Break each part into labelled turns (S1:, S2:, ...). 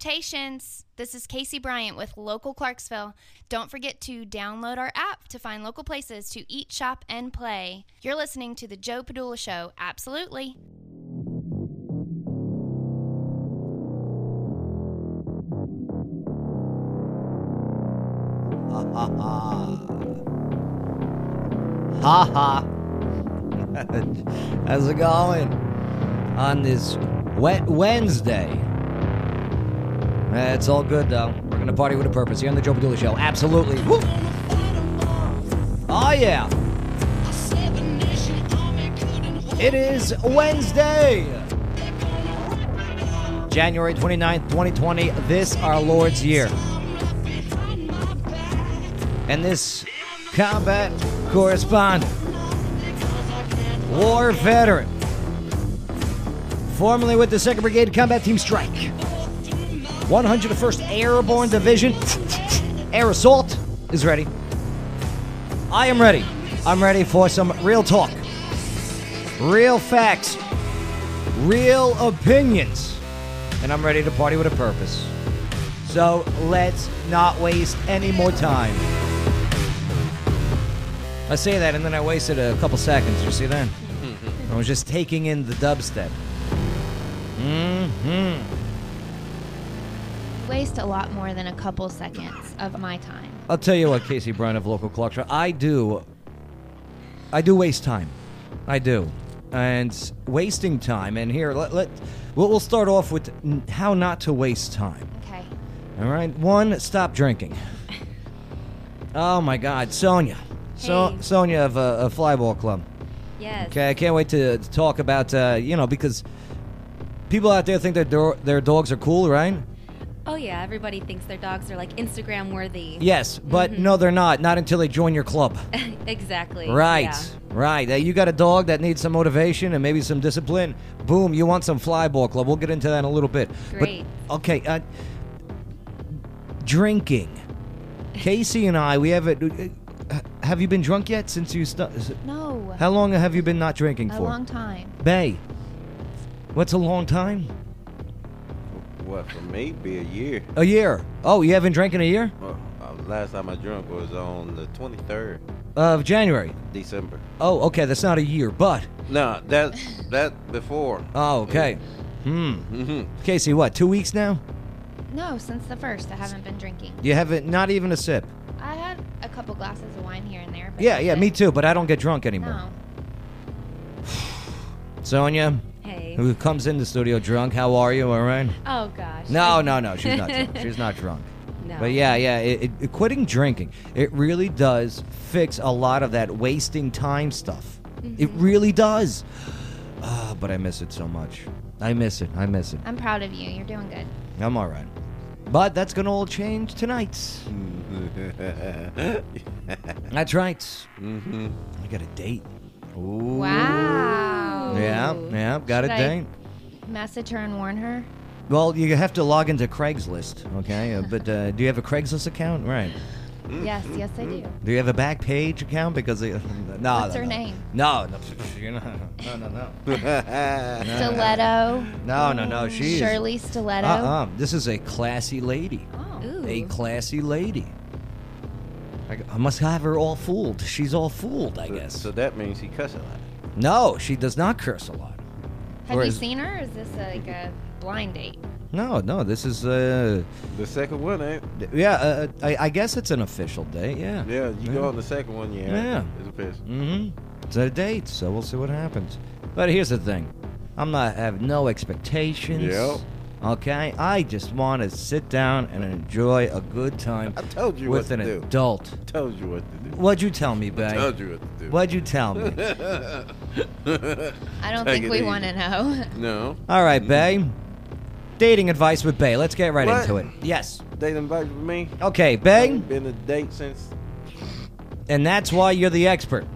S1: Salutations. This is Casey Bryant with Local Clarksville. Don't forget to download our app to find local places to eat, shop, and play. You're listening to The Joe Padula Show. Absolutely.
S2: Ha ha ha. Ha ha. How's it going on this wet Wednesday? Eh, It's all good though. We're gonna party with a purpose here on the Joe Padula Show. Absolutely. Woo! Oh yeah. It is Wednesday. January 29th, 2020. This our Lord's year. and this combat correspondent, war veteran, formerly with the 2nd Brigade Combat Team Strike, 101st Airborne Division, Air Assault is ready. I am ready. I'm ready for some real talk, real facts, real opinions, and I'm ready to party with a purpose. So let's not waste any more time. I say that and then I wasted a couple seconds. You see that? I was just taking in the dubstep.
S1: Waste a lot more than a couple seconds of my time.
S2: I'll tell you what, Casey Brown of Local Clock Show, I do. I do waste time. I do. And wasting time, and here, let, let, we'll, we'll start off with n- how not to waste time.
S1: Okay.
S2: All right. One, stop drinking. Oh my God, Sonia. So,
S1: Hey.
S2: Sonia of uh, of Flyball Club.
S1: Yes.
S2: Okay, I can't wait to, to talk about uh, you know because people out there think their do- their dogs are cool, right?
S3: Oh yeah, everybody thinks their dogs are like Instagram worthy.
S2: Yes, but no, they're not. Not until they join your club.
S3: exactly.
S2: Right,
S3: Yeah.
S2: right. Uh, you got a dog that needs some motivation and maybe some discipline. Boom, you want some fly ball club. We'll get into that in a little bit. But-
S3: Great.
S2: okay, uh, drinking. Casey and I, we have it. uh, Have you been drunk yet since you stu
S1: No.
S2: How long have you been not drinking
S1: a
S2: for?
S1: long time.
S2: Bay, what's a long time?
S4: What for me be a year?
S2: A year. Oh, you haven't drank in a year?
S4: Well, uh, last time I drank was on the 23rd
S2: Of January.
S4: December.
S2: Oh, okay, that's not a year, but.
S4: No, that that before.
S2: Oh, okay. Hmm.
S4: hmm
S2: Casey, what, two weeks now?
S1: No, since the first, I haven't been drinking.
S2: You haven't, not even a sip.
S1: I had a couple glasses of wine here and there. but
S2: Yeah,
S1: that's
S2: yeah,
S1: it.
S2: me too, but I don't get drunk anymore.
S1: No.
S2: Sonia,
S3: Hey.
S2: who comes in the studio drunk, how are you? All right?
S3: Oh gosh.
S2: No, no, no, she's not drunk. She's not drunk.
S3: No.
S2: But yeah, yeah, it, it- it, quitting drinking, it really does fix a lot of that wasting time stuff. It
S1: Mm-hmm.
S2: really does. Ah, but I miss it so much. I miss it. I miss it.
S1: I'm proud of you. You're doing good.
S2: I'm all right. But that's going to all change tonight. That's right.
S4: hmm
S2: I got a date.
S1: Wow.
S2: Yeah, yeah, got a
S1: Should I-
S2: date.
S1: Message her and warn her.
S2: Well, you have to log into Craigslist, okay? Uh, but uh, do you have a Craigslist account? Right. Mm-hmm.
S1: Yes, yes, I do.
S2: Do you have a back page account? Because they, no,
S1: What's
S2: no,
S1: her
S2: no.
S1: name?
S2: No, no, pff, you're not- no, no, no,
S1: Stiletto.
S2: no, no, no.
S1: Mm,
S2: She's
S1: Shirley Stiletto.
S2: Uh-uh. This is a classy lady.
S1: Oh.
S3: Ooh.
S2: A classy lady. I, I must have her all fooled. She's all fooled, I guess.
S4: So that means he cuss a lot.
S2: No, she does not curse a lot.
S1: Have you
S2: Whereas-
S1: seen her? Is this like a blind date?
S2: No, no. This is uh,
S4: The second one, ain't.
S2: th- yeah. Uh, I, I guess it's an official date. Yeah.
S4: Yeah, you go on the second one, yeah.
S2: Yeah.
S4: It's a piss.
S2: Mm-hmm. It's a date, so we'll see what happens. But here's the thing. I'm not have no expectations.
S4: Yep.
S2: Okay? I just want to sit down and enjoy a good time
S4: I told you
S2: with
S4: what
S2: an
S4: to do.
S2: adult.
S4: Told you what to do.
S2: What'd you tell me, Bay?
S4: Told you what to do.
S2: What'd you tell me?
S1: I don't
S4: Take
S1: think
S4: it
S1: we
S4: easy.
S1: want to know.
S4: No,
S2: All right, Bay. Dating advice with Bay. Let's get right
S4: What?
S2: into it. Yes.
S4: they done invited me.
S2: Okay, Bay,
S4: Ain't Been a date since.
S2: and that's why you're the expert.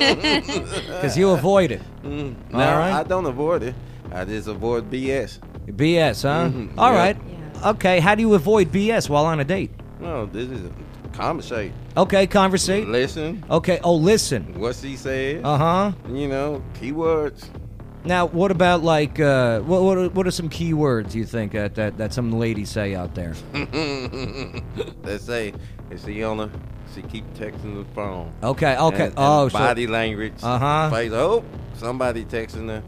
S2: Because you avoid it.
S4: Mm.
S2: All
S4: No,
S2: right.
S4: I don't avoid it. I just avoid BS.
S2: BS, huh?
S4: Mhm,
S2: All
S4: yeah.
S2: right.
S3: Yeah.
S2: Okay, how do you avoid BS while on a date?
S4: No, this is conversate.
S2: Okay, conversate.
S4: Listen,
S2: Okay. Oh, listen.
S4: what's he said?
S2: Uh huh.
S4: you know, keywords.
S2: Now, what about like uh, what, what are- what are some key words you think that, that that some ladies say out there?
S4: They say, they say, you know, she keep texting the phone.
S2: Okay, Uh, okay.
S4: And- and
S2: oh, so-
S4: body language.
S2: Uh-huh.
S4: Face, oh, somebody texting her.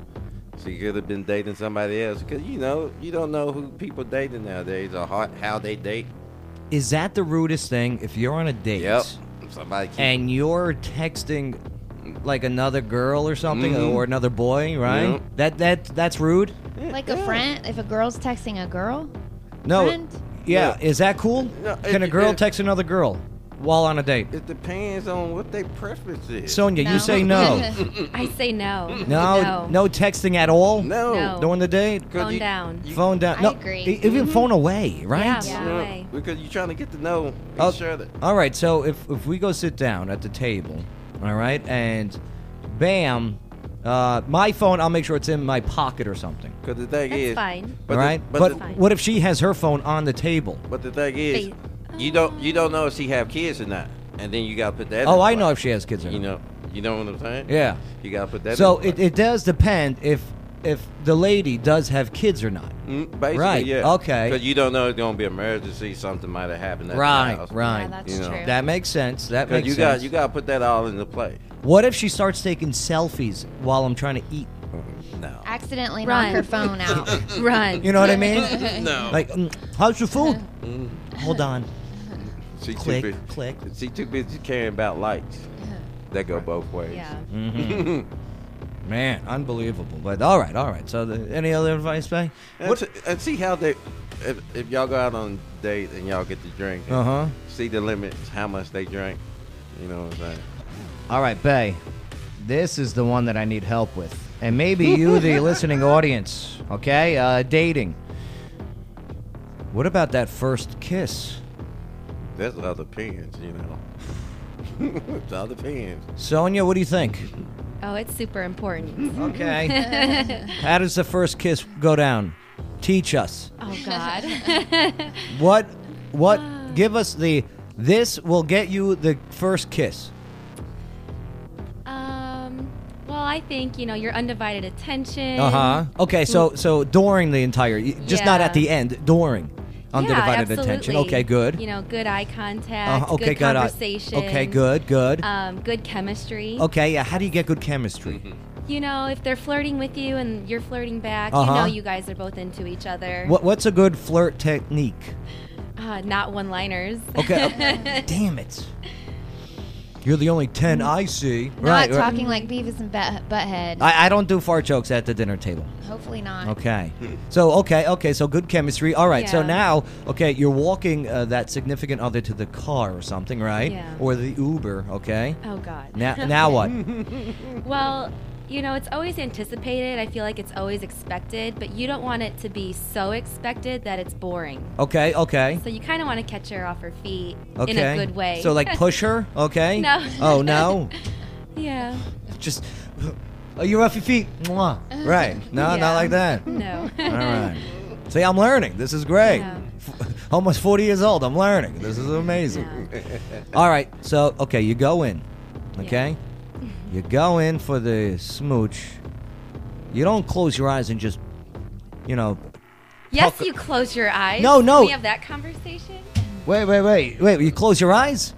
S4: She could have been dating somebody else because you know you don't know who people dating nowadays or how, how they date.
S2: is that the rudest thing? If you're on a date
S4: Yep, somebody. Keep,
S2: and you're texting like another girl or something
S4: Mhm.
S2: or another boy, right?
S4: Yep.
S2: That that that's rude.
S5: Like a friend, if a girl's texting a girl,
S2: No.
S5: Friend?
S2: Yeah,
S4: Yeah.
S2: is that cool?
S4: No, it-
S2: Can a girl
S4: it-
S2: text another girl while on a date?
S4: It depends on what their preference is.
S2: Sonia,
S5: No.
S2: you say no.
S6: I say no.
S2: no, no, texting at all.
S4: no,
S6: No.
S2: During the date,
S4: 'cause
S6: Phone
S4: you-
S6: down.
S4: you-
S2: phone down.
S5: I
S2: no,
S5: agree. Mm-hmm.
S2: e- even phone away, right?
S6: Yeah.
S4: you
S6: Yeah.
S4: know,
S6: way.
S4: because you're trying to get to know, each
S2: Oh,
S4: other.
S2: All right, so if, if we go sit down at the table, all right, and bam, uh, my phone, I'll make sure it's in my pocket or something.
S4: Because the thing
S6: That's
S4: is,
S6: fine.
S4: But
S2: all
S4: the-
S2: right,
S4: but,
S2: but,
S4: the,
S6: Fine.
S2: what if she has her phone on the table?
S4: but the thing is,
S6: Face-
S4: you don't you don't know if she have kids or not, and then you gotta put that. in
S2: Oh,
S4: the
S2: I know
S4: play.
S2: if she has kids or
S4: You
S2: not.
S4: know, you know what I'm saying?
S2: Yeah.
S4: You gotta put that.
S2: So
S4: in the
S2: it,
S4: play.
S2: it does depend if if the lady does have kids or not.
S4: Mm, basically,
S2: Right,
S4: yeah.
S2: okay.
S4: Because you don't know it's gonna be an emergency. Something might have happened. At
S2: Right,
S4: the house.
S2: right.
S5: yeah, that's
S4: You know.
S5: true.
S2: That makes sense. That
S4: 'Cause
S2: makes
S4: you
S2: sense.
S4: got you got to put that all into play.
S2: What if she starts taking selfies while I'm trying to eat?
S4: No.
S5: Accidentally knock
S6: Run.
S5: her phone out.
S6: Run.
S2: You know what I mean?
S4: No. Mm.
S2: like, mm, how's your food? Hold on.
S4: she
S2: click,
S4: too busy,
S2: click.
S4: She too busy caring about likes. That go both ways.
S6: Yeah.
S2: Mm-hmm. Man, unbelievable. But all right, all right. So, the, any other advice, Bay?
S4: And,
S2: What?
S4: see- and see how they, if, if y'all go out on a date and y'all get to drink,
S2: Uh huh.
S4: see the limits, how much they drink. You know what I'm saying?
S2: All right, Bay. This is the one that I need help with, and maybe you, the listening audience. Okay, uh, dating. What about that first kiss?
S4: That's all depends, you know. it's all depends.
S2: Sonia, what do you think?
S6: Oh, it's super important.
S2: Okay. How does the first kiss go down? Teach us.
S6: Oh God.
S2: What? What? Give us the. This will get you the first kiss.
S6: um. Well, I think you know your undivided attention.
S2: Uh huh. Okay, so so during the entire, just not
S6: Yeah.
S2: at the end, during undivided
S6: yeah,
S2: attention.
S6: absolutely.
S2: Okay, good.
S6: You know, good eye contact.
S2: Uh-huh, okay,
S6: good
S2: good. uh,
S6: conversation.
S2: okay, good, good.
S6: Um, good chemistry.
S2: okay, yeah. How do you get good chemistry?
S6: You know, if they're flirting with you and you're flirting back,
S2: Uh-huh.
S6: you know you guys are both into each other.
S2: What what's a good flirt technique?
S6: Uh, not one-liners.
S2: Okay, uh, damn it. Mm. You're the only ten I see.
S5: Not
S2: right. right.
S5: talking like Beavis and Butt- Butthead.
S2: I, I don't do fart jokes at the dinner table.
S5: Hopefully not.
S2: Okay. So okay, okay. So good chemistry. All right. So
S6: Yeah.
S2: now, okay, you're walking uh, that significant other to the car or something, right?
S6: Yeah.
S2: Or the Uber. Okay.
S6: Oh God.
S2: Now, now what?
S6: Well, you know, it's always anticipated. I feel like it's always expected, but you don't want it to be so expected that it's boring.
S2: Okay, okay,
S6: So you kind of want to catch her off her feet
S2: okay.
S6: in a good way.
S2: So like push her, okay?
S6: No.
S2: Oh no.
S6: yeah.
S2: Just oh, you're off your feet. Mwah. Right. No,
S6: Yeah.
S2: not like that.
S6: No.
S2: All right. See, I'm learning. This is great.
S6: Yeah.
S2: F- Almost 40 years old. I'm learning. This is amazing. All right. So, okay, you go in. Okay? You go in for the smooch. You don't close your eyes and just, you know,
S6: Yes,
S2: Talk-
S6: you close your eyes.
S2: No, no.
S6: Can we have that conversation.
S2: wait, wait, wait. Wait, you close your eyes?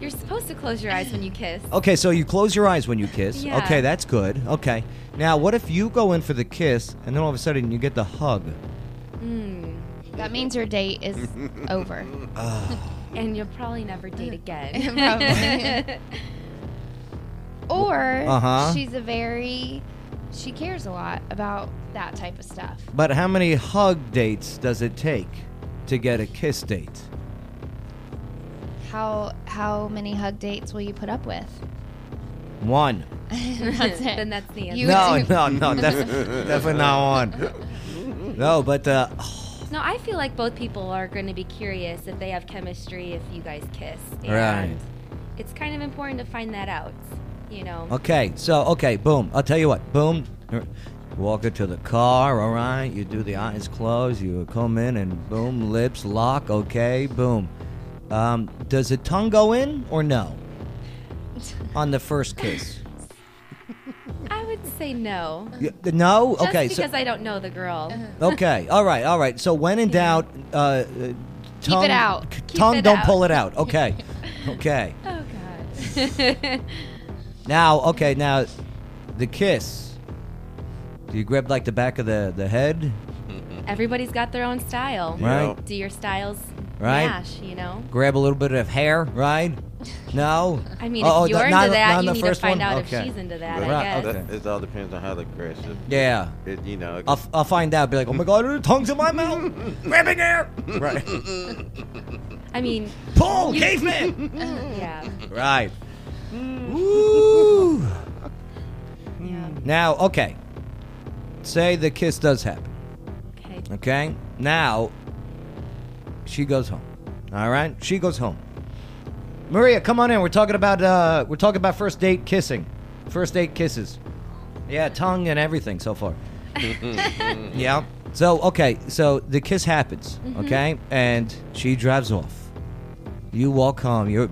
S6: You're supposed to close your eyes when you kiss.
S2: Okay, so you close your eyes when you kiss.
S6: Yeah.
S2: Okay, that's good. Okay. Now, what if you go in for the kiss and then all of a sudden you get the hug? Oh.
S6: Mm.
S5: That means your date is over.
S6: And you'll probably never date again.
S5: Probably. Or
S2: Uh-huh.
S5: she's a very she cares a lot about that type of stuff.
S2: But how many hug dates does it take to get a kiss date?
S5: How how many hug dates will you put up with?
S2: One.
S5: That's it.
S6: then that's the end.
S5: You-
S2: No,
S5: would do-
S2: no, no, definitely, definitely not one. No, but uh,
S6: No, I feel like both people are going to be curious if they have chemistry if you guys kiss. And
S2: Right.
S6: It's kind of important to find that out, you know.
S2: okay, so okay, boom. I'll tell you what, boom. Walk into the car, all right. You do the eyes closed. You come in and boom, lips lock. Okay, boom. Um, does the tongue go in or no? On the first kiss.
S6: I would
S3: say no.
S2: Y- No?
S3: Just
S2: okay.
S3: because
S2: So,
S3: I don't know the girl.
S5: Uh-huh.
S2: okay. All right. All right. So when in doubt, uh, uh, tongue,
S1: out.
S2: c-
S3: Keep
S2: tongue,
S3: it
S2: don't
S3: out.
S2: pull it out. Okay. okay.
S3: Oh god.
S2: Now, okay. Now, the kiss. Do you grab like the back of the the head?
S3: Everybody's got their own style.
S4: You
S2: Right.
S4: know,
S3: Do your styles
S2: Right.
S3: mash, you know?
S2: Grab a little bit of hair, right? No.
S3: I mean,
S2: Oh,
S3: if you're
S2: not-
S3: into
S2: not-
S3: that,
S2: not
S3: you
S2: the
S3: need to
S2: first
S3: find
S2: one?
S3: out
S2: Okay.
S3: if she's into that,
S2: Right,
S3: I guess.
S2: okay.
S4: that- It all depends on how aggressive.
S2: Yeah.
S4: It, you know,
S2: I'll, f- I'll find out. Be like, oh my god, the tongue's in my mouth. Grabbing air. Right.
S3: I mean,
S2: Paul, caveman.
S3: yeah.
S2: Right.
S3: Mm.
S2: Woo.
S3: Yeah.
S2: Now, okay. Say the kiss does happen.
S3: Okay.
S2: Okay. Now, she goes home. All right. She goes home. Maria, come on in. We're talking about uh, we're talking about first date kissing, first date kisses. Yeah, tongue and everything so far. yeah. So okay. So the kiss happens.
S3: Mm-hmm.
S2: Okay, and she drives off. You walk home. You're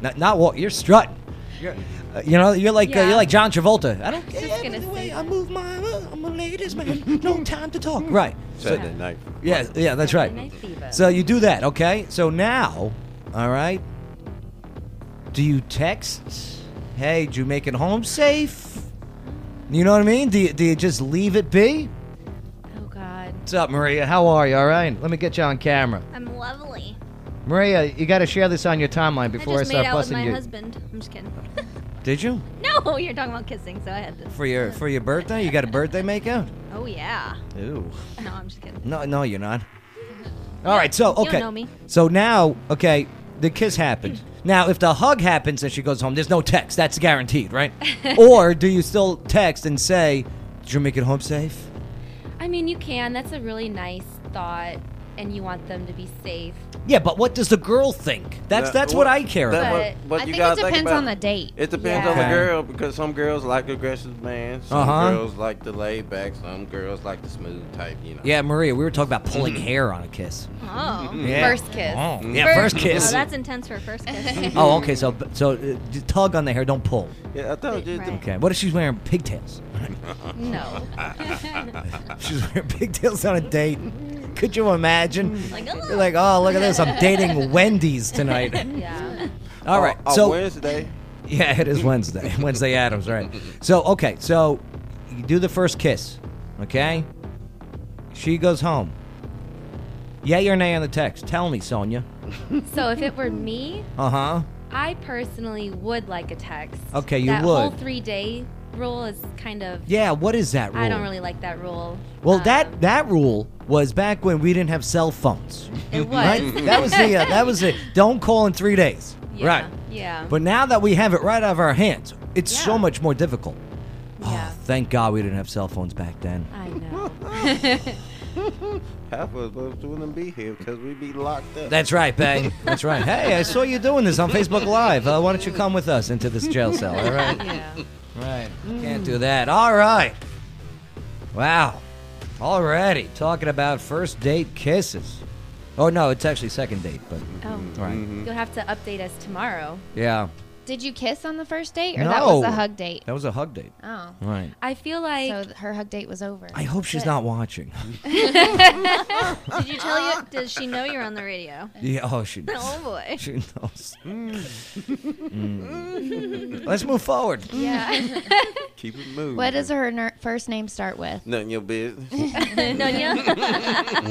S2: not, not walk. You're strutting. You're, uh, you know, you're like uh,
S3: Yeah.
S2: you're like John Travolta. I don't care.
S3: just gonna
S2: the
S3: say
S2: way I
S3: that.
S2: move my, I'm a ladies man. No time to talk. Right. So-
S4: Saturday night.
S2: yeah, yeah, that's right.
S3: Night fever.
S2: So you do that, okay? So now, all right. Do you text? Hey, did you make it home safe? You know what I mean? Do you, do you just leave it be?
S3: oh god.
S2: What's up, Maria? How are you? All right. Let me get you on camera.
S7: I'm lovely.
S2: Maria, you got to share this on your timeline before I,
S7: I just
S2: start
S7: made out with
S2: busting
S7: my
S2: you.
S7: husband. I'm just kidding.
S2: Did you
S7: no, you're talking about kissing, so I had to.
S2: for your for your birthday? You got a birthday makeout?
S7: Oh yeah.
S2: Ooh.
S7: No, I'm just kidding.
S2: No, no, you're not. All right, so
S7: You
S2: okay.
S7: know me.
S2: So now, okay, the kiss happened. now, if the hug happens and she goes home, there's no text. That's guaranteed, right? or do you still text and say, "Did you make it home safe?"
S3: I mean, you can. That's a really nice thought, and you want them to be safe.
S2: Yeah, but what does the girl think? That's
S4: Now,
S2: that's what, I care
S4: that
S2: about.
S4: what-
S3: But
S4: what
S1: I
S4: you
S1: think
S4: gotta
S1: it depends
S4: about-
S1: on the date.
S4: It depends on
S3: Yeah.
S4: the
S2: Okay.
S4: girl because some girls like aggressive man, some
S2: Uh-huh.
S4: girls like the laid back, some girls like the smooth type. You know.
S2: Yeah, Maria, we were talking about pulling
S4: Mm-hmm.
S2: hair on a kiss.
S7: Oh.
S2: Yeah.
S3: First kiss.
S2: Oh, yeah, first
S7: Oh,
S2: kiss.
S7: that's intense for a first kiss.
S2: Oh, okay. So, so uh, just tug on the hair, don't pull.
S4: Yeah, I told you. it
S7: Right.
S2: Okay. What if she's wearing pigtails?
S3: No.
S2: She's wearing pigtails on a date. Could you imagine?
S7: Like,
S2: You're like, oh, look at this. I'm dating Wendy's tonight.
S3: Yeah.
S2: All
S4: On-
S2: right.
S4: on
S2: so,
S4: Wednesday.
S2: yeah, it is Wednesday. Wednesday Adams, right. So, okay. So, you do the first kiss, okay? She goes home. Yay or nay on the text. Tell me, Sonia.
S3: So if it were me,
S2: Uh huh.
S3: I personally would like a text.
S2: Okay, you
S3: that whole
S2: would.
S3: three-day rule is kind of.
S2: Yeah, what is that rule?
S3: I don't really like that rule.
S2: Well,
S3: Um,
S2: that that rule was back when we didn't have cell phones.
S3: It was.
S2: Right? that was the uh, that was the don't call in 3 days.
S3: Yeah,
S2: Right.
S3: Yeah.
S2: But now that we have it right out of our hands, it's so
S3: Yeah.
S2: much more difficult.
S3: yeah.
S2: Oh, thank God we didn't have cell phones back then.
S3: I know.
S4: Half of us wouldn't be here because we'd be locked up.
S2: That's right, Bang. That's right. Hey, I saw you doing this on Facebook Live. Uh, why don't you come with us into this jail cell? All right.
S3: yeah. Oh.
S2: Right. Can't do that. All right. Wow. Already talking about first date kisses. Oh no, it's actually second date, but
S3: Oh,
S2: all right.
S3: you'll have to update us tomorrow.
S2: Yeah.
S1: Did you kiss on the first date, or that was
S2: No.
S1: a hug date?
S2: That was a hug date.
S1: Oh,
S2: Right.
S3: I feel like
S1: so th- her hug date was over.
S2: I hope she's not watching.
S7: Did you tell you? Does she know you're on the radio?
S2: Yeah, oh she
S7: Oh boy.
S2: She knows. Mm. Let's move forward.
S1: yeah.
S4: Keep it moving.
S1: what does her ner- first name start with?
S4: Nothing your business.
S7: Nonya.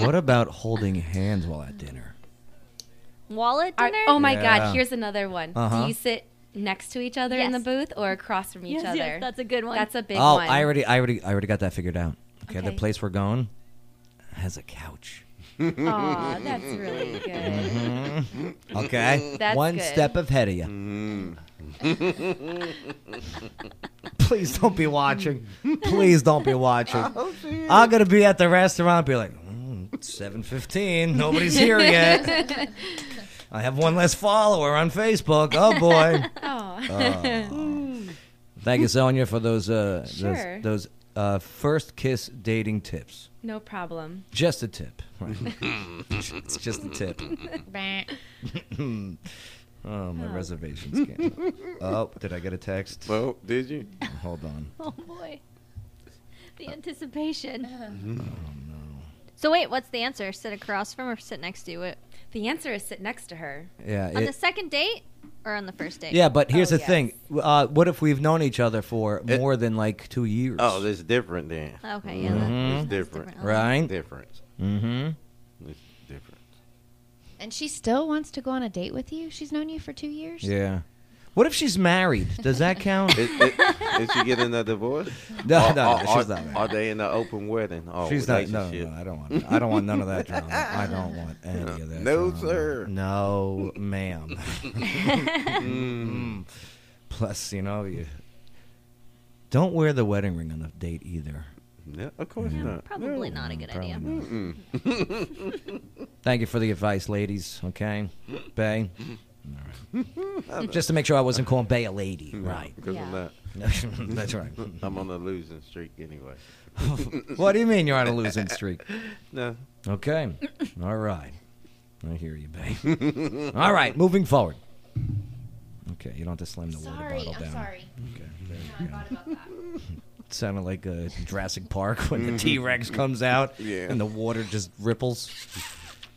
S2: What about holding hands while at dinner?
S7: Wallet
S3: Are-
S7: dinner.
S3: oh my
S2: Yeah.
S3: god, here's another one.
S2: Uh-huh.
S3: Do you sit next to each other in the
S7: Yes.
S3: booth or across from each
S7: Yes,
S3: other?
S7: yes, that's a good one.
S3: That's a big
S2: Oh,
S3: one.
S2: I already, I already, I already got that figured out. Okay, the
S3: Okay.
S2: place we're going has a couch.
S3: Aw, that's really good.
S2: Mm. Okay,
S3: That's
S2: one
S3: good.
S2: step ahead of you.
S4: Mm-hmm.
S2: Please don't be watching. Please don't be watching.
S4: Oh,
S2: I'm gonna be at the restaurant, be like, "Mm, seven fifteen. Nobody's here yet. I have one less follower on Facebook. Oh boy. Uh,
S3: Oh.
S2: Thank you, Sonia, for those uh,
S3: Sure.
S2: those, those uh, first kiss dating tips.
S3: no problem.
S2: Just a tip. Right. it's just a tip.
S1: Bah.
S2: Oh, my reservations can't. oh, did I get a text?
S4: well, did you?
S2: Hold on.
S7: oh boy. The anticipation.
S2: Oh,
S7: So wait, what's the answer? Sit across from or sit next to it?
S3: The answer is sit next to her.
S2: Yeah.
S7: On
S2: it-
S7: the second date or on the first date?
S2: yeah, but here's
S3: Oh,
S2: the thing. Uh, what if we've known each other for more than like two years?
S4: Oh, that's different then.
S7: Okay, yeah. that-
S2: Mm-hmm.
S4: It's
S7: that's
S4: different.
S7: different.
S2: right?
S4: Difference.
S2: Mm-hmm.
S4: It's different.
S1: And she still wants to go on a date with you? She's known you for two years?
S2: Yeah. What if she's married? Does that count?
S4: It, it, did she get another divorce?
S2: no,
S4: Or-
S2: no,
S4: or-
S2: no, she's
S4: or-
S2: not married.
S4: Are they in an open wedding? Oh,
S2: She's not. No,
S4: relationship.
S2: no, I don't want. I don't want none of that drama. I don't want any of that.
S4: No,
S2: drama.
S4: sir.
S2: No, ma'am. Mm. Plus, you know, you don't wear the wedding ring on the date either.
S4: No,
S2: Mm.
S4: of course not.
S7: Probably not a good
S2: Probably
S7: idea.
S2: not. Thank you for the advice, ladies. Okay, Bay. All right. Just to make sure I wasn't calling Bay a lady, right?
S4: Because
S3: Yeah.
S4: I'm not.
S2: That's right.
S4: I'm on a losing streak anyway.
S2: what do you mean you're on a losing streak?
S4: No.
S2: Okay. All right. I hear you, babe. All right, moving forward. Okay, you don't have to slam the water
S1: Sorry,
S2: bottle
S1: I'm
S2: down.
S1: sorry.
S2: Okay, there
S1: No, I
S2: you go.
S1: thought about that.
S2: Sounded like a Jurassic Park when the T Rex comes out
S4: Yeah.
S2: and the water just ripples.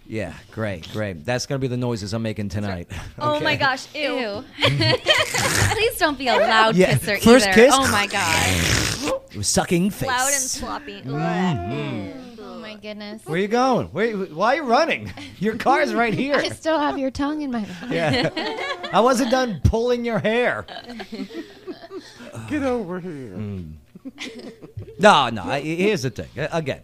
S2: Yeah, great, great. That's gonna be the noises I'm making tonight.
S7: Oh
S2: Okay.
S7: my gosh, ew.
S3: Ew. Please don't be a loud
S2: Yeah,
S3: kisser
S2: first
S3: either.
S2: kiss?
S3: Oh my god.
S2: It was sucking face. Mm-hmm.
S7: Loud and sloppy.
S1: Oh my goodness.
S2: Where you going? Where, why are you running? Your car's right here.
S1: I still have your tongue in my mouth.
S2: Yeah. I wasn't done pulling your hair.
S4: Get over here.
S2: Mm. No, no. I, here's the thing. Uh, Again,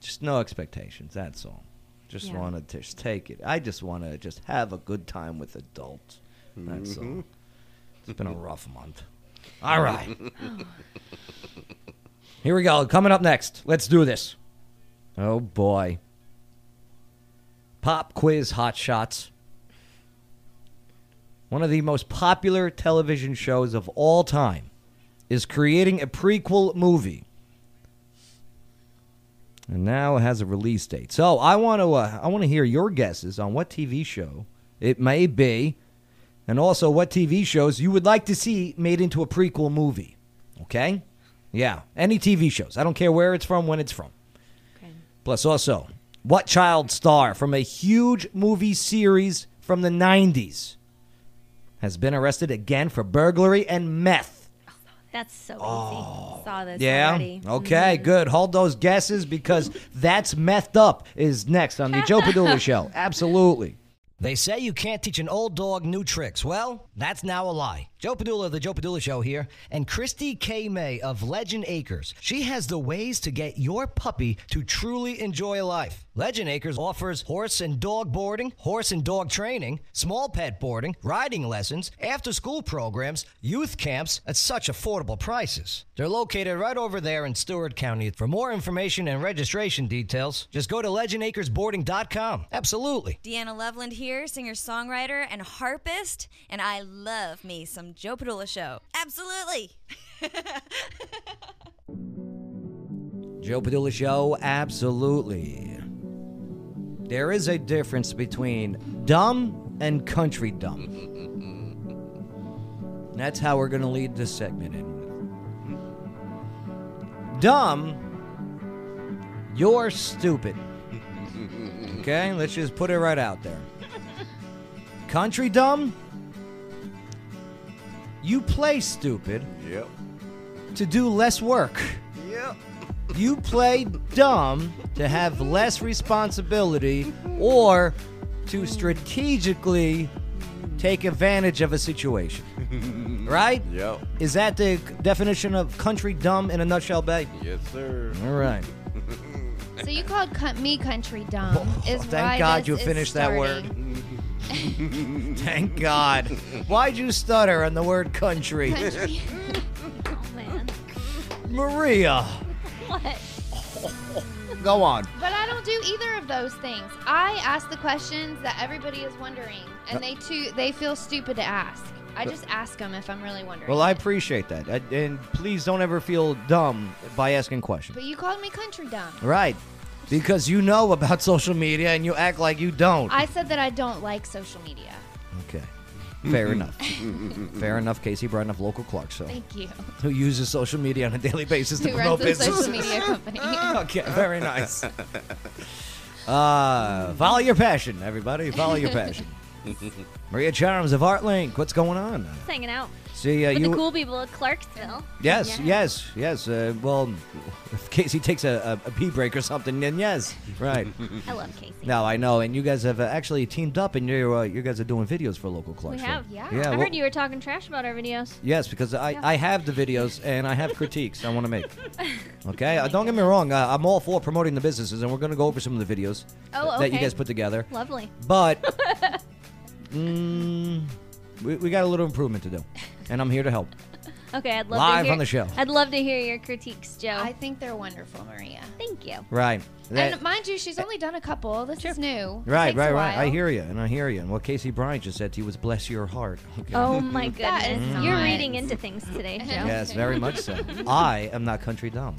S2: just no expectations. That's all. Just
S3: Yeah.
S2: want to just take it. I just want to just have a good time with adults. That's all. It's been a rough month. All right. Here we go. Coming up next. Let's do this. Oh boy. Pop quiz hot shots. One of the most popular television shows of all time is creating a prequel movie. And now it has a release date. So I want to uh, I want to hear your guesses on what TV show it may be and also what TV shows you would like to see made into a prequel movie. Okay? Yeah, any TV shows. I don't care where it's from, when it's from. Plus, also, what child star from a huge movie series from the 90s has been arrested again for burglary and meth?
S7: That's so Oh.
S3: Saw this
S2: Yeah.
S3: already. Mm-hmm.
S2: Okay, good. Hold those guesses because that's methed up is next on the Joe Padula show. Absolutely. They say you can't teach an old dog new tricks. Well, that's now a lie. Joe Padula, of the Joe Padula Show here, and Christy K. May of Legend Acres. She has the ways to get your puppy to truly enjoy life. Legend Acres offers horse and dog boarding, horse and dog training, small pet boarding, riding lessons, after school programs, youth camps at such affordable prices. They're located right over there in Stewart County. For more information and registration details, just go to legendacresboarding.com. Absolutely.
S8: Deanna Loveland here, singer songwriter and harpist, and I love me some Joe Padula show. Absolutely.
S2: Joe Padula Show, absolutely. There is a difference between dumb and country dumb. That's how we're going to lead this segment in with. Dumb, you're stupid. Okay, let's just put it right out there. Country dumb, you play stupid
S4: Yep.
S2: to do less work.
S4: Yep.
S2: You play dumb to have less responsibility or to strategically take advantage of a situation. Right?
S4: Yep.
S2: Is that the definition of country dumb in a nutshell, Bay?
S4: Yes, sir.
S2: All right.
S1: So you called cu- me country dumb. is
S2: thank
S1: why
S2: God
S1: this
S2: you
S1: is
S2: finished that word.
S1: starting.
S2: Thank God. Why'd you stutter on the word country?
S1: Country.
S7: Oh man.
S2: Maria,
S7: What?
S2: go on.
S1: But I don't do either of those things. I ask the questions that everybody is wondering,
S2: Uh,
S1: and they too they feel stupid to ask. I just ask them if I'm really wondering.
S2: Well, I appreciate that. I- And please don't ever feel dumb by asking questions.
S1: but you called me country dumb.
S2: Right. Because you know about social media and you act like you don't.
S1: I said that I don't like social media.
S2: Okay. Fair enough. Fair enough, Casey Brown of Local Clarksville,
S1: Thank you.
S2: who uses social media on a daily basis to
S1: Who
S2: promote
S1: runs a
S2: business.
S1: social media company?
S2: okay, very nice. Uh, follow your passion, everybody. Follow your passion. Maria Charms of ArtLink, what's going on?
S7: Just hanging out
S2: See, uh,
S7: with
S2: you.
S7: the cool people at Clarksville.
S2: Yes, yes, yes. Uh, well, if Casey takes a, a, a pee break or something, then yes, right.
S7: I love Casey.
S2: no, I know, and you guys have uh, actually teamed up, and you uh, you guys are doing videos for local
S7: we
S2: Clarksville.
S7: have.
S1: yeah.
S2: yeah.
S7: I
S2: well-
S7: heard you were talking trash about our videos.
S2: Yes, because I, I have the videos and I have critiques I want to make. Okay, uh, don't get me wrong. Uh, I'm all for promoting the businesses, and we're going to go over some of the videos
S7: Oh,
S2: that you
S7: okay.
S2: guys put together.
S7: Lovely.
S2: But mm, we, we got a little improvement to do, and I'm here to help.
S7: Okay, I'd love
S2: Live
S7: to hear,
S2: on the show.
S7: I'd love to hear your critiques, Joe.
S1: I think they're wonderful, Maria.
S7: Thank you.
S2: Right. That-
S1: and mind you, she's only done a couple. This is new. It
S2: Uh, Right,
S1: takes a
S2: right, right. I
S1: while.
S2: hear you, and I hear you. And what Casey Bryant just said to you was "bless your heart." Okay.
S7: Oh my
S1: That is
S7: goodness,
S2: Mm.
S7: you're
S1: nice.
S7: reading into things today, Joe.
S2: yes, very much so. I am not country dumb.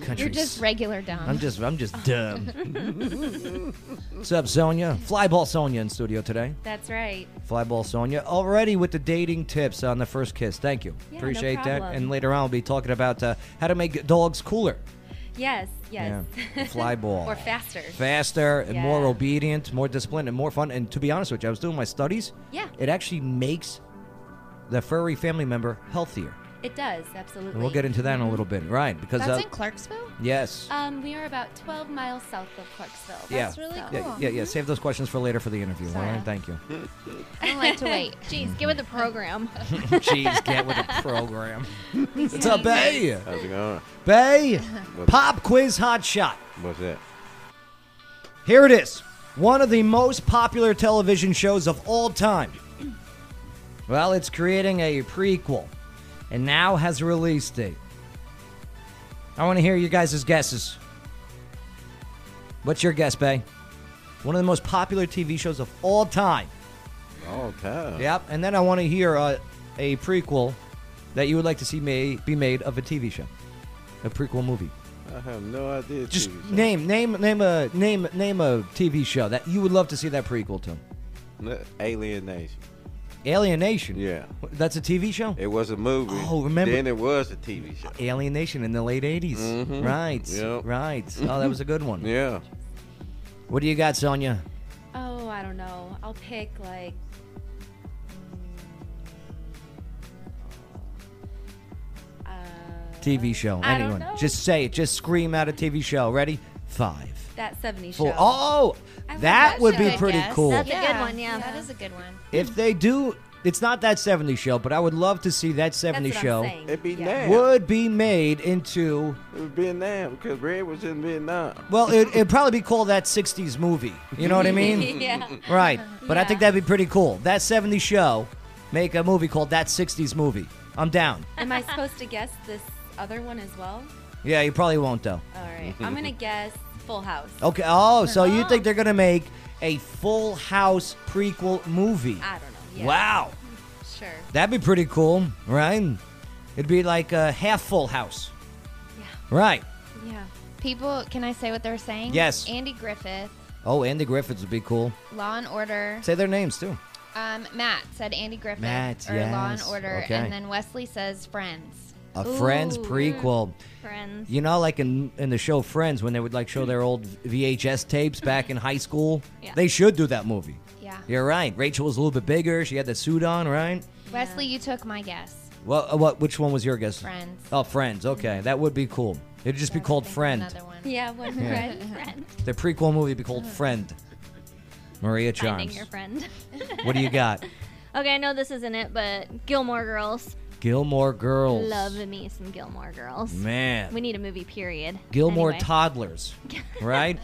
S2: Country.
S1: You're just Oh.
S2: s-
S1: regular dumb.
S2: I'm just. I'm just dumb. What's up, Sonia? Flyball Sonia in studio today.
S3: That's right.
S2: Flyball Sonia already with the dating tips on the first kiss. Thank you.
S3: Yeah, no
S2: Appreciate that.
S3: problem.
S2: And later on, we'll be talking about uh, how to make dogs cooler.
S3: Yes, yes.
S2: Yeah. Fly ball.
S3: or faster.
S2: faster and
S3: Yeah.
S2: more obedient, more disciplined, and more fun. And to be honest with you, I was doing my studies.
S3: Yeah.
S2: It actually makes the furry family member healthier.
S3: It does, absolutely.
S2: And we'll get into that in a little bit, right? Because
S1: That's
S2: uh,
S1: in Clarksville. Oh,
S2: yes.
S3: Um, we are about 12 miles south of Clarksville.
S2: yeah.
S1: That's really
S3: So-
S1: cool.
S2: yeah, yeah, yeah. Save those questions for later for the interview.
S3: Sorry.
S2: All right, thank you.
S1: I don't like to wait.
S7: Jeez, get with the program.
S2: Jeez, get with the program. What's up, Bay?
S4: How's it going?
S2: Bay, pop quiz hot shot.
S4: What's that?
S2: Here it is. One of the most popular television shows of all time. Well, it's creating a prequel and now has a release date. I want to hear you guys' guesses. What's your guess, Bay? One of the most popular TV shows of all time.
S4: All time.
S2: Yep, and then I want to hear uh, a prequel that you would like to see may, be made of a TV show, a prequel movie.
S4: I have no idea.
S2: Just
S4: Stevie, so-
S2: name, name, name a name, name a TV show that you would love to see that prequel to.
S4: N- Alien Nation.
S2: Alienation.
S4: Yeah.
S2: Wh- That's a TV show.
S4: It was a movie.
S2: Oh, remember-
S4: Then it was a TV show.
S2: Alienation in the late '80s.
S4: Mhm.
S2: Right.
S4: Yep.
S2: Right. Oh, that was a good one.
S4: Yeah.
S2: What do you got, Sonia?
S3: Oh, I don't know. I'll pick like. Uh,
S2: TV show.
S3: I don't
S2: Anyone?
S3: know.
S2: Just say it. Just scream out a TV show. Ready? Five.
S3: that 70s
S2: Four.
S3: show.
S2: Oh,
S3: I
S2: that,
S3: love that
S2: would be
S1: show.
S2: pretty
S1: Yes.
S2: cool.
S7: That's a good one, yeah.
S1: That is a good one.
S2: if they do, it's not that '70s show, but I would love to see that
S3: That's
S2: '70s
S3: what
S2: show
S3: I'm saying.
S4: It'd be
S3: yeah.
S4: now.
S2: would be made into.
S4: It was Vietnam because Red was in Vietnam.
S2: Well, it, it'd probably be called that '60s movie. You know what I mean?
S3: yeah.
S2: Right. But I
S3: Yeah.
S2: think that'd be pretty cool. That 70s show, make a movie called That 60s Movie. I'm down.
S3: Am I supposed to guess this other one as well?
S2: Yeah, you probably won't, though.
S3: All right. I'm going to guess Full House.
S2: Okay. Oh, so you think they're going to make a Full House prequel movie?
S3: I don't know. Uh, Yeah,
S2: Wow.
S3: Sure.
S2: That'd be pretty cool, right? It'd be like a half Full House.
S3: Yeah.
S2: Right.
S3: Yeah.
S1: People, can I say what they're saying?
S2: Yes.
S1: Andy Griffith,
S2: Oh, Andy Griffiths would be cool.
S1: Law and Order.
S2: Say their names, too.
S1: Um, Matt said Andy Griffith
S2: Matt,
S1: or Law and
S2: yes.
S1: Order,
S2: Okay.
S1: and then Wesley says Friends.
S2: A Friends
S3: Ooh.
S2: prequel.
S7: Friends.
S2: You know, like in in the show Friends, when they would like show their old VHS tapes back in high school,
S7: Yeah.
S2: they should do that movie.
S1: Yeah.
S2: You're right. Rachel was a little bit bigger. She had the suit on, right?
S1: Wesley, you took my guess.
S2: Well, uh, what? Which one was your guess?
S1: Friends.
S2: Oh, Friends. Okay,
S7: Mm-hmm.
S2: that would be cool. It'd just be
S1: I
S2: called
S1: think of
S2: Friend.
S1: Another one.
S3: Yeah, one
S2: Yeah.
S3: friend.
S2: The prequel movie would be called Friend. Maria
S7: Mm-hmm. Finding
S2: Charms.
S7: your friend.
S2: What do you got?
S7: Okay, I know this isn't it, but Gilmore Girls.
S2: Gilmore Girls.
S7: Love me some Gilmore Girls.
S2: Man.
S7: We need a movie, period.
S2: Gilmore
S7: Anyway.
S2: Toddlers. Right?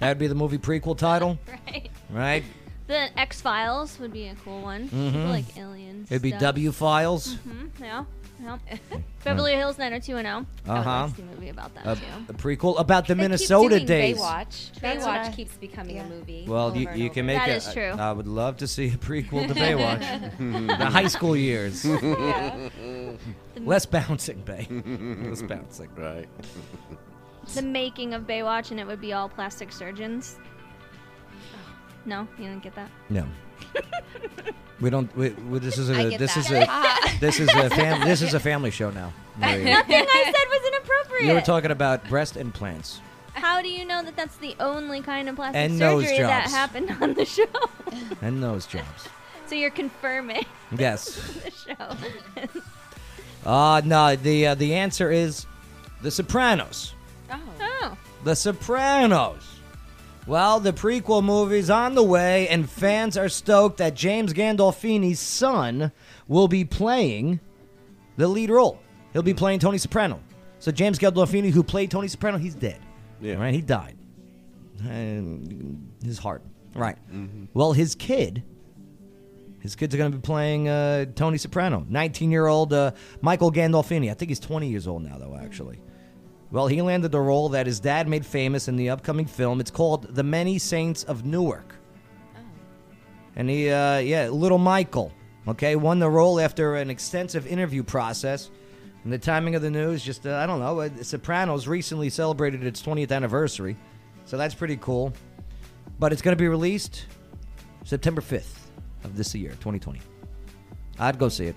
S2: that would be the movie prequel title.
S7: Right.
S2: Right?
S7: The X Files would be a cool one. People like aliens.
S2: Mm-hmm. It'd be W Files.
S7: Yeah. yeah. Beverly Hills 90210. I would
S2: Uh-huh.
S7: like to see a movie about that
S2: A,
S7: too.
S2: a prequel about
S3: They
S2: the
S3: keep
S2: Minnesota
S3: doing
S2: days.
S3: Baywatch.
S1: That's what I-
S3: Baywatch keeps becoming
S1: yeah.
S3: a movie.
S2: Well,
S3: over
S2: you,
S3: and
S2: you can
S3: over.
S2: make
S7: That
S2: a-
S7: is true.
S2: I would love to see a prequel to Baywatch. the high school years.
S3: Yeah.
S2: Less bouncing, Bay. Less bouncing.
S4: Right.
S7: The making of Baywatch, and it would be all plastic surgeons. No, you didn't get that.
S2: No. we don't. We, we, this isn't.
S1: I
S2: A,
S1: get
S2: this is
S1: that.
S2: a. This is a fam. This is a family show now. Maria.
S7: Thing I said was inappropriate.
S2: you were talking about breast implants.
S7: How do you know that that's the only kind of plastic
S2: And nose
S7: surgery that
S2: jobs.
S7: happened on the show?
S2: and nose jobs.
S7: so you're confirming
S2: Yes.
S7: the show.
S2: Uh no. The uh, the answer is The Sopranos.
S7: oh,
S2: The Sopranos. Well, the prequel movie's on the way, and fans are stoked that James Gandolfini's son will be playing the lead role. He'll be playing Tony Soprano. So James Gandolfini, who played Tony Soprano, he's dead.
S4: Yeah.
S2: Right. He died. And his heart. Right. Well, his kid. His kids are going to be playing uh, Tony Soprano. 19 year old uh, Michael Gandolfini. I think he's 20 years old now, though, actually. Well, he landed the role that his dad made famous in the upcoming film. It's called The Many Saints of Newark. And he, uh, yeah, little Michael, okay, won the role after an extensive interview process. And the timing of the news, just, uh, I don't know, uh, Sopranos recently celebrated its 20th anniversary. So that's pretty cool. But it's going to be released September 5th of this year, 2020. I'd go see it.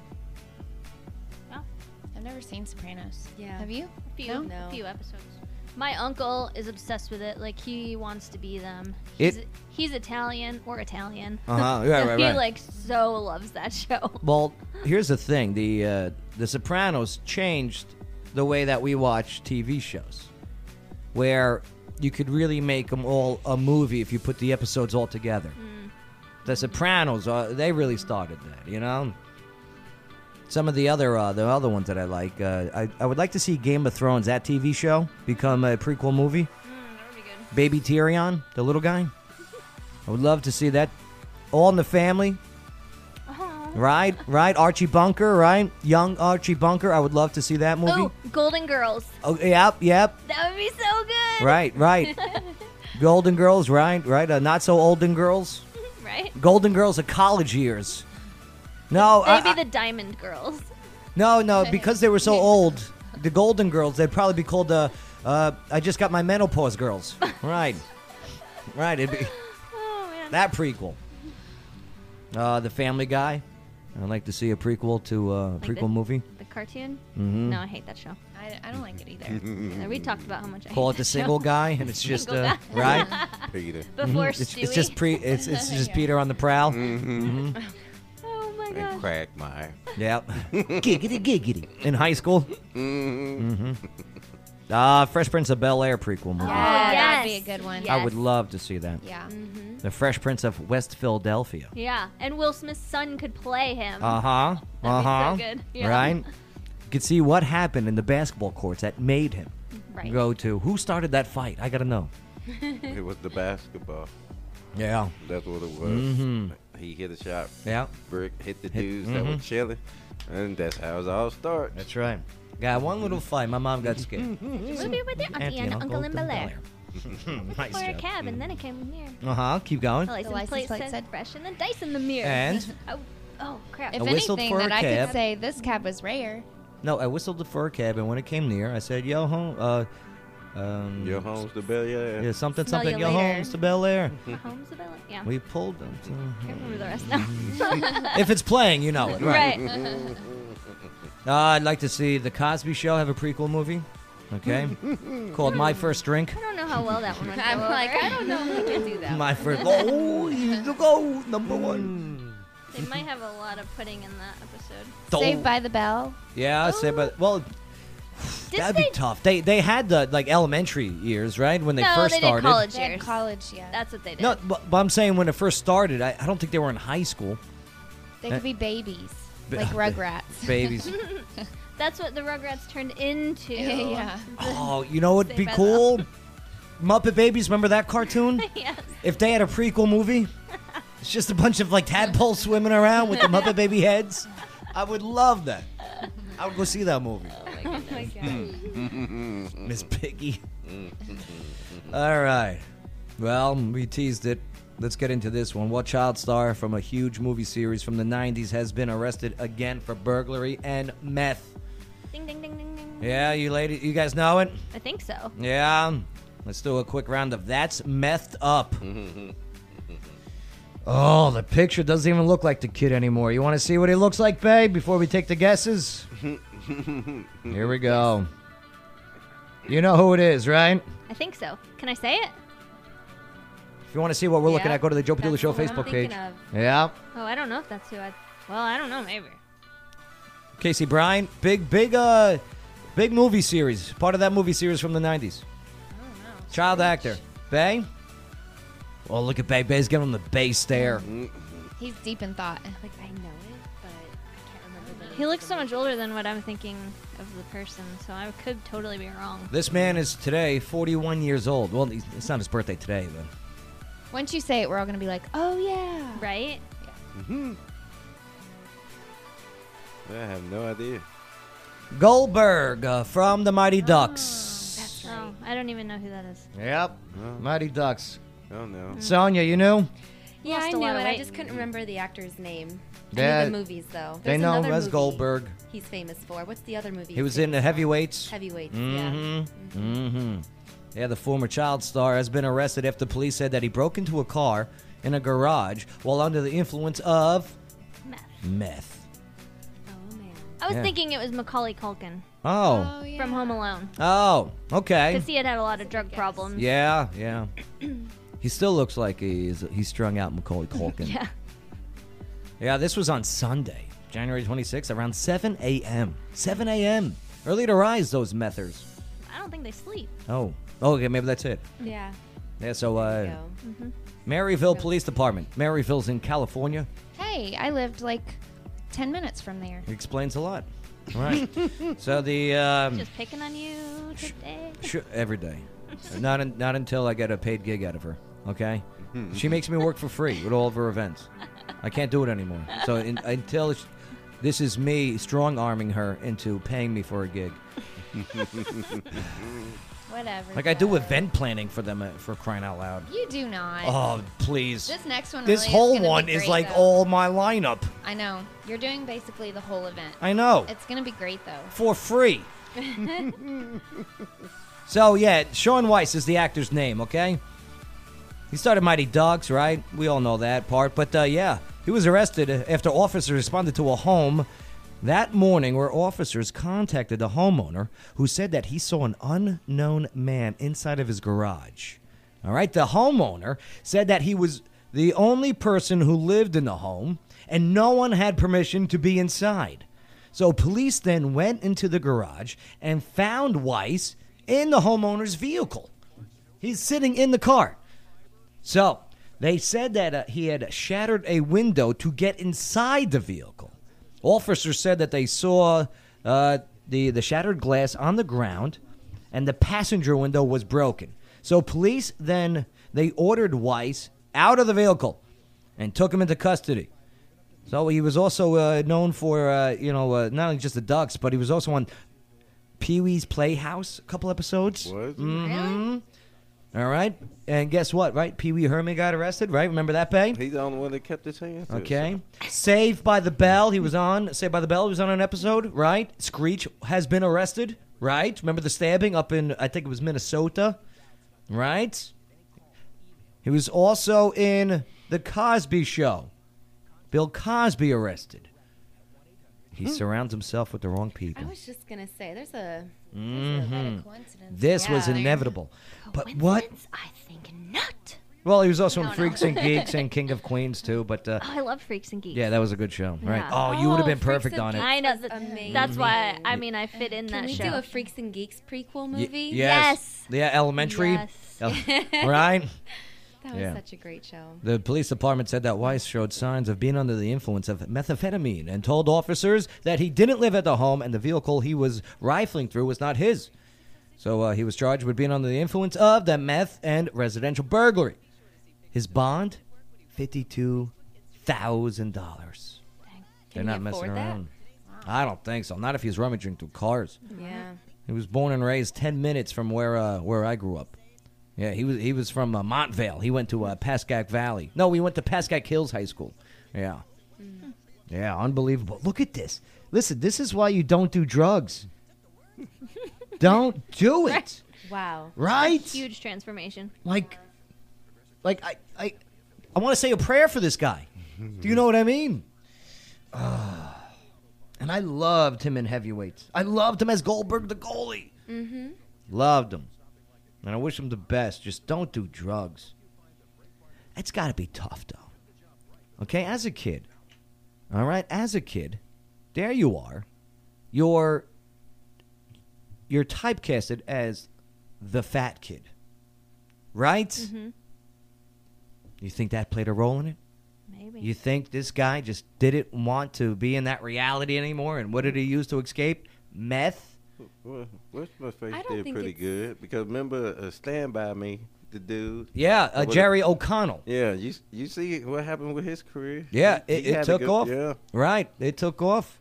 S1: I've never seen Sopranos.
S3: Yeah.
S1: Have you?
S7: a few,
S1: No?
S3: No.
S7: a few episodes. My uncle is obsessed with it. Like he wants to be them.
S2: It-
S7: He's, he's Italian or Italian.
S2: Uh-huh, yeah,
S7: So
S2: right,
S7: he
S2: right.
S7: like so loves that show.
S2: Well, here's the thing: the uh, the Sopranos changed the way that we watch TV shows, where you could really make them all a movie if you put the episodes all together. The Sopranos, uh, they really started that, you know. Some of the other uh, the other ones that I like, uh, I I would like to see Game of Thrones, that TV show, become a prequel movie. Baby Tyrion, the little guy. I would love to see that. All in the Family, Right, right. Archie Bunker, right? Young Archie Bunker. I would love to see that movie.
S7: Oh, Golden Girls.
S2: Oh, yep, yep.
S7: That would be so good.
S2: Right, right. Golden Girls, right, right. Uh, not so olden girls.
S7: Right?
S2: Golden Girls of college years. No, I,
S7: Maybe
S2: I-
S7: the Diamond Girls.
S2: no, no. Because they were so old, the Golden Girls, they'd probably be called the. Uh, I just got my menopause girls. Right, right. It'd be
S7: Oh man.
S2: that prequel. Uh, the Family Guy. I'd like to see a prequel to uh,
S7: Like
S2: prequel
S7: this?
S2: movie.
S7: The cartoon?
S2: Mm-hmm.
S7: No, I hate that show.
S1: I, I don't like it either.
S7: Yeah, we talked about how much I
S2: call
S7: hate
S2: it
S7: that
S2: the single
S7: show.
S2: guy and it's just
S7: Single
S2: uh,
S7: guy.
S2: right
S4: Peter.
S7: before
S2: it's,
S7: Stewie.
S2: it's just pre it's, it's just peter on the prowl
S7: oh
S4: And
S7: my god.
S4: Quagmire.
S2: yep giggity giggity Mm-hmm. in high school uh fresh prince of bel-air prequel movie
S1: Yeah, that'd be a
S7: Oh, yes.
S1: good one.
S7: Yes.
S2: i Oh, would love to see that
S1: Yeah.
S2: the fresh prince of west philadelphia
S7: Yeah, and Will Smith's son could play him.
S2: uh-huh
S7: so
S2: uh-huh
S7: good. Yeah.
S2: right you could see what happened in the basketball courts that made him
S7: right.
S2: go to who started that fight i gotta know
S4: It was the basketball.
S2: yeah
S4: That's what it was. He hit a shot.
S2: Mm-hmm. yeah mm-hmm.
S4: Brick hit the dudes that were chilling, and that's how it all starts.
S2: that's right got one little fight my mom got scared
S7: Movie with your auntie and Mm-hmm. uncle in Bel Air.
S2: nice
S7: Or a
S2: job.
S7: cab, and then it came here.
S2: Uh huh. Keep going.
S7: The license,
S1: license
S7: plate,
S1: plate
S7: said,
S1: said-
S7: fresh, and the dice in the mirror.
S2: And
S7: oh, oh crap.
S1: If
S2: I whistled
S1: anything,
S2: for
S1: then
S2: a
S1: I
S2: cab.
S1: could say this cab was rare.
S2: no, I whistled the fur cab, and when it came near, I said, "Yo, home, uh, um,
S4: Your home's the bell, yeah.
S2: yeah, something,
S7: Smell
S2: something,
S7: you
S2: yo,
S7: later."
S2: home's to Bel Air."
S7: Mahomes of Bel- Yeah.
S2: We pulled them.
S7: I can't remember the rest now.
S2: if it's playing, you know it, right?
S7: right.
S2: Uh, I'd like to see the Cosby Show have a prequel movie. Okay, called My First Drink.
S7: I don't know how well that one went.
S3: I'm
S7: over.
S3: like, I don't know if we can do that.
S2: My first. Oh, you the go number one.
S7: They might have a lot of pudding in that episode.
S1: Saved
S2: Don't-
S1: by the Bell.
S2: Yeah, Saved by. Well,
S7: Did
S2: that'd
S7: Oh. they?
S2: be tough. They they had the like elementary years, right? When they
S7: no,
S2: first
S7: they
S2: started.
S7: did college
S1: They had
S7: years.
S1: college, yeah.
S7: That's what they did.
S2: No, but, but I'm saying when it first started, I, I don't think they were in high school.
S1: they could be babies,
S2: Ba-
S1: like Rugrats.
S2: Babies.
S7: That's what the Rugrats turned into.
S1: yeah.
S2: oh, you know what'd be
S7: Saved by the-
S2: cool? Muppet Babies, remember that cartoon?
S7: yes.
S2: if they had a prequel movie, it's just a bunch of like tadpoles swimming around with the Muppet Baby heads. I would love that. I would go see that movie. Hmm.
S7: Oh my god.
S2: Miss Piggy. All right. Well, we teased it. Let's get into this one. What child star from a huge movie series from the 90s has been arrested again for burglary and meth?
S7: ding ding ding ding ding.
S2: Yeah, you ladies, you guys know it?
S7: I think so.
S2: Yeah. Let's do a quick round of that's methed up. Oh, the picture doesn't even look like the kid anymore. You want to see what he looks like, babe, before we take the guesses? Here we go. You know who it is, right?
S7: I think so. Can I say it?
S2: If you want to see what we're looking
S3: Yeah,
S2: at, go to the Joe Padula
S3: that's
S2: Show
S3: the one I'm
S2: Facebook page.
S3: thinking of.
S2: Yeah.
S7: Oh, I don't know if that's who I. Well, I don't know. Maybe.
S2: Casey Bryan, big, big, uh, big movie series. Part of that movie series from the 90s. Child actor. Bay? Oh, look at Bay. Bay's giving him the Bay stare.
S1: He's deep in thought.
S3: Like I know it, but I can't remember the.
S7: He looks so much older than what I'm thinking of the person, so I could totally be wrong.
S2: This man is today 41 years old. Well, he's- it's not his birthday today, but.
S1: Once you say it, we're all gonna be like, "Oh yeah."
S7: Right?
S4: I have no idea.
S2: Goldberg uh, from the Mighty Ducks.
S7: Oh, I don't even know who that is.
S3: Oh,
S2: Yep, Mighty Ducks.
S4: Oh no.
S2: Sonia, you knew?
S3: Yeah, I
S7: Lost a
S3: knew it.
S7: lot of
S3: I
S7: weight.
S3: just couldn't remember the actor's name. I
S2: Yeah.
S3: knew the movies though.
S2: They
S3: There's
S2: know him
S3: another
S2: as
S3: movie
S2: Goldberg.
S3: He's famous for. What's the other movie?
S2: He was
S3: he's
S2: in the
S3: famous for?
S2: heavyweights.
S3: Heavyweights. Yeah.
S2: Mm-hmm. Mm-hmm. Yeah, the former child star has been arrested after police said that he broke into a car in a garage while under the influence of
S7: Meth.
S2: meth.
S3: Oh man.
S7: I was
S2: Yeah.
S7: thinking it was Macaulay Culkin
S2: Oh.
S1: yeah.
S7: from Home Alone
S2: Oh, okay.
S7: because he had had a lot of drug problems.
S2: Yeah, yeah. he still looks like he's he's strung out Macaulay Culkin.
S7: Yeah.
S2: Yeah, this was on Sunday, January 26th, around 7 a.m. 7 a.m. Early to rise, those methers.
S7: I don't think they sleep.
S2: Oh. Oh, okay, maybe that's it.
S3: Yeah.
S2: Yeah, so
S3: There you
S2: uh,
S3: go. Mm-hmm.
S2: Maryville Police Department. Maryville's in California.
S1: Hey, I lived like ten minutes from there.
S2: It explains a lot. All Right. so the um,
S7: Just picking on you today.
S2: sh- every day. Not un- not until I get a paid gig out of her. Okay. she makes me work for free at all of her events. I can't do it anymore. So in- until sh- this is me strong arming her into paying me for a gig.
S1: Whatever.
S2: Like I do event planning for them uh, for crying out loud.
S1: You do not.
S2: Oh please!
S1: This next one.
S2: This
S1: really
S2: whole
S1: gonna be
S2: one is
S1: great,
S2: like
S1: though.
S2: all my lineup.
S1: I know. You're doing basically the whole event.
S2: I know
S1: It's gonna be great though.
S2: for free. so yeah, Sean Weiss is the actor's name. Okay, he started Mighty Ducks, right? We all know that part. But uh, yeah, he was arrested after officers responded to a home that morning where officers contacted the homeowner who said that he saw an unknown man inside of his garage. All right, the homeowner said that he was the only person who lived in the home and no one had permission to be inside. So police then went into the garage and found Weiss in the homeowner's vehicle. He's sitting in the car. So they said that uh, he had shattered a window to get inside the vehicle. Officers said that they saw uh, the the shattered glass on the ground, and the passenger window was broken. So police then they ordered Weiss out of the vehicle and took him into custody. So he was also uh, known for uh, you know uh, not only just the Ducks, but he was also on Pee Wee's Playhouse a couple episodes.
S4: Was
S2: Mm-hmm. All right. And guess what, right? Pee Wee Herman got arrested, right? Remember that, Bay?
S4: he the only one that kept his hands? to
S2: Okay.
S4: himself.
S2: Saved by the Bell. He was on. Saved by the Bell. He was on an episode, right? Screech has been arrested, right? Remember the stabbing up in, I think it was Minnesota, right? He was also in The Cosby Show. Bill Cosby arrested. He surrounds himself with the wrong people. Mm-hmm.
S3: I was just gonna say there's a
S1: Coincidence.
S2: This was inevitable. But what?
S7: I think not.
S2: Well, he was also in Freaks and Geeks and King of Queens too. But uh,
S7: Oh, I love Freaks and Geeks.
S2: yeah, that was a good show, right?
S7: Yeah.
S2: Oh, you would have been
S3: Freaks
S2: perfect
S3: and
S2: on it.
S7: I know. That,
S3: amazing.
S7: That's why I mean I fit in
S3: Can
S7: that
S3: we
S7: show.
S3: do a Freaks and Geeks prequel
S2: Y-
S3: movie?
S2: yes. Yeah, Elementary.
S7: Yes.
S2: El- right.
S3: That was
S2: Yeah.
S3: such a great show.
S2: The police department said that Weiss showed signs of being under the influence of methamphetamine and told officers that he didn't live at the home and the vehicle he was rifling through was not his. So uh, he was charged with being under the influence of the meth and residential burglary. His bond, fifty-two thousand dollars.
S3: Can
S2: They're
S3: he
S2: not messing
S3: afford that?
S2: around. I don't think so. Not if he's rummaging through cars.
S3: Yeah.
S2: He was born and raised ten minutes from where uh, where I grew up. Yeah, he was he was from uh, Montvale. He went to uh, Pascack Valley. No, we went to Pascack Hills High School. Yeah, yeah, unbelievable. Look at this. Listen, this is why you don't do drugs. don't do it.
S3: Wow.
S2: Right?
S7: huge transformation.
S2: Like, like I I I want to say a prayer for this guy. Do you know what I mean? Ah. and I loved him in heavyweights. I loved him as Goldberg the goalie. Mm-hmm. Loved him. And I wish him the best. Just don't do drugs. It's got to be tough, though. Okay, as a kid, all right, as a kid, there you are. You're you're typecasted as the fat kid, right? You think that played a role in it?
S7: Maybe.
S2: You think this guy just didn't want to be in that reality anymore? And what did he use to escape? Meth.
S4: Well, what's my face
S3: I don't
S4: did
S3: think
S4: pretty
S3: it's-
S4: good because remember uh, Stand by Me, the dude.
S2: Yeah, uh,
S4: What-
S2: Jerry O'Connell.
S4: Yeah, you you see what happened with his career?
S2: Yeah,
S4: He-
S2: it,
S4: he
S2: it
S4: had a
S2: took
S4: good-
S2: off.
S4: Yeah,
S2: Right, it took off.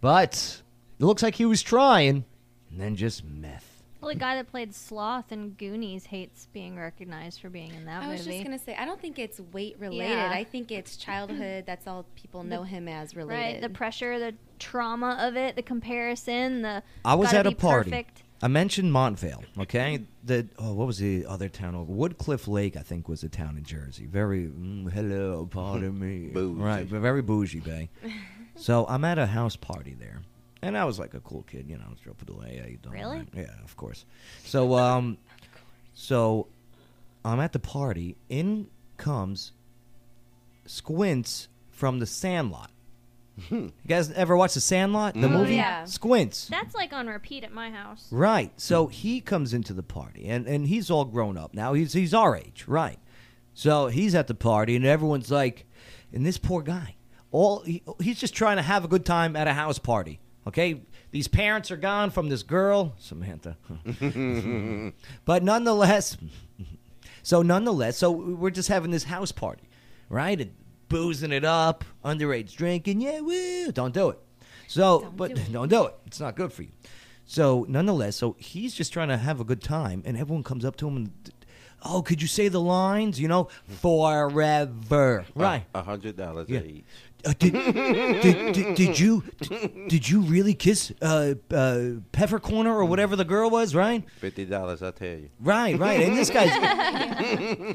S2: But it looks like he was trying, and then just meth.
S7: Well, the guy that played Sloth in Goonies hates being recognized for being in that
S3: I
S7: movie.
S3: was just gonna say I don't think it's weight related.
S7: Yeah.
S3: I think it's childhood. That's all people know him as
S7: right?
S3: related.
S7: The pressure, the trauma of it, the comparison, the
S2: I was
S7: gotta
S2: at a
S7: be
S2: party.
S7: perfect.
S2: I mentioned Montvale, okay? The oh, what was the other town over? Woodcliff Lake, I think, was a town in Jersey. Very mm, hello, pardon me,
S4: Bougie.
S2: right? But very bougie bay. so I'm at a house party there, and I was like a cool kid, you know. I was dropping the way, you don't
S7: Really?
S2: mind. Yeah, of course. So um, so I'm at the party. In comes Squints from The Sandlot. you guys ever watch The Sandlot, the movie?
S3: yeah.
S2: Squints.
S7: That's like on repeat at my house.
S2: Right. So he comes into the party, and, and he's all grown up now. He's he's our age, right? So he's at the party, and everyone's like, and this poor guy, all he, he's just trying to have a good time at a house party. Okay, these parents are gone from this girl, Samantha. but nonetheless, so nonetheless, so we're just having this house party, right? And boozing it up, underage drinking. Yeah, woo! Don't do it. So, but don't do it. It's not good for you. So, nonetheless, so he's just trying to have a good time, and everyone comes up to him and, oh, could you say the lines? You know, forever, right?
S4: a hundred dollars
S2: Yeah.
S4: each.
S2: Uh, did, did, did, did you did, did you really kiss uh, uh, Peppercorner or whatever the girl was, right?
S4: Fifty dollars, I tell you.
S2: Right, right. And this guy's,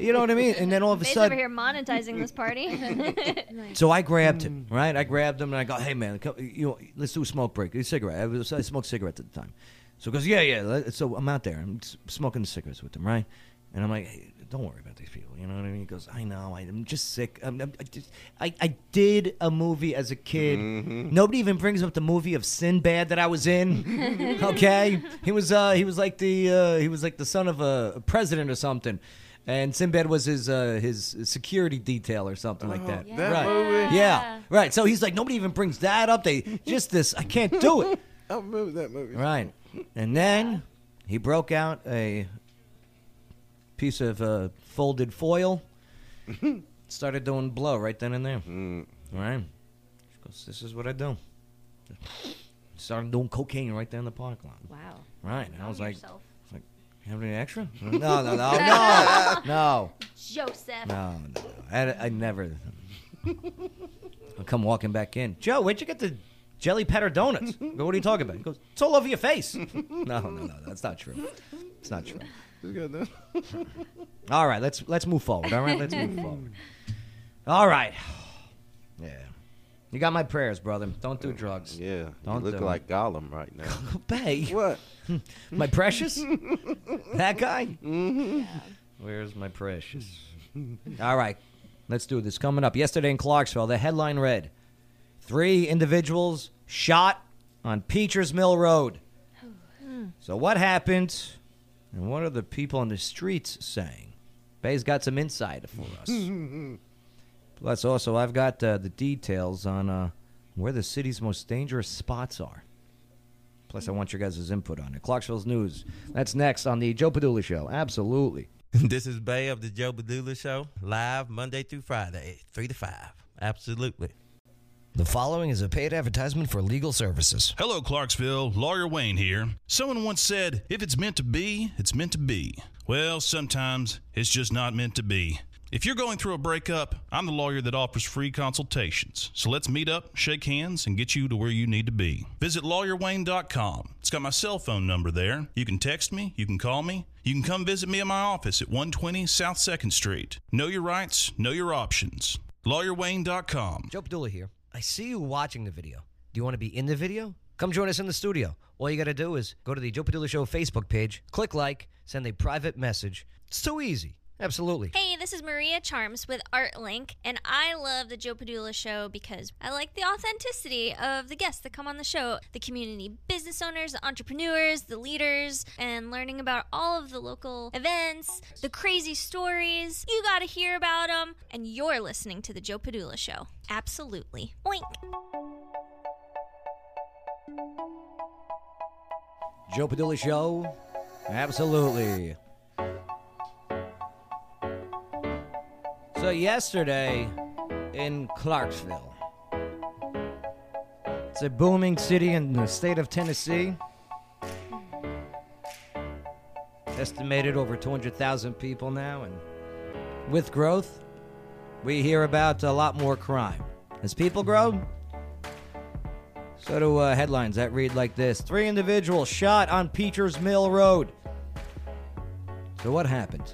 S2: you know what I mean? And then all of a
S7: Faye's over
S2: sudden,
S7: here monetizing this party.
S2: so I grabbed him, right? I grabbed him and I go, hey, man, come, you know, let's do a smoke break, a cigarette. I, was, I smoked cigarettes at the time. So he goes, yeah, yeah. let- So I'm out there. I'm s- smoking cigarettes with him, right? And I'm like, hey, don't worry about these people. You know what I mean? He goes, I know. I, I'm just sick. I'm, I'm, I, just, I, I did a movie as a kid. Nobody even brings up the movie of Sinbad that I was in. okay, he was uh, he was like the uh, he was like the son of a president or something. And Sinbad was his uh, his security detail or something like that.
S4: that
S2: right.
S4: movie?
S2: Yeah. Right. So he's like, nobody even brings that up. They just this. I can't do it.
S4: I remember that movie.
S2: Right. And then he broke out a piece of uh, folded foil, started doing blow right then and there.
S4: Mm.
S2: Right. She goes, This is what I do. Started doing cocaine right there in the parking lot.
S3: wow.
S2: Right. And I was like,
S7: Yourself.
S2: "You Have any extra? No, no, no, no, no.
S7: Joseph.
S2: No, no, no. I, I never. I come walking back in. Joe, where'd you get the jelly pepper donuts? I go, what are you talking about? He goes, it's all over your face. no, no, no, that's not true. It's not true.
S4: Just got done.
S2: All right, let's let's move forward. All right, let's move forward. All right. Yeah, you got my prayers, brother. Don't do drugs.
S4: Yeah,
S2: Don't
S4: you look
S2: do it.
S4: like Gollum right now.
S2: Bay,
S4: what?
S2: my precious, that guy. Where's my precious? All right, let's do this. Coming up yesterday in Clarksville, the headline read: Three individuals shot on Peachers Mill Road. So what happened, and what are the people on the streets saying? Bay's got some insight for us. Plus, also, I've got uh, the details on uh, where the city's most dangerous spots are. Plus, I want your guys' input on it. Clarksville's news. That's next on the Joe Padula Show. Absolutely.
S9: This is Bay of the Joe Badula Show, live Monday through Friday, 3 to 5. Absolutely.
S2: The following is a paid advertisement for legal services.
S10: Hello, Clarksville. Lawyer Wayne here. Someone once said, if it's meant to be, it's meant to be. Well, sometimes it's just not meant to be. If you're going through a breakup, I'm the lawyer that offers free consultations. So let's meet up, shake hands, and get you to where you need to be. Visit lawyerwayne.com. It's got my cell phone number there. You can text me, you can call me, you can come visit me at my office at 120 South 2nd Street. Know your rights, know your options. LawyerWayne.com.
S2: Joe Padula here. I see you watching the video. Do you want to be in the video? Come join us in the studio. All you got to do is go to the Joe Padula Show Facebook page, click like, send a private message. It's too easy. Absolutely.
S7: Hey, this is Maria Charms with ArtLink, and I love the Joe Padula show because I like the authenticity of the guests that come on the show the community business owners, the entrepreneurs, the leaders, and learning about all of the local events, the crazy stories. You got to hear about them, and you're listening to the Joe Padula show. Absolutely. Oink.
S2: Joe Padula Show. Absolutely. So, yesterday in Clarksville, it's a booming city in the state of Tennessee. Estimated over 200,000 people now, and with growth, we hear about a lot more crime. As people grow, so do uh, headlines that read like this Three individuals shot on Peacher's Mill Road. So, what happened?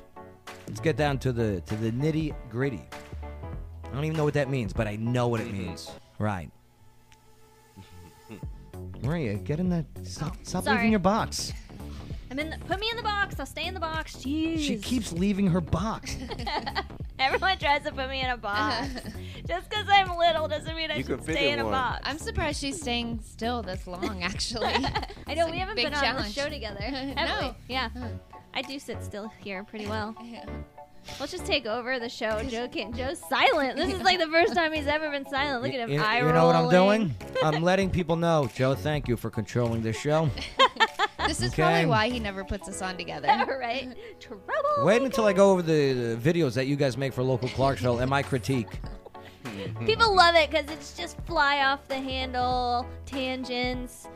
S2: Let's get down to the to the nitty gritty. I don't even know what that means, but I know what it means. Right. Maria, get in that. Stop, stop leaving
S7: sorry.
S2: your box.
S7: I'm in the, put me in the box. I'll stay in the box. Jeez.
S2: She keeps leaving her box.
S7: Everyone tries to put me in a box. Just because I'm little doesn't mean I
S4: You
S7: should
S4: can fit
S7: stay
S4: in
S7: in a
S4: one.
S7: box.
S5: I'm surprised she's staying still this long, actually.
S7: I know
S5: It's
S7: we
S5: a
S7: haven't
S5: big
S7: been on the
S5: challenge.
S7: show together. have
S5: No.
S7: we? Yeah. I do sit still here pretty well. Let's just take over the show. Joe can't. Joe's silent. This is like the first time he's ever been silent. Look at him.
S2: You,
S7: eye
S2: you know what I'm
S7: rolling.
S2: doing? I'm letting people know. Joe, thank you for controlling this show.
S5: This is
S2: Okay.
S5: probably why he never puts us on together.
S7: All right. Trouble.
S2: Wait until I go over the, the videos that you guys make for local Clarksville and my critique.
S7: People love it because it's just fly off the handle, tangents.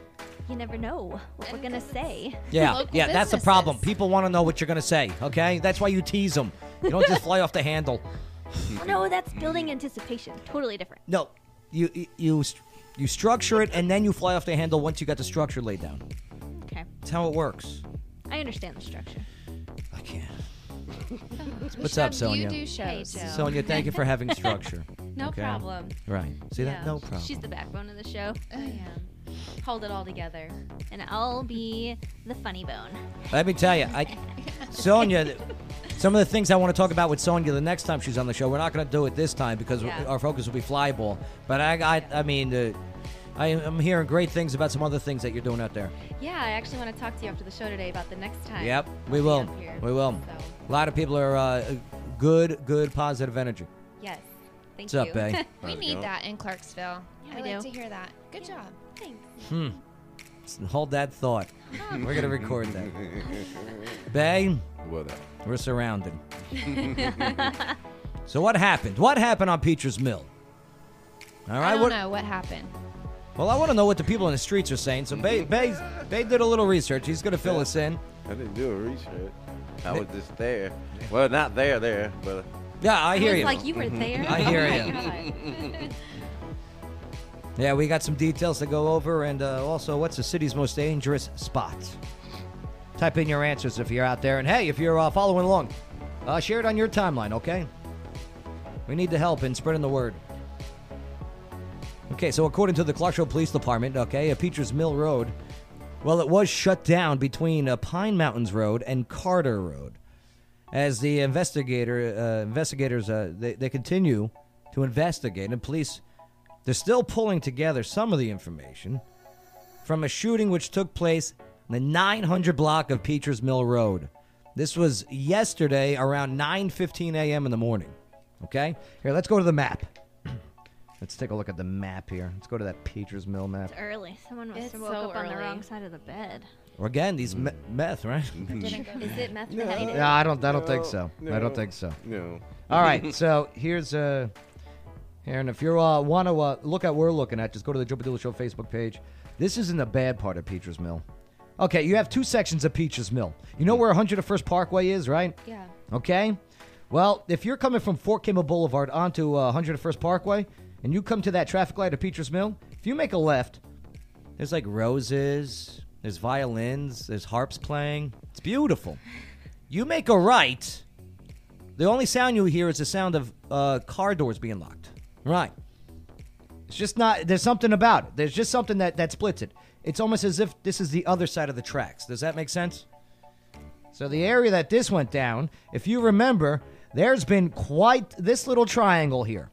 S7: You never know what we're gonna say.
S2: Yeah,
S5: Local
S2: yeah, that's the problem.
S5: businesses.
S2: People want to know what you're going to say, okay? That's why you tease them. You don't just fly off the handle.
S7: Oh, no, that's building anticipation. Totally different.
S2: No, you you- you st- you structure it and then you fly off the handle once you got the structure laid down.
S7: Okay.
S2: That's how it works.
S7: I understand the structure.
S2: I can't. What's up, Sonia?
S5: You do shows.
S3: Joe.
S2: Sonia, thank you for having structure.
S3: No
S2: Okay.
S3: problem.
S2: Right. See that?
S3: Yeah.
S2: No problem.
S7: She's the backbone of the show,
S3: I am. Hold it all together.
S7: and I'll be the funny bone.
S2: Let me tell you, I, Sonia, th- some of the things I want to talk about with Sonia the next time she's on the show, we're not going to do it this time because
S3: Yeah.
S2: our focus will be fly ball. But I, I, I mean, uh, I, I'm hearing great things about some other things that you're doing out there.
S3: Yeah, I actually want to talk to you after the show today about the next time.
S2: Yep, we
S3: I'll be
S2: will.
S3: up here.
S2: We will.
S3: So,
S2: A lot of people are uh, good, good, positive energy.
S3: yes. Thank
S2: What's
S3: you.
S2: up, Bay?
S5: We
S4: How's it
S5: need
S4: going?
S5: that in Clarksville.
S3: Yeah, we
S5: I like
S3: do.
S5: to hear that. Good job.
S2: Hold that thought. We're going to record that. Bay,
S4: What up?
S2: we're surrounded. so what happened? What happened on Peacher's Mill? All right,
S5: I don't
S2: what,
S5: know what happened.
S2: Oh. Well, I want to know what the people in the streets are saying. So Bay, Bay, Bay did a little research. He's going to fill us in.
S4: I didn't do a research. I was just there. Well, not there, there, but
S2: Yeah, I hear
S3: It's
S2: you. Mm-hmm.
S3: like you were there.
S2: I hear
S3: Oh my
S2: you.
S3: God.
S2: Yeah, we got some details to go over, and uh, also, what's the city's most dangerous spot? Type in your answers if you're out there, and hey, if you're uh, following along, uh, share it on your timeline, okay? We need the help in spreading the word. Okay, so according to the Clarksville Police Department, okay, at Peters Mill Road, well, it was shut down between uh, Pine Mountains Road and Carter Road. As the investigator, uh, investigators, uh, they, they continue to investigate, and police they're still pulling together some of the information from a shooting which took place in the 900 block of Peters Mill Road. This was yesterday around 9:15 a.m. in the morning. Okay, here let's go to the map. let's take a look at the map here. Let's go to that Peters Mill map.
S7: It's early. Someone must
S3: It's
S7: have woke
S3: so
S7: up on the
S3: early.
S7: wrong side of the bed.
S2: Or again, these me- meth, right?
S3: Is it meth?
S2: No, I don't. I don't think so. I don't think so.
S4: no.
S2: All right, so here's uh, Aaron. If you uh, want to uh, look at what we're looking at, just go to the Joe Padula Show Facebook page. This isn't the bad part of Peaches Mill. Okay, you have two sections of Peaches Mill. You know where 101st Parkway is, right?
S3: Yeah.
S2: Okay. Well, if you're coming from Fort Kimball Boulevard onto uh, 101st Parkway, and you come to that traffic light at Peaches Mill, if you make a left, there's like roses, There's violins. There's harps playing. It's beautiful. You make a right. The only sound you hear is the sound of uh, car doors being locked. Right. It's just not. There's something about it. There's just something that that splits it. It's almost as if this is the other side of the tracks. Does that make sense? So the area that this went down, if you remember, there's been quite this little triangle here.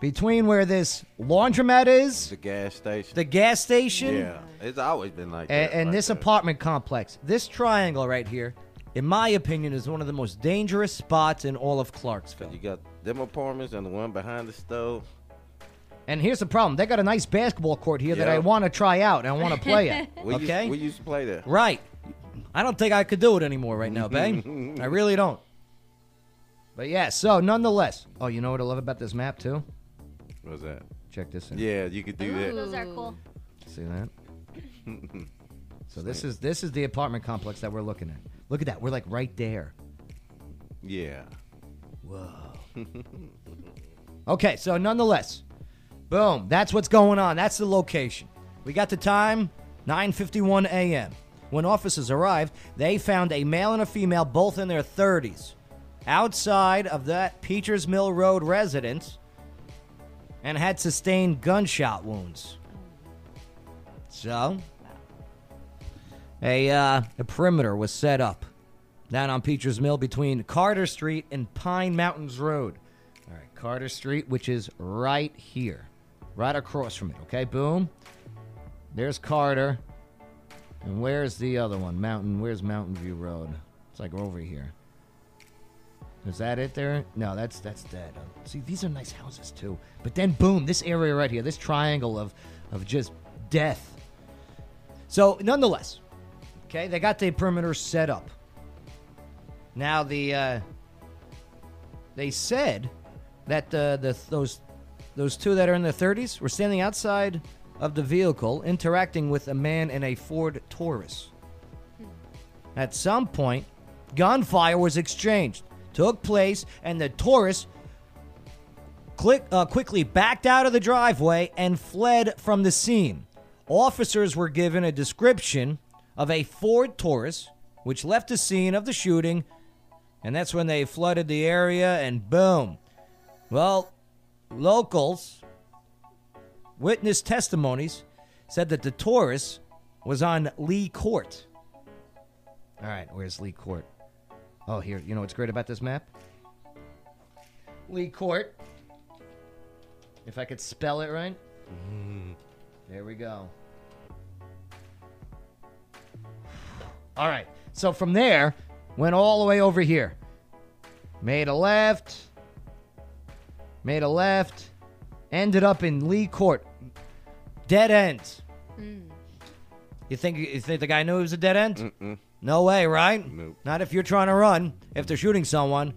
S2: Between where this laundromat is,
S4: The gas station.
S2: the gas station,
S4: yeah, it's always been like
S2: and,
S4: that.
S2: and
S4: like
S2: this
S4: that.
S2: apartment complex, this triangle right here, in my opinion, is one of the most dangerous spots in all of Clarksville.
S4: You got them apartments and the one behind the stove.
S2: And here's the problem: they got a nice basketball court here that
S4: Yeah.
S2: I want to try out. and I want to play it.
S4: We
S2: okay.
S4: Used, we used to play there.
S2: Right. I don't think I could do it anymore right now, babe. I really don't. But yeah, so nonetheless. Oh, you know what I love about this map too?
S4: What was that?
S2: Check this in.
S4: Yeah, you could do that.
S7: Those are cool.
S2: See that? so this is this is the apartment complex that we're looking at. Look at that. We're like right there.
S4: Yeah.
S2: Okay, so nonetheless. Boom. That's what's going on. That's the location. We got the time, 9:51 a.m. When officers arrived, they found a male and a female both in their 30s outside of that Peters Mill Road residence and had sustained gunshot wounds. So, a, uh, a perimeter was set up down on Peters Mill between Carter Street and Pine Mountains Road. All right, Carter Street, which is right here, right across from it. Okay, boom. There's Carter. And where's the other one? Mountain. Where's Mountain View Road? It's like over here. Is that it there? No, that's that's dead. Uh, see, these are nice houses too. But then, boom! This area right here, this triangle of of just death. So, nonetheless, okay, they got the perimeter set up. Now the uh, they said that the, the those those two that are in their 30s were standing outside of the vehicle interacting with a man in a Ford Taurus. At some point, gunfire was exchanged, took place, and the Taurus click, uh, quickly backed out of the driveway and fled from the scene. Officers were given a description of a Ford Taurus, which left the scene of the shooting, and that's when they flooded the area, and boom. Well, locals, witness testimonies said that the Taurus was on Lee Court. All right, where's Lee Court? Oh, here. You know what's great about this map? Lee Court. If I could spell it right. There we go. All right. So from there, went all the way over here. Made a left. Made a left. Ended up in Lee Court. Dead end. You think you think the guy knew it was a dead end? No way, right?
S4: Nope.
S2: Not if you're trying to run. If they're shooting someone.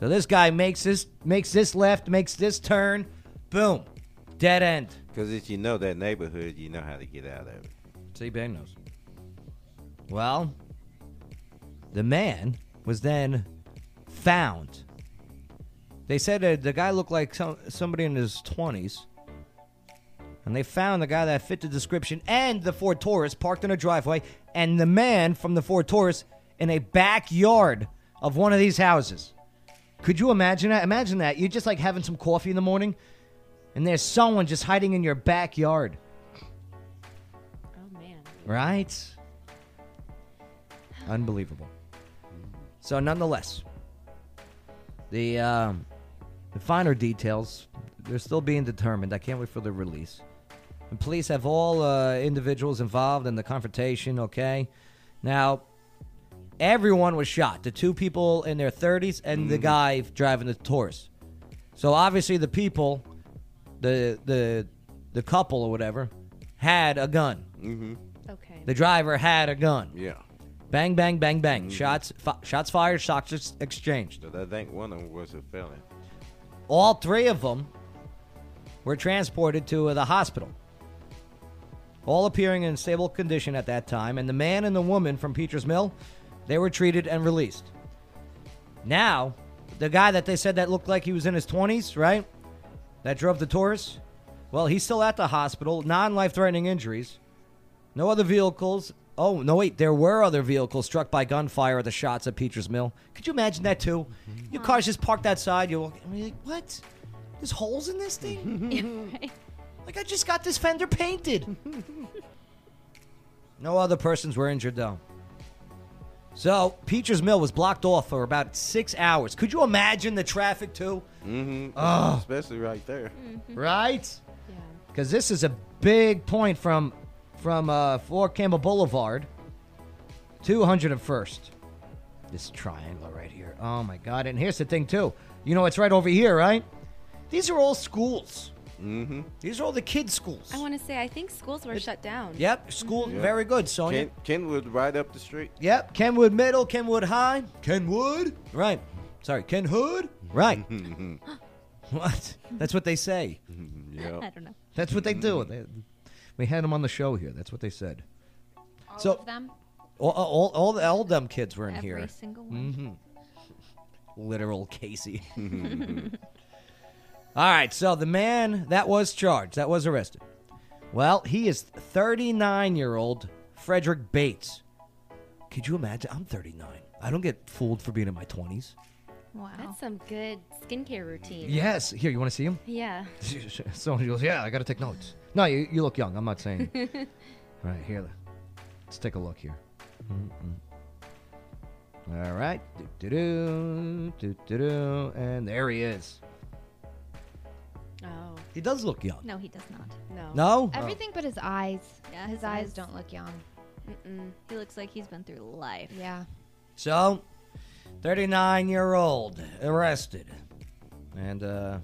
S2: So this guy makes this makes this left, makes this turn. Boom. Dead end.
S4: Because if you know that neighborhood, you know how to get out of it.
S2: See, Bang knows. Well, the man was then found. They said that the guy looked like some, somebody in his 20s. And they found the guy that fit the description and the Ford Taurus parked in a driveway and the man from the Ford Taurus in a backyard of one of these houses. Could you imagine that? Imagine that. You're just like having some coffee in the morning and there's someone just hiding in your backyard.
S3: Oh man.
S2: Right? Unbelievable. So, nonetheless, the um, the finer details they're still being determined. I can't wait for the release. The police have all uh, individuals involved in the confrontation. Okay, now everyone was shot. The two people in their 30s and the guy driving the Taurus. So obviously, the people, the the the couple or whatever, had a gun.
S3: Okay.
S2: The driver had a gun.
S4: Yeah.
S2: Bang, bang, bang, bang. Shots, fi- shots fired. Shots ex- exchanged.
S4: But I think one of them was a felon.
S2: All three of them were transported to uh, the hospital. All appearing in stable condition at that time, and the man and the woman from Peters Mill, they were treated and released. Now, the guy that they said that looked like he was in his 20s, right? That drove the Taurus. Well, he's still at the hospital, non life threatening injuries. No other vehicles. Oh, no, wait. There were other vehicles struck by gunfire at the shots at Peters Mill. Could you imagine that, too? Your car's just parked outside. You're walking. I mean, like, what? There's holes in this thing? like, I just got this fender painted. no other persons were injured, though. So, Peters Mill was blocked off for about six hours. Could you imagine the traffic, too? Oh.
S4: Especially right there.
S2: right? Because this is a big point from from uh, Fort Campbell Boulevard, 201st. This triangle right here. Oh my God! And here's the thing too. You know, it's right over here, right? These are all schools. Mm-hmm. These are all the kids' schools.
S3: I want to say I think schools were shut down.
S2: yep, school. Very good, Sonia.
S4: Ken, Kenwood right up the street.
S2: Yep, Kenwood Middle, Kenwood High, Kenwood. Right. Sorry, Kenhood. Right. what? That's what they say.
S4: Yeah.
S3: I don't know.
S2: That's what they do. They- we had them on the show here. That's what they said.
S5: All
S2: So-
S5: of them.
S2: All, all, all, the- all them kids were in
S5: Every
S2: here.
S5: single
S2: Mm-hmm.
S5: one.
S2: Literal Casey. all right, so the man that was charged, that was arrested. Well, he is 39 year old Frederick Bates. Could you imagine? I'm 39. I don't get fooled for being in my 20s.
S5: Wow.
S3: That's some good skincare routine.
S2: Yes. Here, you want to see him?
S3: Yeah.
S2: Someone goes, Yeah, I got to take notes. No, you, you look young. I'm not saying. All right, here. Let's take a look here. Mm-mm. All right. Do-do-do, do-do-do, and there he is.
S3: Oh
S2: He does look young.
S7: No, he does not.
S3: no.
S2: No?
S5: Everything but his eyes.
S7: Yeah,
S5: his
S7: his
S5: eyes
S7: eyes.
S5: don't look young.
S7: Mm-mm. He looks like he's been through life.
S5: Yeah.
S2: Oh. So, 39 year old arrested. And uh,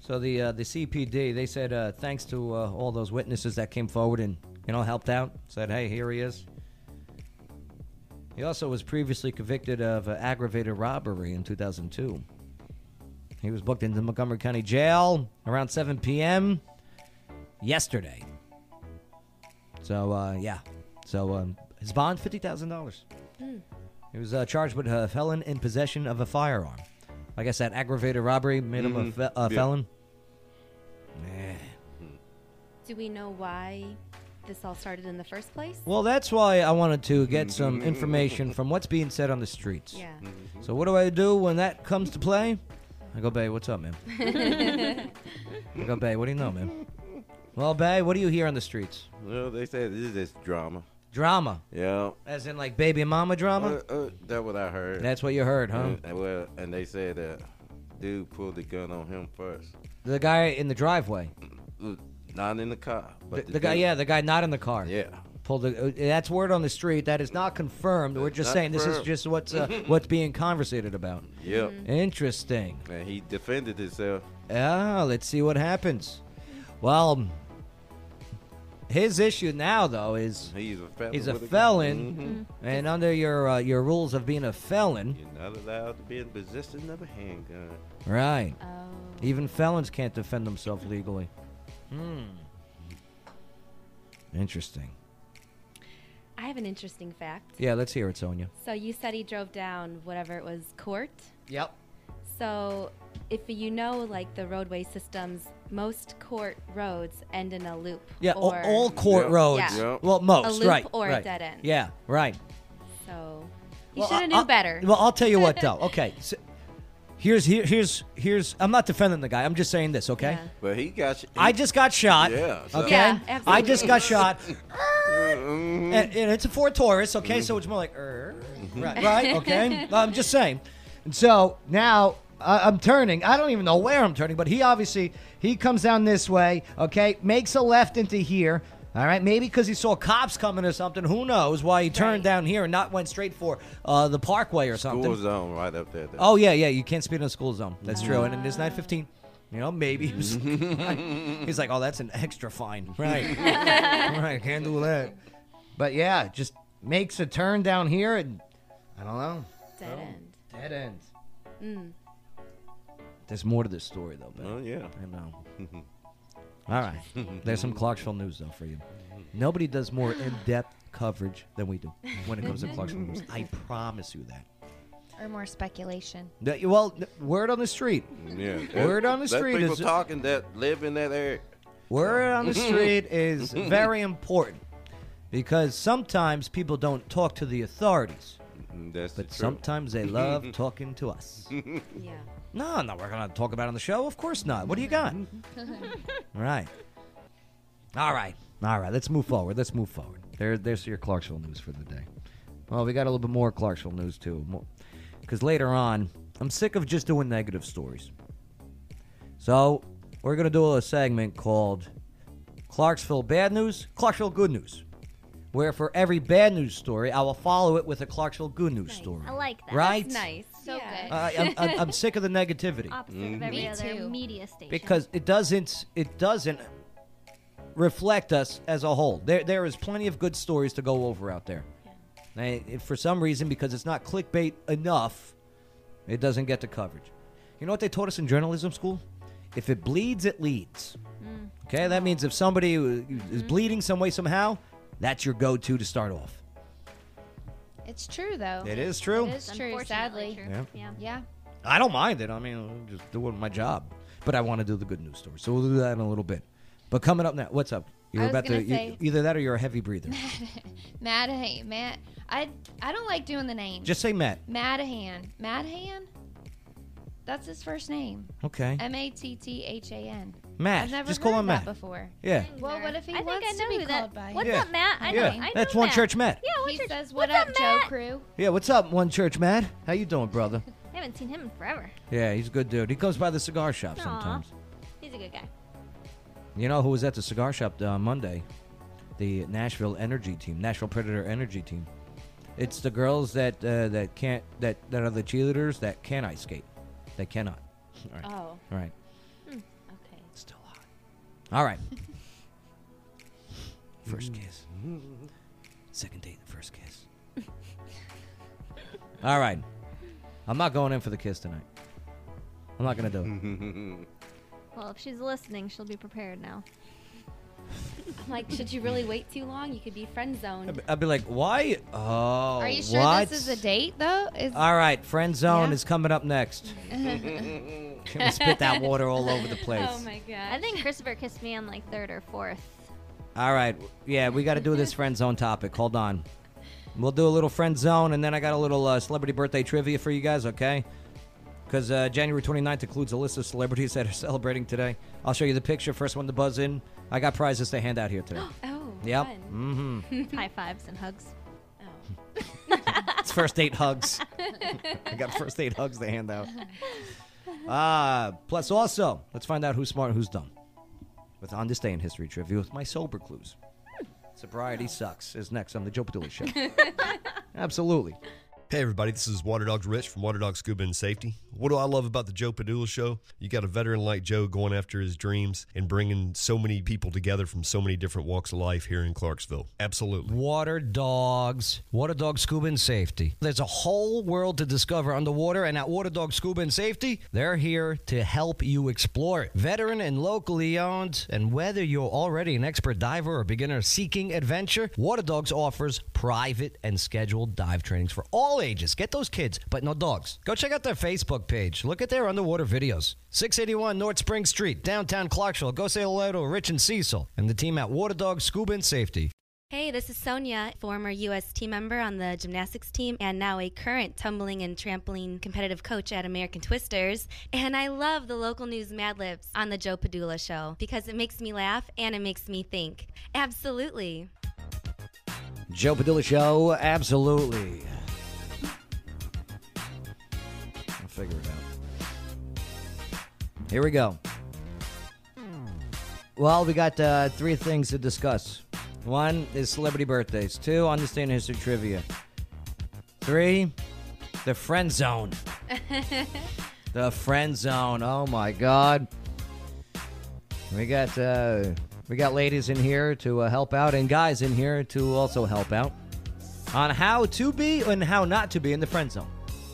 S2: so the uh, the CPD, they said uh, thanks to uh, all those witnesses that came forward and, you know, helped out. Said, hey, here he is. He also was previously convicted of uh, aggravated robbery in 2002. He was booked into Montgomery County Jail around 7 p.m. yesterday. So, uh, yeah. So, um, his bond, $50,000. He was uh, charged with uh, felon in possession of a firearm. Like I said, aggravated robbery made him a, fe- a
S4: Yeah.
S2: felon. Man.
S3: Do we know why this all started in the first place?
S2: Well, that's why I wanted to
S4: Mm-hmm.
S2: get some information from what's being said on the streets.
S3: Yeah.
S4: Mm-hmm.
S2: So what do I do when that comes to play? I go, Bay, what's up, man? I go, Bay, what do you know, man? Well, Bay, what do you hear on the streets?
S4: Well, they say this is just drama.
S2: Drama,
S4: Yeah.
S2: as in like baby mama drama.
S4: Uh, uh, that what I heard.
S2: That's what you heard, huh?
S4: And- and well, and they said that dude pulled the gun on him first.
S2: The guy in the driveway.
S4: Not in the car,
S2: The,
S4: but
S2: the guy,
S4: dude-
S2: yeah, the guy not in the car.
S4: yeah.
S2: Pulled the, uh, that's word on the street. That is not confirmed. We're just
S4: Not
S2: saying this is
S4: confirmed.
S2: just what's uh, what's being conversated about.
S4: Yep.
S2: Mm-hmm. Interesting.
S4: And he defended himself.
S2: Ah, let's see what happens. Well, his issue now though is
S4: He's a felon.
S2: he's a
S4: with gun. Mhm.
S2: felon,
S3: Mm-hmm.
S2: and under your uh, your rules of being a felon,
S4: You're not allowed to be in possession of a handgun.
S2: right?
S3: Oh.
S2: Even felons can't defend themselves legally. Hmm. Interesting.
S3: I have an interesting fact.
S2: Yeah, let's hear it, Sonia.
S3: So you said he drove down whatever it was, court.
S2: Yep.
S3: So if you know like the roadway systems, most court roads end in a loop.
S2: Yeah, a-
S3: or,
S2: all court
S4: Yep.
S2: roads.
S4: Yeah. Yep.
S2: Well, most,
S3: A loop
S2: right?
S3: or a
S2: right.
S3: dead end.
S2: Yeah, right.
S3: So you
S2: Well,
S3: should have
S2: I-
S3: knew
S2: I-
S3: better.
S2: Well, I'll tell you what though. Okay, so here's here, here's here's. I'm not defending the guy. I'm just saying this. Okay.
S3: Yeah.
S4: But he got. sh-
S2: I just got shot.
S4: Yeah, so-
S2: Okay.
S3: Yeah,
S2: I just
S3: absolutely.
S2: got shot,
S4: Mhm.
S2: and, and it's a Ford Taurus. Okay,
S4: Mm-hmm.
S2: so it's more like, er, right, right. Okay. I'm just saying. And so now I I'm turning. I don't even know where I'm turning, but he obviously he comes down this way. Okay, makes a left into here. All right, maybe because he saw cops coming or something. Who knows why he turned
S3: Right.
S2: down here and not went straight for uh, the Parkway or something?
S4: School zone right up there. though.
S2: Oh yeah, yeah. You can't speed in a school zone. That's true. And it is nine fifteen. You know, maybe he was- he's like, "Oh, that's an extra fine." Right. right. Can't do that. But yeah, just makes a turn down here, and I don't know. Oh.
S3: Dead end.
S2: Dead end. There's more to this story, though. Ben.
S4: Oh, yeah.
S2: I know. All right. There's some Clarksville news though for you. Nobody does more in-depth coverage than we do when it comes to Clarksville news. I promise you that.
S5: Or more speculation.
S2: That- Well, word on the street.
S4: Yeah.
S2: Word on the
S4: That
S2: street
S4: people
S2: is-
S4: talking that live in that area.
S2: Word on the street is very important. because sometimes people don't talk to the authorities,
S4: Mm, That's the
S2: but
S4: truth.
S2: sometimes they love talking to us.
S3: Yeah.
S2: No, no, we're gonna talk about it on the show. Of course not. What do you got? All right. All right. All right. Let's move forward. Let's move forward. There, there's your Clarksville news for the day. Well, we got a little bit more Clarksville news too, because later on, I'm sick of just doing negative stories. So we're gonna do a segment called Clarksville Bad News, Clarksville Good News, where for every bad news story, I will follow it with a Clarksville Good News story.
S7: I like that.
S2: Right?
S3: It's nice.
S5: So good.
S2: I, I'm, I'm, I'm sick of the negativity.
S6: Opposite of every
S1: Me
S6: other
S1: too.
S6: media station.
S2: Mm-hmm. because it doesn't it doesn't reflect us as a whole. There there is plenty of good stories to go over out there. They- if for some reason, because it's not clickbait enough, it doesn't get the coverage. You know what they taught us in journalism school? If it bleeds, it leads.
S5: Mm.
S2: Okay, that means if somebody
S5: Mm-hmm.
S2: is bleeding some way somehow, that's your go-to to start off.
S5: It's true though.
S2: It is true.
S5: It is true. Sadly.
S6: Unfortunately
S2: Yeah.
S6: true. Yeah.
S5: Yeah.
S2: I don't mind it. I mean, I'm just doing my job, but I want to do the good news story. So we'll do that in a little bit. But coming up now, what's up? You're
S5: I was
S2: about to
S5: gonna
S2: you-
S5: say-
S2: either that or you're a heavy breather.
S1: Madahan. Matt. I I don't like doing the name.
S2: just say Matt.
S1: Madahan. Madahan. That's his first name.
S2: Okay,
S1: M A T T H A N.
S2: Matt.
S1: I've never
S2: just
S1: heard
S2: call him
S1: that
S2: Matt.
S1: before.
S2: Yeah,
S1: Well, what if he
S7: I think
S1: wants
S7: I know
S1: to be
S7: who
S1: called
S7: that.
S1: by?
S7: What's
S2: Yeah.
S7: up, Matt? I
S2: yeah.
S7: know. I
S2: That's
S7: know
S2: one
S7: Matt.
S2: church Matt.
S7: Yeah, one
S1: He
S7: church.
S1: says, "What
S7: What's
S1: up, Joe
S7: Matt?"
S1: Crew?"
S2: Yeah, what's up, One Church Matt? How you doing, brother?
S7: I haven't seen him in forever.
S2: Yeah, he's a good dude. He comes by the cigar shop
S7: Aw.
S2: sometimes.
S7: He's a good guy.
S2: You know who was at the cigar shop uh, Monday? The Nashville Energy Team, Nashville Predator Energy Team. It's the girls that uh, that can't that that are the cheerleaders that can ice skate. They cannot. All right.
S3: Oh,
S2: All right.
S3: okay.
S2: Still hot. All right. First kiss. Second date, first kiss. All right. I'm not going in for the kiss tonight. I'm not going to do it.
S7: Well, if she's listening, she'll be prepared now.
S3: I'm like, should you really wait too long? You could be friend zoned.
S2: I'd be like, why? Oh,
S1: Are you sure
S2: what?
S1: this is a date though? Is
S2: All right, friend zone
S1: Yeah.
S2: is coming up next. She will spit that water all over the place.
S3: Oh my god.
S7: I think Christopher kissed me on like third or fourth.
S2: all right, yeah, we got to do this friend zone topic. Hold on, we'll do a little friend zone, and then I got a little uh, celebrity birthday trivia for you guys, okay? Because uh, January 29th includes a list of celebrities that are celebrating today. I'll show you the picture. First one to buzz in. I got prizes to hand out here today.
S3: Oh.
S2: yep.
S3: fun.
S2: Mm-hmm.
S7: High fives and hugs.
S3: Oh.
S2: It's first date hugs. I got first date hugs to hand out. Uh, plus, also, let's find out who's smart and who's dumb. With On This Day in History Trivia with my sober clues. Sobriety sucks is next on the Joe Padula Show. Absolutely.
S11: Hey everybody, this is Water Dogs Rich from Water Dogs Scuba and Safety. What do I love about the Joe Padula Show? You got a veteran like Joe going after his dreams and bringing so many people together from so many different walks of life here in Clarksville. Absolutely.
S2: Water dogs, water dog scuba and safety. There's a whole world to discover underwater, and at Water Dog Scuba and Safety, they're here to help you explore it. Veteran and locally owned, and whether you're already an expert diver or beginner seeking adventure, Water Dogs offers private and scheduled dive trainings for all ages. Get those kids, but no dogs. Go check out their Facebook page. Look at their underwater videos. 681 North Spring Street, downtown Clarksville. Go say hello to Rich and Cecil and the team at Water Dog Scuba and Safety.
S3: Hey, this is Sonia, former U.S. team member on the gymnastics team and now a current tumbling and trampoline competitive coach at American Twisters. And I love the local news Mad Libs on the Joe Padula Show because it makes me laugh and it makes me think. Absolutely.
S2: Joe Padilla Show, absolutely. I'll figure it out. Here we go. Well, we got uh, three things to discuss. One is celebrity birthdays. Two, understand history trivia. Three, the friend zone. the friend zone. Oh my God. We got uh, we got ladies in here to uh, help out and guys in here to also help out on how to be and how not to be in the friend zone.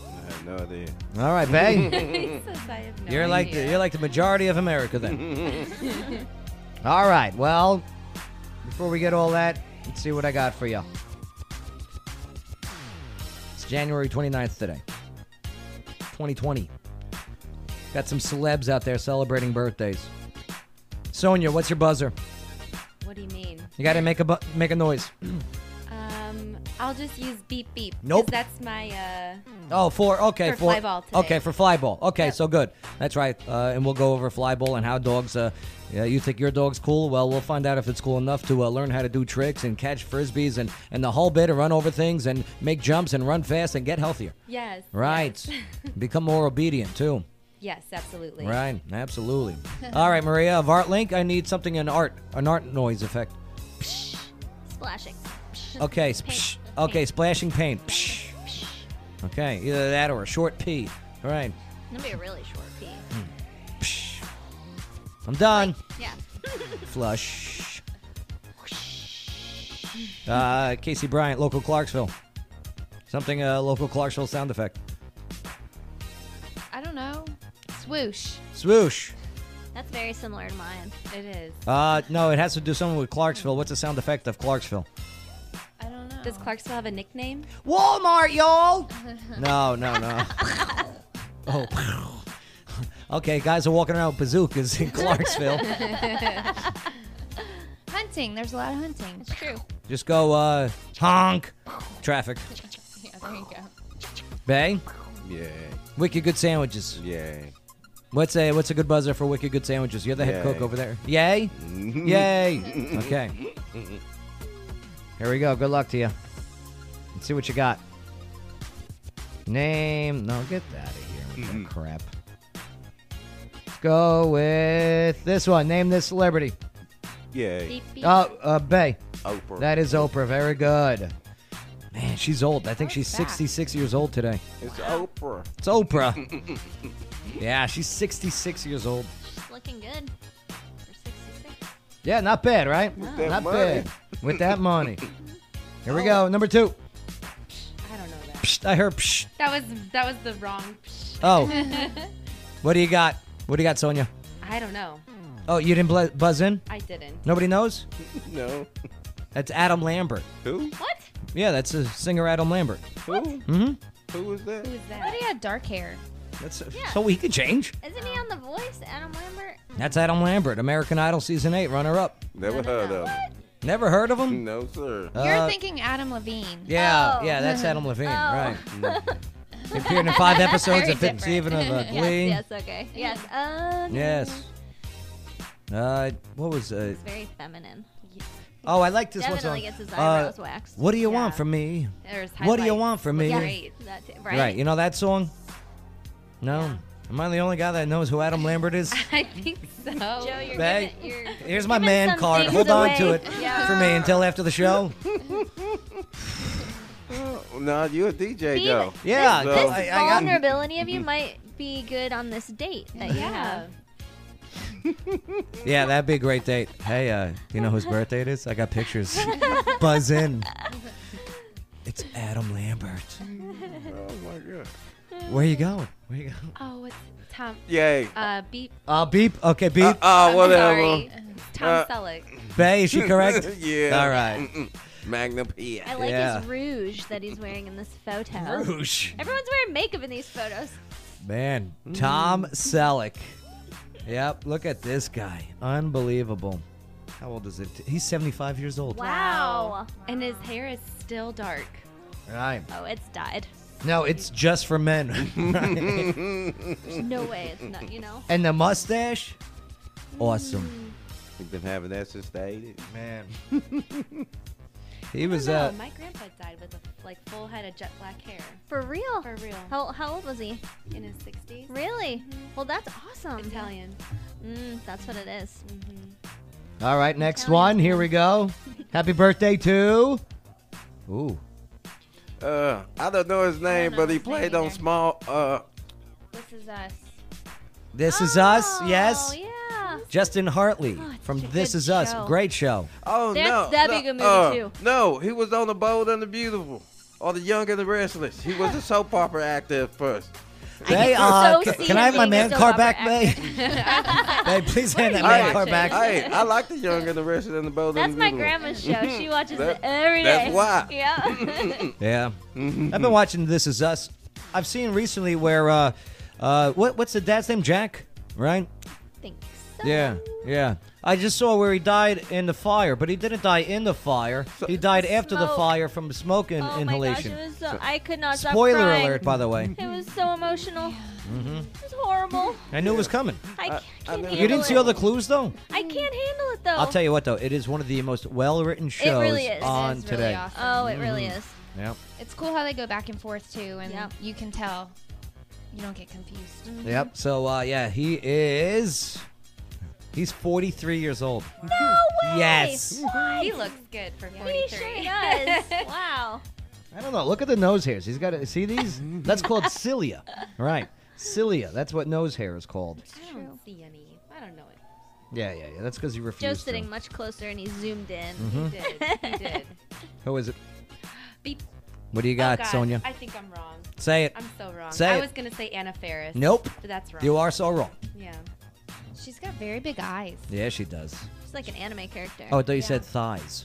S4: I have no idea.
S2: All right, Bay,
S3: I have no
S2: you're like the, you're like the majority of America then. all right, well, before we get all that, let's see what I got for you. It's January 29th today, 2020. Got some celebs out there celebrating birthdays. Sonia, what's your buzzer?
S3: What do you mean?
S2: You gotta make a bu- make a noise.
S3: Um, I'll just use beep beep. 'cause
S2: Nope.
S3: That's my. Uh,
S2: Oh, for okay
S3: For fly ball today.
S2: okay for fly ball. Okay, so good. That's right. Uh, and we'll go over fly ball and how dogs. Uh, yeah, you think your dog's cool? Well, we'll find out if it's cool enough to uh, learn how to do tricks and catch frisbees and and the whole bit and run over things and make jumps and run fast and get healthier.
S3: Yes,
S2: Right.
S3: yes.
S2: Become more obedient too.
S3: yes, absolutely.
S2: Right. Absolutely. All right, Maria of Art Link. I need something in art, an art noise effect.
S7: Splashing.
S2: Okay.
S7: Paint.
S2: Psh, okay. Splashing paint. Psh. Okay. Either that or a short pee. All right.
S7: It'll be a really short pee.
S2: I'm done.
S7: Yeah.
S2: Flush. Uh, Casey Bryant, local Clarksville. Something uh, local Clarksville sound effect.
S5: I don't know. Swoosh.
S2: Swoosh.
S7: That's very similar to mine. It is.
S2: Uh, no, it has to do something with Clarksville. What's the sound effect of Clarksville?
S3: I don't know. Does Clarksville have a nickname?
S2: Walmart, y'all. No, no, no. oh. okay, guys are walking around with bazookas in Clarksville.
S5: hunting. There's a lot of hunting. That's true.
S2: Just go uh, honk. Traffic.
S5: Yeah, there you go.
S2: Bay.
S4: Yeah.
S2: Wicked good sandwiches.
S4: Yeah.
S2: What's a what's a good buzzer for wicked good sandwiches? You're the head cook
S4: Yay.
S2: over there. Yay!
S4: Mm-hmm.
S2: Yay! Okay. Here we go. Good luck to you. Let's see what you got. Name. No, get out of here with that crap. Let's go with this one. Name this celebrity.
S4: Yeah.
S2: Oh, uh, Bay.
S4: Oprah.
S2: That is Oprah. Very good. Man, she's old. I think she's 66 years old today.
S4: It's Oprah.
S2: It's Oprah. yeah, she's 66 years old.
S7: It's looking good.
S2: Yeah, not bad, right?
S7: With that
S2: not
S7: money. Oh.
S2: bad. With that money. Here we go. Number two.
S3: I don't know that.
S2: Psh, I heard. Psh.
S5: That was that was the wrong.
S2: Oh, what do you got? What do you got, Sonia?
S3: I don't know.
S2: Oh, you didn't bla- buzz in?
S3: I didn't.
S2: Nobody knows?
S4: No.
S2: That's Adam Lambert.
S4: Who?
S5: What?
S2: Yeah, that's a singer, Adam Lambert.
S4: Who?
S2: hmm
S4: Who was that?
S5: Who is that? But he had dark hair.
S2: That's uh,
S7: Yeah.
S2: so he could change.
S7: Isn't he on The Voice, Adam Lambert?
S2: That's Adam Lambert, American Idol season eight runner-up.
S4: Never heard of him.
S2: Never heard of him?
S4: No, sir.
S2: Uh,
S5: You're thinking Adam Levine.
S2: Yeah,
S7: oh.
S2: yeah, that's Adam Levine, right? He appeared in five episodes
S7: Very
S2: of Fifth Season of uh, Glee.
S7: Yes, yes, okay. Yes. Um,
S2: Yes. Uh, what was uh?
S7: It's very feminine.
S2: Oh, I like this one song.
S7: Definitely gets his eyebrows
S2: Uh,
S7: waxed.
S2: What do you want from me?
S7: There's
S2: What do you
S7: highlights.
S2: want from me?
S7: Yeah, that too, right?
S2: You know that song? No. Am I the only guy that knows who Adam Lambert is?
S3: I think so.
S7: Joe, you're
S2: Bang.
S7: giving- you're-
S2: Here's my
S7: giving
S2: man
S7: some
S2: card.
S7: things
S2: Hold on to
S7: away.
S2: it for me until after the show.
S4: No, Uh, you a DJ,
S7: See,
S4: though.
S7: th-
S2: Yeah,
S7: this
S4: So-
S2: Oh,
S4: oh,
S2: I- I got- Mm-hmm.
S7: vulnerability of you might be good on this date that you have.
S2: Yeah, that'd be a great date. Hey, uh, you know whose birthday it is? I got pictures. Buzz in. It's Adam Lambert.
S4: Oh my god.
S2: Where you going? Where you going?
S3: Oh, what's Tom?
S4: Yay.
S3: Uh, beep.
S2: Uh, beep. Okay, beep.
S4: Uh, uh, whatever.
S3: Sorry. Tom
S4: Uh,
S3: Selleck.
S2: Bay, is she correct?
S4: yeah.
S2: All right.
S4: Mm-mm. Magnum PI.
S7: I like
S2: Yeah.
S7: his rouge that he's wearing in this photo.
S2: Rouge.
S7: Everyone's wearing makeup in these photos.
S2: Man, Tom Selleck. Yep, look at this guy. Unbelievable. How old is it? He's 75 years old.
S7: Wow.
S3: And his hair is still dark.
S2: Right.
S7: Oh, it's dyed.
S2: No, it's just for men.
S7: There's no way it's not, you know?
S2: and the mustache? Awesome.
S4: We've been having that since the 80s.
S2: Man. he
S3: I
S2: was
S3: don't know,
S2: uh
S3: My grandpa died with a like full head of jet black hair.
S7: For real?
S3: For real.
S7: How, how old was he?
S3: In his 60s.
S7: Really? Well, that's awesome.
S3: Italian.
S7: Mm, that's what it is.
S2: All right, next one. Here we go. Happy birthday to Ooh.
S4: Uh, I don't know his name, but he played on small. Uh,
S5: This is us.
S2: This is us. Yes.
S7: Oh, yeah.
S2: Justin Hartley from
S7: such a
S2: This
S7: good
S2: Is Us.
S7: show.
S2: Great show.
S4: oh
S7: That's-
S4: no,
S7: that'd
S4: no,
S7: be a good movie,
S4: uh,
S7: too.
S4: No, he was on the Bold and the Beautiful, or the Young and the Restless. He was a soap opera actor at first.
S2: They
S7: can
S2: uh,
S7: so
S2: ca-
S7: see
S2: can
S7: him
S2: I have my
S7: being a
S2: man
S7: soap
S2: car
S7: opera
S2: back, May?
S7: actor.
S2: May, please hand that
S4: Hey,
S2: man car back.
S4: Hey, I like the Young and the Restless and the Bold
S7: That's
S4: and the
S7: my
S4: Beautiful.
S7: grandma's show. She watches
S4: That-
S7: it every day.
S4: that's why.
S7: Yeah.
S2: Yeah,
S5: Mm-hmm.
S2: I've been watching This Is Us. I've seen recently where uh, uh, what what's the dad's name? Jack, right?
S7: Think
S2: Yeah, yeah. I just saw where he died in the fire, but he didn't die in the fire. he died after the
S5: Smoke.
S2: fire from smoke in-
S5: Oh my gosh,
S2: inhalation.
S5: it was so, I could not stop
S2: Spoiler
S5: crying.
S2: alert, by the way.
S5: It was so emotional.
S2: hmm
S5: It was horrible.
S2: I knew it was coming.
S5: I can't handle
S2: You didn't see
S5: it.
S2: all the clues, though?
S5: I can't handle it though.
S2: I'll tell you what, though, it is one of the most well-written shows
S5: it really is.
S2: on
S5: it's
S2: today.
S5: Really awesome.
S7: Oh, it really
S2: Mm-hmm.
S7: is.
S2: Yep.
S5: It's cool how they go back and forth too, and
S7: Yep.
S5: you can tell. You don't get confused.
S2: Yep. So uh, yeah, he is. He's 43 years old.
S5: No
S2: way! Yes.
S5: He looks good for 43.
S7: He sure does. wow.
S2: I don't know. Look at the nose hairs. He's got. See these? That's called cilia. Right. Cilia. That's what nose hair is called.
S3: I don't see any. I don't know it.
S2: Yeah, yeah, yeah. That's because you refuse.
S7: Joe's
S2: to.
S7: sitting much closer and he zoomed in.
S2: Mhm. He
S3: did. He did.
S2: Who is it?
S7: Beep.
S2: What do you got,
S6: Oh,
S3: Oh,
S6: God,
S2: Sonia?
S6: I think I'm wrong.
S2: Say it.
S6: I'm so wrong.
S2: Say
S6: I
S2: it.
S6: was gonna say Anna Faris.
S2: Nope.
S6: But that's wrong.
S2: You are so wrong.
S6: Yeah.
S5: She's got very big eyes.
S2: Yeah, she does.
S7: She's like an anime character.
S2: Oh, I thought you said thighs.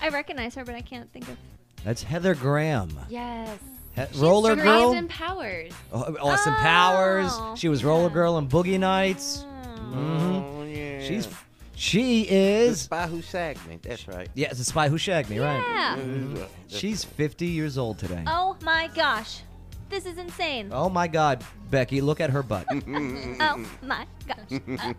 S7: I recognize her, but I can't think of.
S2: That's Heather Graham.
S6: Yes.
S2: He- roller girl.
S6: Austin Powers.
S2: Oh, Austin
S7: Oh.
S2: Powers. She was Roller Girl in Boogie Nights.
S4: Oh, yeah.
S2: She's she is
S4: The spy who shagged me. That's right.
S2: yeah, it's the spy who shagged me,
S7: Yeah.
S2: right?
S4: Mhm.
S2: Uh, She's 50 years old today.
S7: Oh my gosh, this is insane.
S2: Oh my God, Becky, look at her butt.
S7: Oh my gosh. Uh,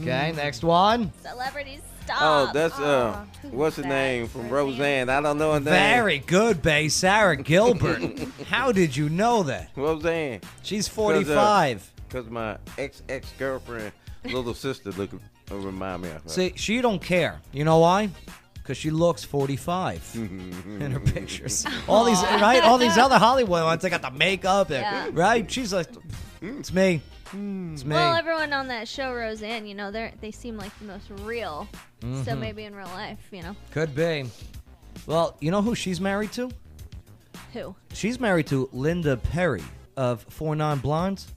S2: okay, next one.
S7: celebrities,
S4: Oh,
S7: stop.
S4: that's uh, what's her name from Roseanne? I don't know her name.
S2: Very good, Bay. Sarah Gilbert. How did you know that?
S4: Roseanne.
S2: She's 45.
S4: Because uh, my ex ex girlfriend, little sister, look uh, remind me of her.
S2: See, she don't care. You know why? Because she looks 45 in her pictures. All these
S4: Aw.
S2: right, all these other Hollywood ones, they got the makeup, and,
S7: Yeah.
S2: right? She's like, it's me, it's me.
S7: Well, everyone on that show, Roseanne, you know, they they seem like the most real. So
S2: Mhm.
S7: maybe in real life, you know,
S2: Could be. Well, you know who she's married to?
S7: who?
S2: She's married to Linda Perry of Four Non Blondes.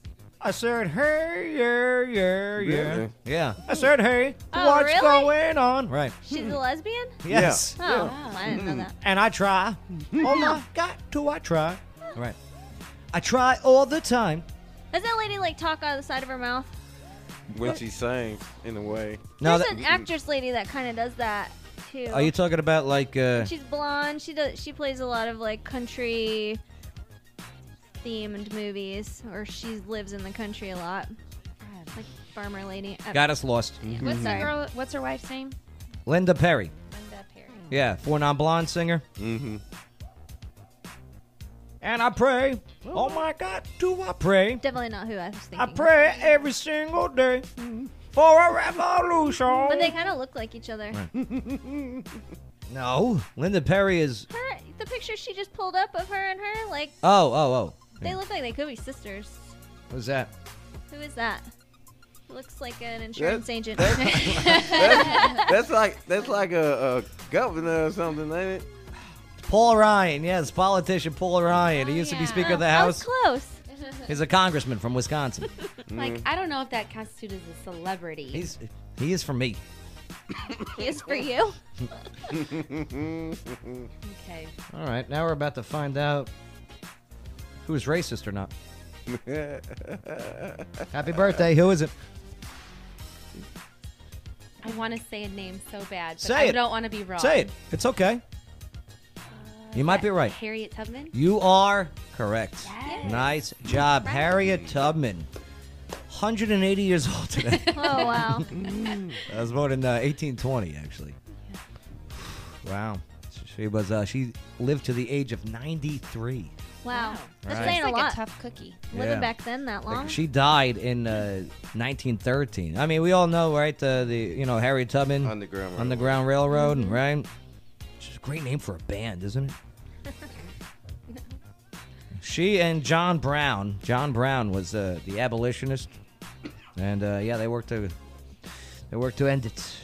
S2: I said, hey, yeah, yeah, yeah.
S4: Really?
S2: Yeah. I said, hey,
S7: Oh,
S2: what's
S7: really?
S2: going on? Right.
S7: She's a lesbian.
S2: Yes.
S7: Oh, well, I didn't know that.
S2: And I try. Oh my God, do I try? Right. I try all the time.
S7: Does that lady like talk out of the side of her mouth?
S4: When she sang, in a way.
S2: Now
S7: There's
S2: that-
S7: an actress lady that kind of does that too.
S2: Are you talking about like uh,
S7: She's blonde. She does. She plays a lot of like country themed movies, or she lives in the country a lot. Like farmer lady. Uh, I-
S2: Got us lost.
S5: What's that
S2: Sorry.
S5: girl? What's her wife's name?
S2: Linda Perry?
S5: Linda Perry.
S2: Yeah, Four Non Blonde singer. Mm-hmm. And I pray. Oh my God, do I pray?
S7: Definitely not who I was thinking.
S2: I pray every single day
S5: Mm-hmm.
S2: for a revolution.
S7: But they kind of look like each other.
S2: No, Linda Perry is.
S7: her, the picture she just pulled up of her and her, like
S2: Oh, oh, oh.
S7: they look like they could be sisters.
S2: What's that?
S7: Who is that? Looks like an insurance agent.
S4: That's, that's like that's like a, a governor or something, ain't it?
S2: Paul Ryan. Yes, politician Paul Ryan. He used to be Speaker
S7: Oh,
S2: of the House.
S7: close.
S2: He's a congressman from Wisconsin.
S6: like
S2: Mhm.
S6: I don't know if that constitutes as a celebrity.
S2: He's he is for me.
S7: he is for you.
S6: Okay.
S2: All right, now we're about to find out who is racist or not. Happy birthday. Who is it?
S6: I want to say a name so bad, but
S2: Say
S6: I
S2: it.
S6: don't want to be wrong.
S2: Say it. It's okay. You might be right.
S6: Harriet Tubman.
S2: You are correct. Nice job, Harriet Tubman. 180 years old today.
S7: Oh wow.
S2: that was born in uh, 1820, actually. Wow. She was. Uh, she lived to the age of 93.
S7: Wow. That's
S2: Right.
S7: saying a
S5: Like
S7: lot.
S5: a tough cookie.
S7: Living
S2: Yeah.
S7: back then that long.
S2: She died in uh, 1913. I mean, we all know, right? uh, The, the you know Harriet Tubman
S4: Underground
S2: Hmm. Underground Railroad, right? Which is a great name for a band, isn't it? She and John Brown. John Brown was uh, the abolitionist, and uh, yeah, they worked to they worked to end it.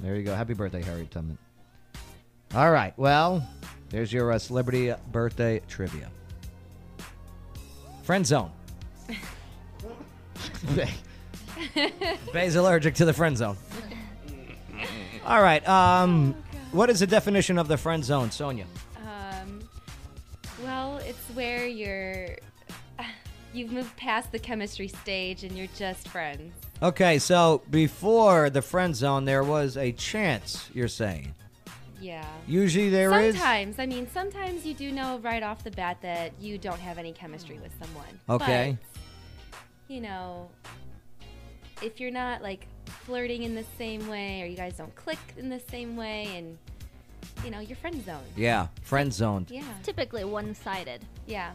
S2: There you go. Happy birthday, Harriet Tubman. All right. Well, there's your uh, celebrity birthday trivia. Friend zone. Bay. Bay's allergic to the friend zone. All right. Um, what is the definition of the friend zone, Sonia?
S6: Um, well, it's where you're. You've moved past the chemistry stage and you're just friends.
S2: Okay, so before the friend zone, there was a chance. You're saying
S6: Yeah.
S2: usually there is.
S6: sometimes, I mean, sometimes you do know right off the bat that you don't have any chemistry with someone.
S2: Okay.
S6: But, you know, if you're not like flirting in the same way or you guys don't click in the same way and, you know, your friend zone.
S2: Yeah, friend zoned.
S6: Yeah.
S7: Typically one sided.
S6: Yeah.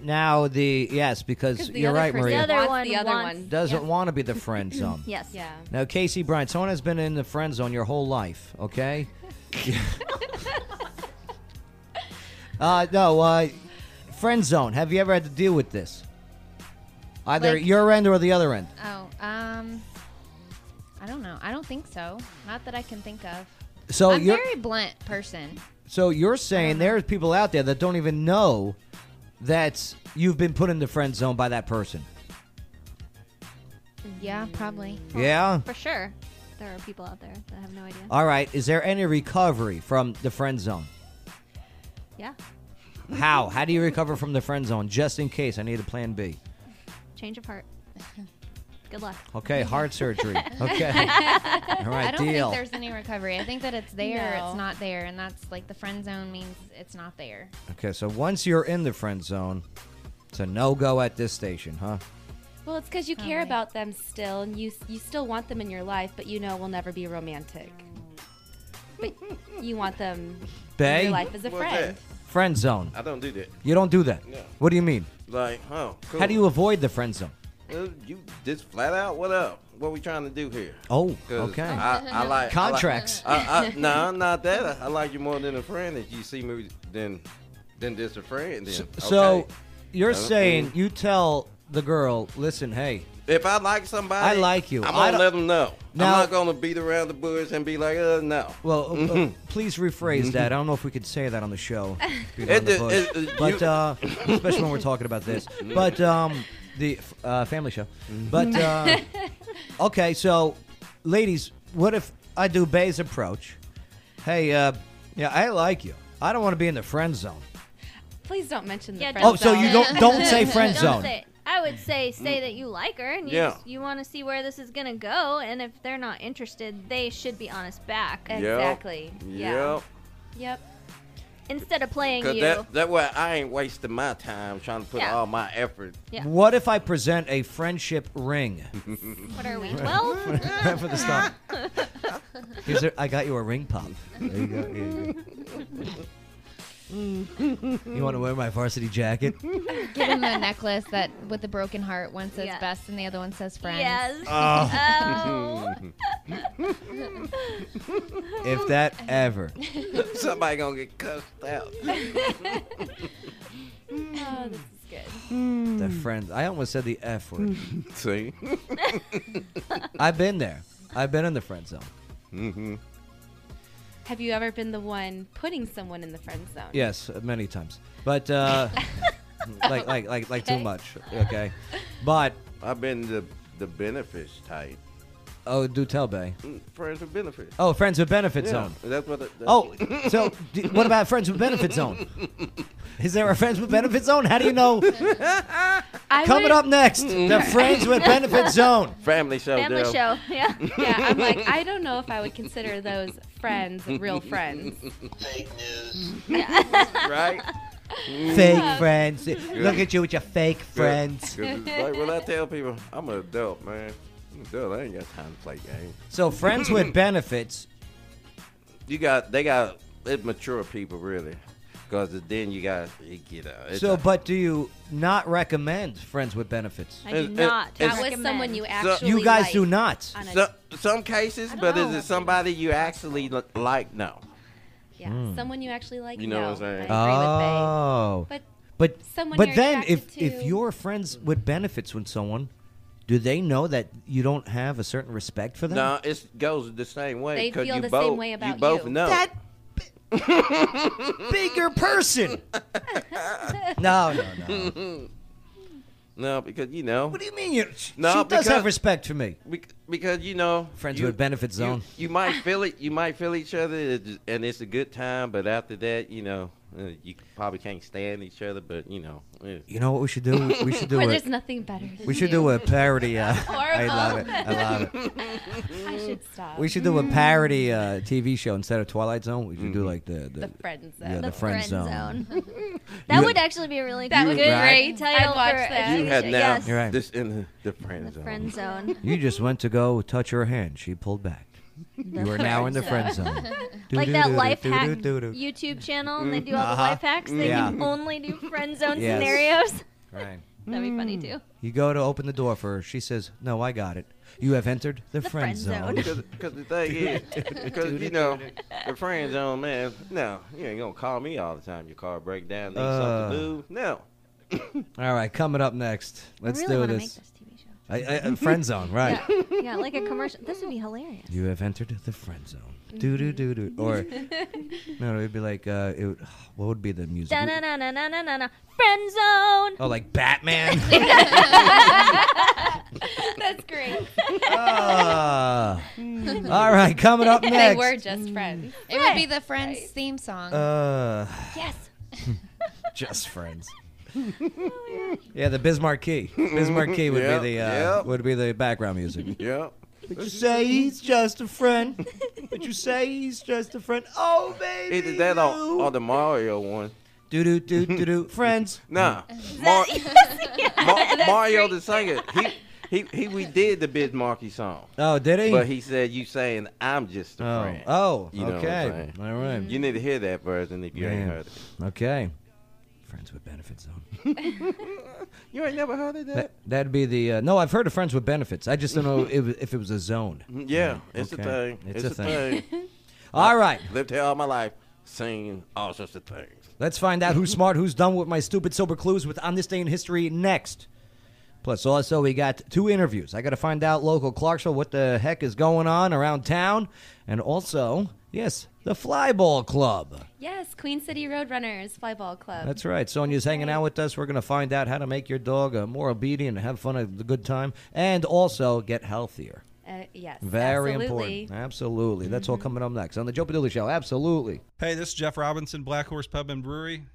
S2: Now the yes, because
S6: 'Cause the
S2: you're
S6: other
S2: right,
S6: person
S2: Maria.
S6: wants the
S7: one
S6: other
S7: wants-
S6: one.
S2: doesn't want to be the friend zone.
S7: Yes. Yeah.
S2: Now, Casey Bryant, someone has been in the friend zone your whole life, okay? uh, no, uh, friend zone. Have you ever had to deal with this? Either
S5: Like-
S2: your end or the other end.
S5: Oh, um, I don't know. I don't think so. Not that I can think of.
S2: So
S5: I'm
S2: Oh, you're-
S5: very blunt person.
S2: So you're
S5: Uh-huh.
S2: saying there's people out there that don't even know that you've been put in the friend zone by that person.
S5: Yeah, probably.
S2: Yeah?
S7: For sure. There are people out there that have no idea.
S2: All right, is there any recovery from the friend zone?
S7: Yeah.
S2: How? How do you recover from the friend zone? Just in case, I need a plan B.
S7: Change of heart. Good luck.
S2: Okay, heart surgery. Okay. All right,
S5: I don't
S2: deal.
S5: think there's any recovery. I think that it's there,
S6: No.
S5: it's not there, and that's like the friend zone means it's not there.
S2: Okay, so once you're in the friend zone, it's a no go at this station, huh?
S6: Well, it's because you care about them still and you, you still want them in your life, but you know we'll never be romantic. But you want them in
S2: Bae?
S6: your life as a
S4: What's
S6: friend.
S2: Friend zone.
S4: I don't do that.
S2: You don't do that.
S4: No.
S2: What do you mean?
S4: Like, oh, cool.
S2: How do you avoid the friend zone?
S4: Uh, you just flat out. What up? What we trying to do here?
S2: Oh,
S4: 'Cause
S2: okay.
S4: I, I like
S2: Contracts.
S4: I like- I- I- no, not that. I, I like you more than a friend. If you see me, then then just a friend. Then
S2: So
S4: Okay.
S2: you're
S4: Uh,
S2: saying you tell the girl, listen, hey,
S4: if I like somebody,
S2: I like you.
S4: I'm
S2: I
S4: gonna
S2: don't-
S4: let them know.
S2: Now-
S4: I'm not gonna beat around the bush and be like, uh, no.
S2: well, uh, uh,
S4: Mhm.
S2: please rephrase
S4: Mhm.
S2: that. I don't know if we could say that on the show,
S4: It
S2: beat around the
S4: d-
S2: bush.
S4: it- it-
S2: but
S4: you- Mm-hmm.
S2: uh, especially when we're talking about this. But um, the uh, family show. But uh, okay, so ladies, what if I do Bay's approach? Hey, uh, yeah, I like you. I don't want to be in the friend zone.
S6: Please don't mention the
S7: Yeah,
S6: friend
S2: Oh, so you
S6: zone.
S2: don't- don't say friend
S7: Don't
S2: zone.
S7: say- I would say say that you like her and you,
S2: Yeah.
S7: just- you want to see where this is going to go. And if they're not interested, they should be honest back.
S4: Yep. Exactly. Yeah. Yep.
S6: Yep.
S7: Instead of playing
S4: Cause
S7: you.
S4: that that way I ain't wasting my time trying to put
S7: Yeah.
S4: all my effort.
S7: Yeah.
S2: What if I present a friendship ring?
S7: What are we, 12?
S2: For the start. Here's a- I got you a ring pop. There you go. Here you go. You want to wear my varsity jacket?
S5: Give him a necklace that with the broken heart. One says best, and the other one says friends.
S7: mm, Yes.
S4: Oh.
S7: Um,
S2: if that ever.
S4: Somebody gonna get cussed out.
S6: Oh, this is good.
S2: The friend. I almost said the F word.
S4: See?
S2: I've been there. I've been in the friend zone.
S4: Mm-hmm.
S6: Have you ever been the one putting someone in the friend zone?
S2: Yes, uh, many times. But uh, like, like, like, like too
S6: Okay.
S2: much. Okay, but
S4: I've been the the benefits type.
S2: oh, do tell, Bay.
S4: Mm, Friends with benefits.
S2: Oh, friends with benefit
S4: Yeah,
S2: zone.
S4: That's what. It, that's
S2: Oh, so d- what about friends with benefit zone? Is there a friends with benefit zone? How do you know?
S6: I
S2: Coming
S6: would-
S2: up next,
S6: Mm.
S2: the friends with benefit zone.
S4: Family show.
S6: Family
S4: Dale.
S6: show, yeah. Yeah, I'm like, I don't know if I would consider those friends real friends. Fake news.
S4: right?
S2: Fake friends. Look at you with your fake friends.
S4: Good. 'Cause it's Like when I tell people, I'm an adult, man. I'm an adult. I ain't got time to play games.
S2: So friends with benefits.
S4: You got. They got. It mature people really, because then you got. You get out. It's
S2: So,
S4: a-
S2: but do you not recommend friends with benefits?
S4: I do It- it- not.
S6: Not
S4: It's-
S6: with someone you
S4: So-
S6: actually
S2: You guys
S6: like.
S2: do not.
S6: on a-
S4: so, some cases, but is it somebody you actually li- like? No.
S6: Yeah,
S2: Mm.
S6: someone you actually like.
S4: You know
S6: no.
S4: what I'm saying?
S2: Uh, Oh.
S6: But
S2: But
S6: someone
S2: but
S6: you're
S2: then if
S6: attracted
S2: if
S6: to-
S2: you're friends with benefits with someone, do they know that you don't have a certain respect for them?
S4: No, it goes the same way.
S6: They
S4: 'cause
S6: feel
S4: you
S6: the
S4: both,
S6: same way about
S4: you. both
S6: you.
S4: know.
S6: That-
S2: bigger person. no, no, no.
S4: No, because you know. What
S2: do you mean? You,
S4: no,
S2: she does
S4: because-
S2: have respect for me.
S4: Bec- because you know
S2: Friends
S4: you,
S2: with benefit zone.
S4: You, you might feel it. You might feel each other, it's- and it's a good time. But after that, you know, Uh, you probably can't stand each other, but you know. eh.
S2: You know what we should do? We should do
S6: Where
S2: a,
S6: there's nothing better
S2: We
S6: than
S2: should
S6: you.
S2: do a parody. Uh, I love it.
S6: Horrible.
S2: I love it.
S6: I should stop.
S2: We should do a parody uh, TV show instead of Twilight Zone. We should do like the the,
S6: The friend zone.
S2: Yeah, the,
S6: The
S2: friend,
S6: friend
S2: zone.
S7: That
S2: You-
S7: would actually be a really
S6: That would
S7: good
S6: be
S2: Right.
S6: great. I'd
S7: title
S6: watch
S7: for a
S6: that.
S4: You
S7: TV
S4: had
S7: show.
S4: now
S7: Yes.
S2: You're right.
S4: this in the, the friend zone.
S7: Friend zone.
S2: You just went to go touch her hand. She pulled back. you are now in the friend zone.
S7: like that
S2: Do-do-do-do,
S7: life hack
S2: do-do-do-do.
S7: YouTube channel, and they
S4: Mm.
S7: do all
S2: Mhm.
S7: the life
S2: Uh-huh.
S7: hacks. They
S2: Yeah.
S7: can only do friend zone
S2: Yes. Mm.
S7: scenarios.
S2: Right.
S7: That'd be funny too.
S2: You go to open the door for her. She says, "No, I got it. You have entered the, friend, zone."
S4: Because the thing is, because you know, the friend zone, man. No, you ain't gonna call me all the time. Your car break down, need
S2: Uh.
S4: something to do. No.
S2: All right, coming up next. Let's
S7: really
S2: do
S7: wanna
S2: this.
S7: make this TV show.
S2: I, I, uh, friend zone, right?
S7: Yeah. yeah, like a commercial. This would be hilarious.
S2: You have entered the friend zone.
S7: Mm-hmm.
S2: Do do do do. Or no, it'd be like uh, it. Would, what would be the music?
S7: Da na na na na na na na. Friend zone.
S2: Oh, like Batman.
S6: That's great.
S2: Ah. all right, coming up
S5: They
S2: next.
S5: were just friends. It would be the Friends theme song.
S2: Uh,
S5: yes.
S2: just friends. Yeah, the Bismarck Key. Bismarck Key would
S4: Yep,
S2: be the uh,
S4: yep.
S2: would be the background music.
S4: Yeah.
S2: Would you say he's just a friend? Would you say he's just a friend? Oh, baby.
S4: Either that uh, or, or the Mario one.
S2: Do do do do do. Friends.
S4: Nah.
S2: Mm.
S4: Mar- Mar- Mario the singer. He, he he we did the Bid Markie song.
S2: Oh, did he?
S4: But he said you saying I'm just a
S2: Oh.
S4: friend.
S2: Oh,
S4: You know what
S2: okay.
S4: I'm saying?
S2: All right.
S4: You need to hear that version if you
S2: Man.
S4: ain't heard it.
S2: Okay. Friends with benefits zone.
S4: You ain't never heard of that?
S2: That, that'd be the uh, no. I've heard of friends with benefits. I just don't know if, if it was a zone.
S4: Mm, Yeah, it's a
S2: Okay.
S4: thing. It's, a thing.
S2: All right,
S4: Lived here all my life, singing all sorts of things.
S2: let's find out who's smart, who's dumb with my stupid sober clues with on this day in history next. Plus, also we got two interviews. I got to find out local Clarksville what the heck is going on around town, and also yes, the Flyball Club.
S6: Yes, Queen City Roadrunners Flyball Club.
S2: That's right. Sonia's hanging out with us. We're going to find out how to make your dog uh, more obedient and have fun, have a good time, and also get healthier.
S6: Uh, yes.
S2: Very
S6: absolutely.
S2: important. Absolutely. That's all coming up next on the Joe Padula Show. Absolutely.
S12: Hey, this is Jeff Robinson, Black Horse Pub and Brewery,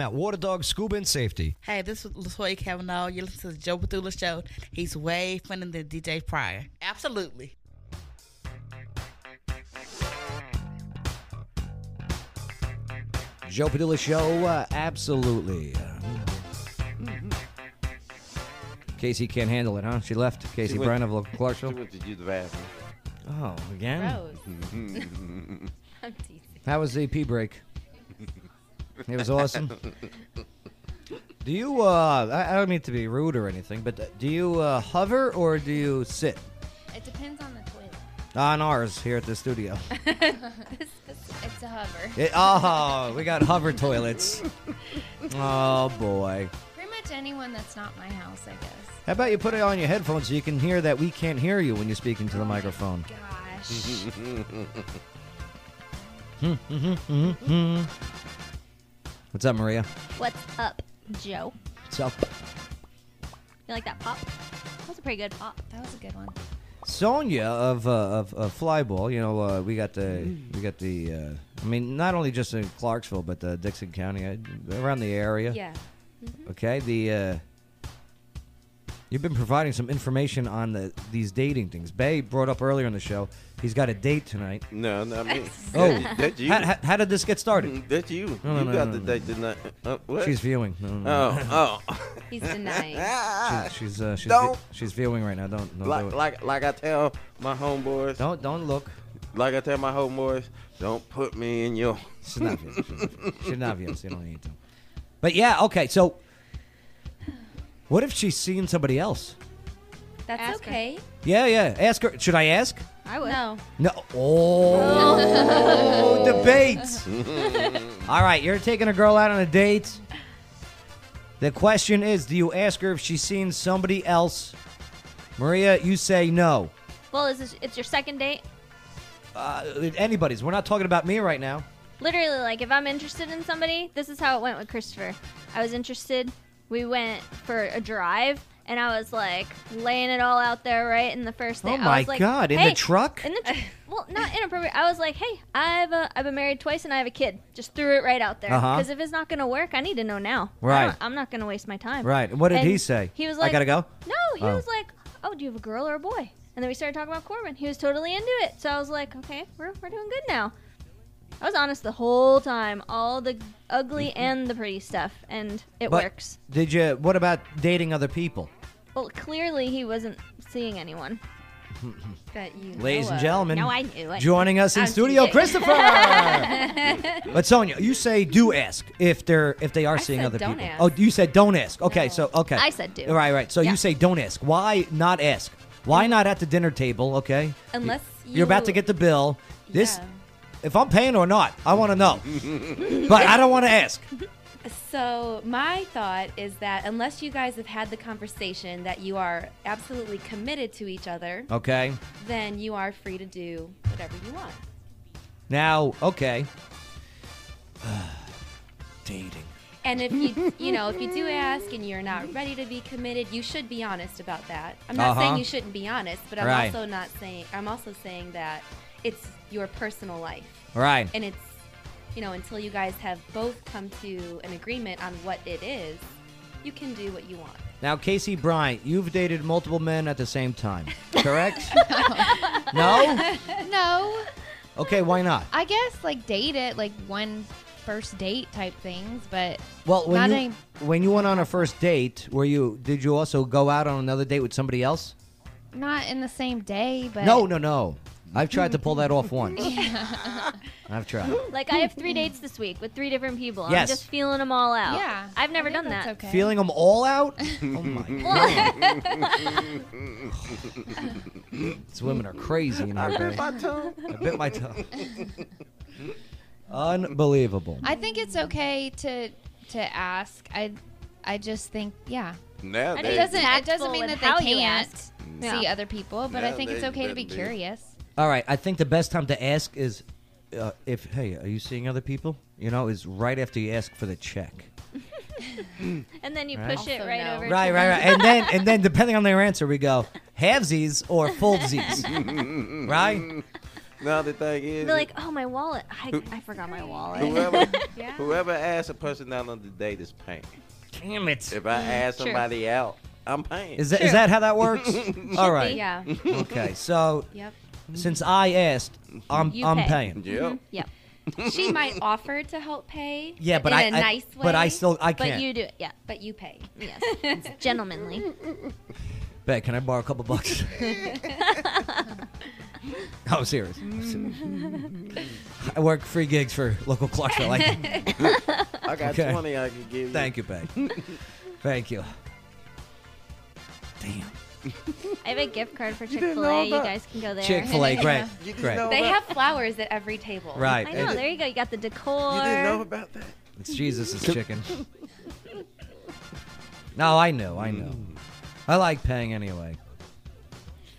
S2: at Water Dog Scuba and Safety.
S13: Hey, this is Latoya Cavanaugh. You listen to the Joe Bethula Show. He's way funnier than DJ Pryor. Absolutely.
S2: Joe Padula Show, uh, absolutely. Casey can't handle it, huh? She left. Casey
S4: She went-
S2: Bryan of Local Clarksville.
S4: She went to use the bathroom.
S2: Oh, again?
S4: Gross.
S6: I'm teasing.
S2: How was the pee break? It was awesome. Do you, uh, I, I don't mean to be rude or anything, but uh, do you uh, hover or do you sit?
S5: It depends on the toilet.
S2: On ours here at the studio.
S5: This- this- it's a hover.
S2: It, oh, we got hover toilets. Oh, boy.
S5: Pretty much anyone that's not my house, I guess.
S2: How about you put it on your headphones so you can hear that we can't hear you when you're speaking to the microphone? Mm-hmm.
S5: Gosh.
S2: What's up, Maria?
S7: What's up, Joe?
S2: What's up?
S7: You like that pop? That was a pretty good pop.
S5: That was a good one.
S2: Sonia of uh, of uh, Flyball, you know, uh, we got the we got the. Uh, I mean, not only just in Clarksville, but uh, Dixon County, uh, around the area.
S6: Yeah.
S2: Okay. The uh, you've been providing some information on the these dating things. Bay brought up earlier in the show. He's got a date tonight.
S4: No, not me.
S2: Oh,
S4: That- that you.
S2: How, how- how did this get started?
S4: That's you.
S2: No, no,
S4: you
S2: no,
S4: got
S2: no,
S4: the
S2: no.
S4: date tonight. Uh, what?
S2: She's viewing. No, no, no.
S4: Oh, oh.
S6: He's denying.
S2: She's she's uh, she's,
S4: Don't.
S2: vi- she's viewing right now. Don't, don't do
S4: like
S2: it.
S4: like like I tell my homeboys.
S2: Don't don't look.
S4: Like I tell my homeboys, don't put me in your.
S2: She's not viewing. She's not viewing. so You don't need to. But yeah, okay. So, what if she's seeing somebody else?
S6: That's okay.
S2: Yeah, yeah. Ask her. Should I ask?
S6: I would. No.
S2: No. Oh, debates. All right, you're taking a girl out on a date. The question is, do you ask her if she's seen somebody else? Maria, you say no.
S7: Well, is this, it's your second date?
S2: Uh, anybody's. We're not talking about me right now.
S7: Literally, like if I'm interested in somebody, this is how it went with Christopher. I was interested. We went for a drive, and I was like laying it all out there, right? In the first
S2: Oh
S7: thing, I
S2: my
S7: was like,
S2: God, in the
S7: "Hey,"
S2: truck?
S7: In the tr- well, not inappropriate. I was like, hey, I've uh, I've been married twice, and I have a kid. Just threw it right out there
S2: Uh-huh.
S7: because if it's not gonna work, I need to know now. I
S2: Right.
S7: don't- I'm not gonna waste my time.
S2: Right. And what did he
S7: And
S2: say?
S7: He was
S2: "I
S7: like,
S2: gotta go"?
S7: No, he
S2: Oh.
S7: was like, oh, do you have a girl or a boy? And then we started talking about Corbin. He was totally into it. So I was like, okay, we're, we're doing good now. I was honest the whole time, all the ugly and the pretty stuff, and it
S2: Mm-hmm. But
S7: works.
S2: Did you? What about dating other people?
S7: Well, clearly he wasn't seeing anyone.
S6: That you
S2: Ladies and gentlemen,
S7: No, I knew it.
S2: joining us in studio, Christopher. but Sonia, you say do ask if they're if they are seeing
S7: said
S2: other
S7: don't
S2: people.
S7: ask.
S2: Oh, you said don't ask. Okay, so okay.
S7: I said do.
S2: Right, right. So
S7: Yeah. Mm.
S2: you say don't ask. Why not ask? Why not at the dinner table? Okay.
S6: Unless
S2: are about
S6: you-
S2: to get the bill. This, if I'm paying or not, I want to know. but I don't want to ask.
S6: So my thought is that unless you guys have had the conversation that you are absolutely committed to each other,
S2: Okay.
S6: then you are free to do whatever you want.
S2: Now, okay. Dating.
S6: And if you you know if you do ask and you're not ready to be committed, you should be honest about that. I'm not saying
S2: Uh-huh.
S6: you shouldn't be honest, but I'm
S2: Right.
S6: also not saying I'm also saying that it's your personal life.
S2: Right.
S6: And it's you know until you guys have both come to an agreement on what it is, you can do what you want.
S2: Now, Casey Bryant, you've dated multiple men at the same time, correct? no?
S5: no.
S2: Okay, why not?
S5: I guess like date it like one first date type things, but
S2: Well, when
S5: not
S2: you
S5: any-
S2: when you went on a first date, were you did you also go out on another date with somebody else?
S5: not in the same day. But
S2: No, no, no. I've tried to pull that off once. I've tried.
S7: like I have
S5: Mm-hmm.
S7: three dates this week with three different people.
S2: Yes.
S7: I'm just feeling them all out.
S5: Yeah,
S7: I've never done that.
S5: okay.
S2: Feeling them all out? Oh my god. These women are crazy in
S4: I
S2: our
S4: bit
S2: day.
S4: my tongue.
S2: I bit my tongue. Unbelievable.
S5: I think it's okay to to ask. I I just think yeah.
S4: Now
S5: and
S4: they-
S5: it doesn't it
S7: Tactful
S5: doesn't mean
S7: with
S5: that
S7: how
S5: they
S7: you
S5: can't
S7: ask.
S5: see
S7: Yeah.
S5: other people, but I
S7: Yeah,
S5: think it's
S7: they-
S5: okay to
S7: that
S5: be
S7: they-
S5: curious.
S2: All right, I think the best time to ask is uh, if hey, are you seeing other people? You know, is right after you ask for the check.
S7: And then you
S2: Right.
S7: push it right over.
S2: Right, right,
S7: to them.
S2: right. And then and then depending on their answer, we go halvesies or fullsies. right?
S4: No, the thing is,
S7: They're like, oh, my wallet. I,
S4: Who-
S7: I forgot my wallet.
S4: whoever, whoever asks a person out on the date is paying.
S2: Damn it!
S4: If I ask
S6: True.
S4: somebody out, I'm paying.
S2: Is that is that how that works? All right.
S6: Yeah.
S2: Okay, so
S6: Yep.
S2: since I asked, I'm
S6: You
S2: I'm
S6: pay.
S2: paying.
S4: Yep.
S7: Yep.
S6: she might offer to help pay.
S2: Yeah, but
S6: in
S2: I-
S6: a
S2: I-
S6: nice way.
S2: but I still- I But
S6: But
S2: can't.
S6: you
S2: you
S7: do it. Yeah,
S6: but you pay.
S7: Yes. It's gentlemanly.
S2: Bet, can I borrow a couple bucks? No, I'm serious. I'm serious. I work free gigs for local Clarksville. I,
S4: I got
S2: Okay.
S4: 20 I can give you.
S2: thank you, Beck. Thank you.
S7: I have a gift card for
S6: You
S7: Chick
S6: didn't
S7: Fil
S6: know
S7: A. You
S6: about-
S7: guys can go there.
S2: Chick Fil A, great,
S4: You just
S2: great.
S4: know
S6: They
S4: about-
S6: have flowers at every table.
S2: Right.
S7: I know.
S2: It-
S7: There you go. You got the decor.
S4: You didn't know about that.
S2: It's Jesus' chicken. No, I know, I know.
S4: Mm.
S2: I like paying anyway.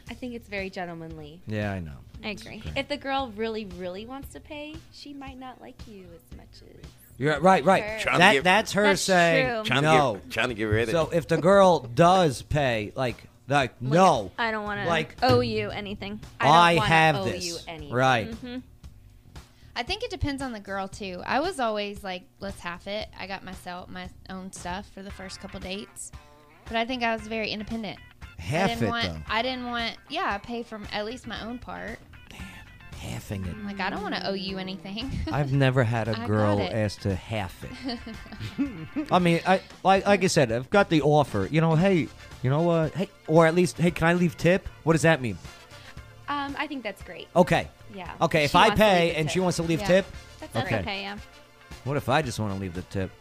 S6: I think it's very gentlemanly.
S2: Yeah, I know.
S7: I agree.
S6: If the girl really, really wants to pay, she might not like you as much as.
S2: You're right, right.
S6: Her.
S4: Trying to
S2: That
S4: get-
S2: that's her
S6: That's
S2: saying
S6: true.
S4: Trying to get-
S2: no.
S4: trying to get rid of
S2: So
S4: it.
S2: if the girl does pay, like like no,
S7: I don't want to
S2: Like-
S7: owe you anything.
S2: I,
S5: wanna
S2: have
S5: owe
S2: this
S5: you anything. Mm-hmm.
S2: right.
S5: I think it depends on the girl too. I was always like, let's half it. I got myself my own stuff for the first couple dates, but I think I was very independent.
S2: Half
S5: I didn't
S2: it,
S5: want.
S2: though.
S5: I didn't want. Yeah, I pay from at least my own part.
S2: Halfing it.
S5: Like I don't want to owe you anything.
S2: I've never had
S5: I
S2: a
S5: got
S2: girl
S5: it.
S2: ask to half it. I mean, I like like I said, I've got the offer. You know, hey, you know what? Hey, or at least, hey, can I leave tip? What does that mean?
S6: Um, I think that's great.
S2: Okay.
S6: Yeah.
S2: Okay, if
S6: She
S2: I
S6: wants to leave
S2: pay
S6: a
S2: and she wants to leave
S6: Yeah.
S2: tip,
S6: That's
S2: okay.
S6: yeah.
S2: What if I just want to leave the tip?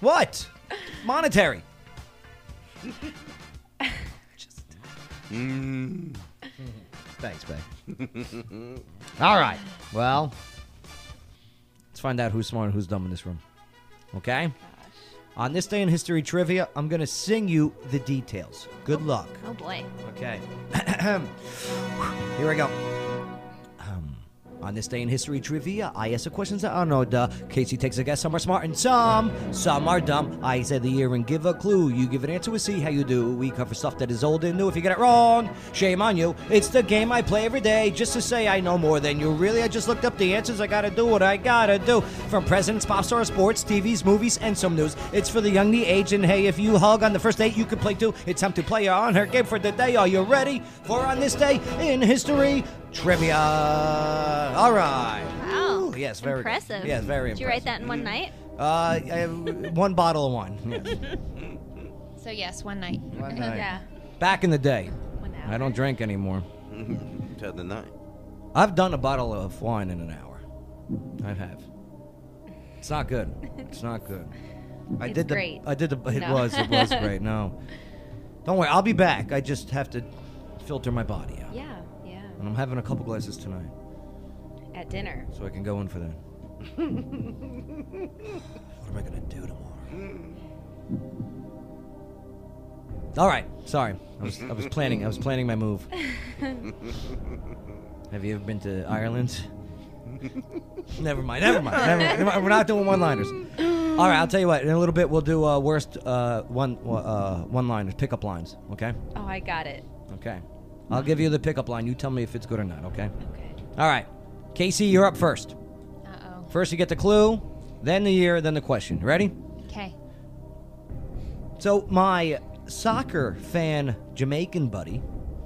S2: What? Monetary.
S4: Mm.
S2: Thanks, babe. All right. Well, Let's find out who's smart and who's dumb in this room. Okay? On this day in history trivia, I'm going to sing you the details. Good luck.
S1: Oh boy.
S2: Okay. Here we go. Um, on this day in history trivia, I ask the questions that are no duh. Casey takes a guess. Some are smart and some, some are dumb. I say the year and give a clue. You give an answer, we see how you do. We cover stuff that is old and new. If you get it wrong, shame on you. It's the game I play every day just to say I know more than you. Really, I just looked up the answers. I gotta do what I gotta do. From presidents, pop stars, sports, TVs, movies, and some news. It's for the young, the aged, and hey, if you hug on the first date, you can play too. It's time to play on her game for the day. Are you ready for on this day in history trivia? All right.
S7: Wow.
S2: Ooh, yes, very good.
S7: impressive.
S2: Yes, very
S7: Did you write that in one
S2: Mhm.
S7: night?
S2: Uh, I have one bottle of wine. yes.
S5: So yes, one night.
S2: One night. Back in the day, I don't drink anymore.
S4: Till the night.
S2: I've done a bottle of wine in an hour. I have. It's not good. It's not good. I
S6: It's
S2: did the.
S6: great.
S2: I did the. It
S6: No.
S2: was. It was great. No, don't worry. I'll be back. I just have to filter my body out,
S6: Yeah, yeah.
S2: and I'm having a couple glasses tonight,
S6: At dinner.
S2: so I can go in for that. What am I gonna do
S4: tomorrow?
S2: All right. Sorry. I was. I was planning. I was planning my move. Have you ever been to Ireland? never mind. Never mind. Never mind. never mind. We're not doing one-liners. All right. I'll tell you what. In a little bit, we'll do uh, worst uh, one uh, one-liners, pickup lines. Okay.
S6: Oh, I got it.
S2: Okay. I'll give you the pickup line. You tell me if it's good or not. Okay. Okay. All right. Casey, you're up first. Uh oh. First, you get the clue, then the year, then the question. Ready?
S5: Okay.
S2: So my soccer fan Jamaican buddy,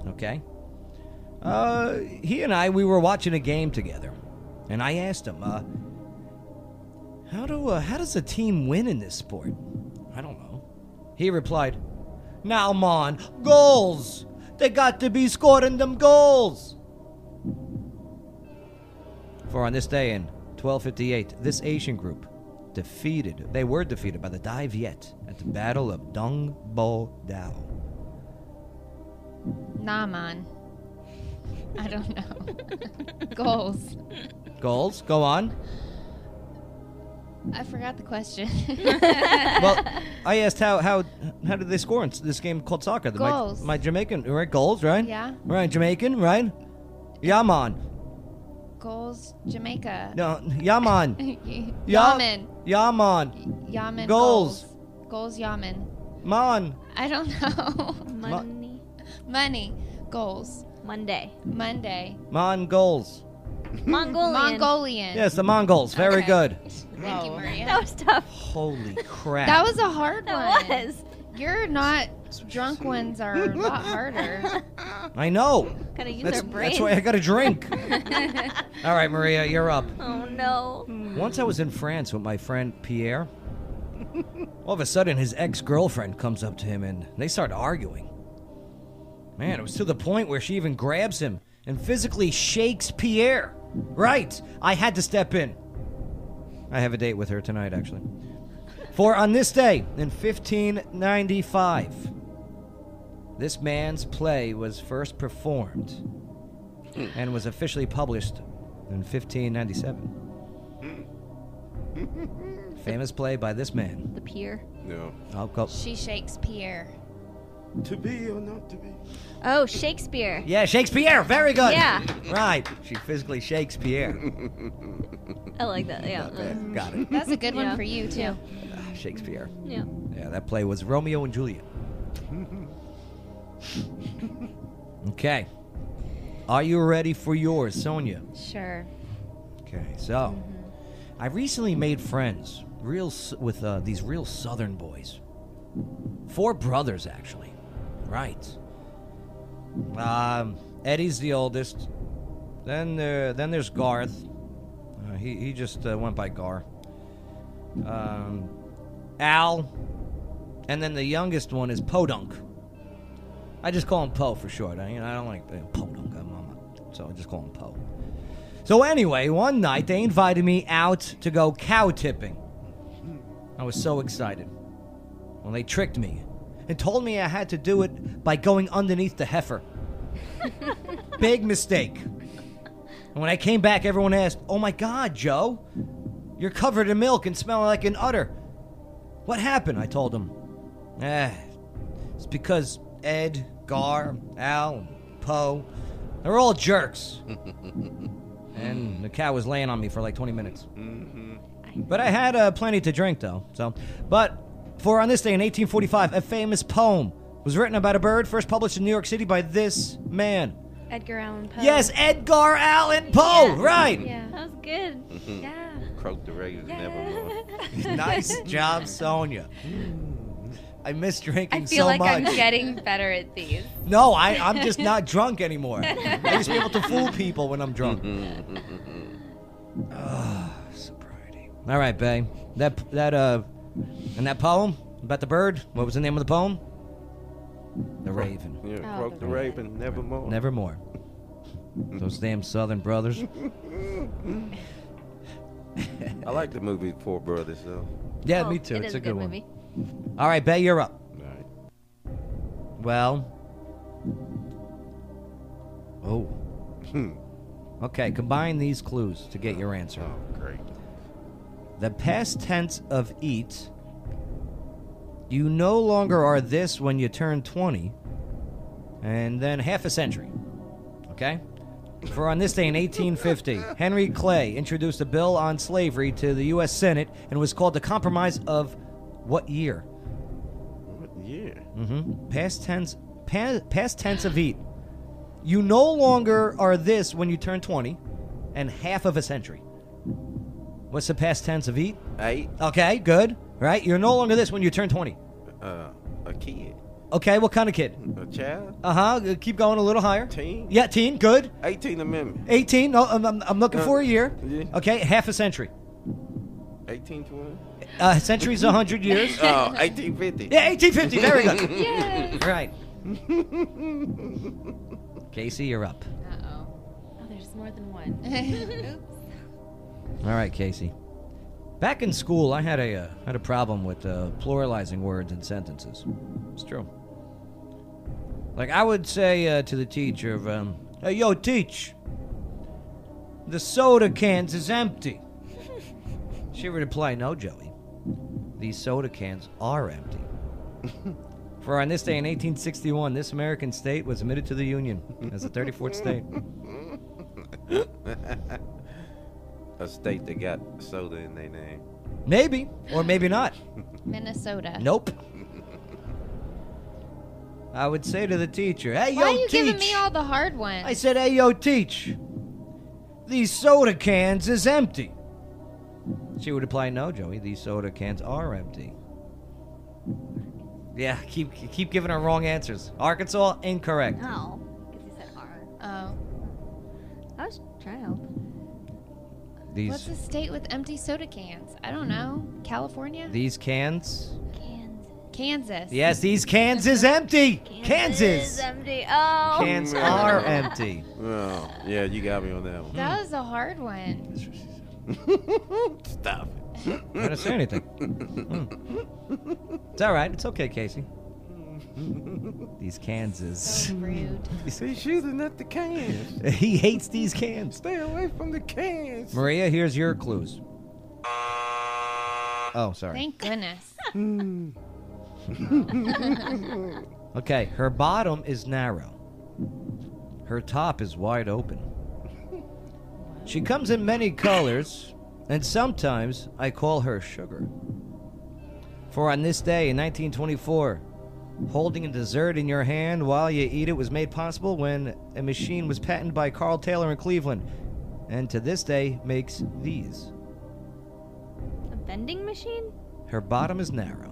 S2: okay, uh, he and I we were watching a game together, and I asked him, uh, "How do uh, how does a team win in this sport?" I don't know. He replied, "Now, man, goals. They got to be scoring them goals." For on this day in 1258, this Asian group defeated, they were defeated by the Dai Viet at the Battle of Dong Bo Dao.
S5: Nah, man. I don't know. Goals.
S2: Goals, go on.
S5: I forgot the question.
S2: Well, I asked how how how did they score in s- this game called soccer? The- my-
S5: Goals.
S2: My, Jamaican, right? Goals, right?
S5: Yeah.
S2: Right, Jamaican, right? Yaman.
S5: Goals, Jamaica.
S2: No, Yaman. Ya-
S5: Yaman.
S2: Yaman.
S5: Yaman.
S2: Goals.
S5: Goals, Goals, Yaman.
S2: Man.
S5: I don't know.
S2: Mm. Money.
S5: Money. Goals.
S7: Monday.
S5: Monday.
S2: Man goals.
S7: Mongolian.
S5: Mongolian.
S2: Yes, the Mongols. Very
S5: Okay.
S2: good.
S5: Thank you, Maria.
S7: That was tough.
S2: Holy crap.
S5: That was a hard
S7: That
S5: one.
S7: was.
S5: You're not drunk ones are a lot harder.
S2: I know.
S7: Gotta use
S2: that's,
S7: our
S2: that's
S7: brains.
S2: why I got a drink. All right, Maria, you're up.
S7: oh no.
S2: Once I was in France with my friend Pierre. All of a sudden, his ex girlfriend comes up to him and they start arguing. Man, it was to the point where she even grabs him and physically shakes Pierre. Right, I had to step in. I have a date with her tonight, actually. For on this day, in 1595, this man's play was first performed and was officially published in 1597. Famous play by this man.
S7: The pier.
S4: No.
S2: I'll go.
S5: she shakes Pierre.
S4: To be or not to be.
S7: Oh, Shakespeare.
S2: Yeah, Shakespeare. Very good.
S7: Yeah.
S2: Right. She physically shakes Pierre.
S7: I like that. Yeah.
S2: Got it.
S5: That's a good one
S7: Yeah.
S5: for you too.
S2: Shakespeare.
S7: Yeah.
S2: Yeah, that play was Romeo and Juliet. Okay. Are you ready for yours, Sonia?
S6: Sure.
S2: Okay, so I recently made friends, real s- with uh, these real Southern boys. Four brothers, actually. Right. Um, Eddie's the oldest. Then there, then there's Garth. Uh, he he just uh, went by Gar. Um, Al, and then the youngest one is Podunk. I just call him Po for short. I, you know, I don't like uh, Podunk. I'm, I'm not, so I just call him Po. So anyway, one night they invited me out to go cow tipping. I was so excited. Well, they tricked me and told me I had to do it by going underneath the heifer. Big mistake. And when I came back, everyone asked, "Oh my God, Joe, You're covered in milk and smelling like an udder. What happened? I told him. Eh, it's because Ed, Gar, Al, and Poe, they're all jerks. and the cat was laying on me for like 20 minutes.
S6: Mm-hmm.
S2: But I had uh, plenty to drink, though. So, but for on this day in 1845, a famous poem was written about a bird, first published in New York City by this man.
S6: Edgar Allan Poe.
S2: Yes, Edgar Allan Poe.
S6: Yeah.
S2: Right.
S6: Yeah, that was good. yeah.
S4: Croak the raven nevermore.
S2: nice job, Sonia. I miss drinking
S6: Hmm. I feel
S2: so
S6: like
S2: much.
S6: I'm getting better at these.
S2: No, I, I'm just not drunk anymore. I used to be able to fool people when I'm drunk. Ah, sobriety. All right, Bay. That that uh, and that poem about the bird. What was the name of the poem? The Raven.
S4: Yeah,
S2: Oh,
S4: croak the raven nevermore.
S2: Nevermore. Those damn Southern brothers.
S4: I like the movie Four Brothers though.
S7: Oh,
S2: Yeah, me too. it's Oh, a, good, one. All right, Bay, you're up. All right. Well. Oh. Hmm. Okay, combine these clues to get your answer. Oh,
S4: great.
S2: The past tense of eat. You no longer are this when you turn 20, and then half a century. Okay? For on this day in 1850, Henry Clay introduced a bill on slavery to the U.S. Senate and was called the Compromise of what year?
S4: What year?
S2: Mm-hmm. Past tense, pa- past tense of eat. You no longer are this when you turn 20 and half of a century. What's the past tense of eat?
S4: Eight.
S2: Okay, good. Right? You're no longer this when you turn 20.
S4: Uh, a kid,
S2: Okay, what kind of kid?
S4: a child.
S2: Uh huh. Keep going a little higher.
S4: Teen.
S2: Yeah, teen. Good.
S4: 18 Amendment.
S2: 18. No, I'm, I'm, I'm looking
S4: Uh,
S2: for a year.
S4: yeah.
S2: Okay, half a century.
S4: 1820.
S2: Uh, century's 100 years.
S4: Oh, 1850.
S2: Yeah, 1850. Very good. Right. Casey, you're up.
S6: Oh, there's more than one. Oops.
S2: All right, Casey. Back in school, I had a uh, had a problem with uh, pluralizing words in sentences. It's true. Like I would say uh, to the teacher, of, um, "Hey, yo, teach. The soda cans is empty." she would reply, "No, Joey. These soda cans are empty." For on this day in 1861, this American state was admitted to the Union as the 34th state.
S4: a state that got soda in their name.
S2: Maybe, or maybe not.
S5: Minnesota.
S2: Nope. I would say to the teacher, "Hey,
S5: Why
S2: yo,
S5: are you
S2: teach."
S5: giving me all the hard ones?
S2: I said, "Hey, yo, teach. These soda cans is empty." She would reply, "No, Joey. These soda cans are empty." Yeah, keep keep giving her wrong answers. Arkansas, incorrect.
S5: Uh,
S7: No, because Oh, he said R.
S5: Oh.
S7: I was trying to help.
S2: These
S5: What's a state with empty soda cans? I don't know. California?
S2: these cans.
S5: Kansas.
S2: Yes, these cans is empty. Kansas.
S5: empty. Oh.
S2: Cans are empty.
S4: Oh, yeah, you got me on that one.
S5: That was a hard one.
S4: Stop it.
S2: I didn't say anything. Hmm. It's all right. It's okay, Casey. These cans is.
S5: rude.
S4: He's shooting at the cans.
S2: he hates these cans.
S4: Stay away from the cans.
S2: Maria, here's your clues. Oh, sorry.
S5: Thank goodness.
S2: Okay, her bottom is narrow. Her top is wide open. She comes in many colors, and sometimes I call her sugar. For on this day in 1924, holding a dessert in your hand while you eat it was made possible when a machine was patented by Carl Taylor in Cleveland, and to this day makes these.
S7: A vending machine?
S2: Her bottom is narrow.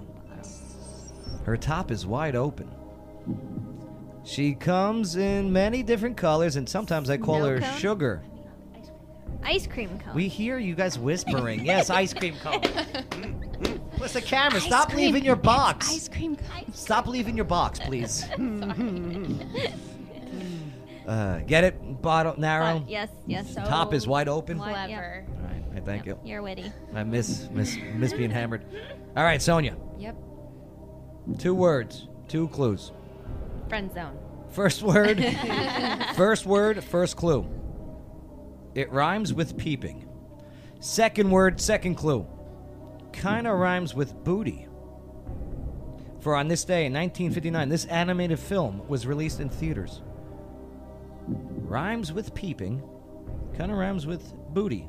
S2: Her top is wide open. She comes in many different colors, and sometimes I call
S7: No
S2: her
S7: cone? Oh.
S2: sugar.
S7: Ice cream cone.
S2: We hear you guys whispering. yes, ice cream cone. What's the camera?
S7: Ice
S2: Stop
S7: cream.
S2: leaving your box.
S7: Ice cream
S2: Stop leaving your box, please.
S7: Sorry.
S2: Uh, get it? Bottom narrow.
S7: But yes, yes. So
S2: Top is wide open.
S7: Wide, yeah.
S5: Clever.
S2: All right, I thank you.
S7: You're witty.
S2: I miss miss miss being hammered. All right, Sonia.
S6: Yep.
S2: Two words, two clues.
S6: Friend zone.
S2: First word. first word, first clue. It rhymes with peeping. Second word, second clue. Kind of rhymes with booty. For on this day in 1959, this animated film was released in theaters. Rhymes with peeping. Kind of rhymes with booty.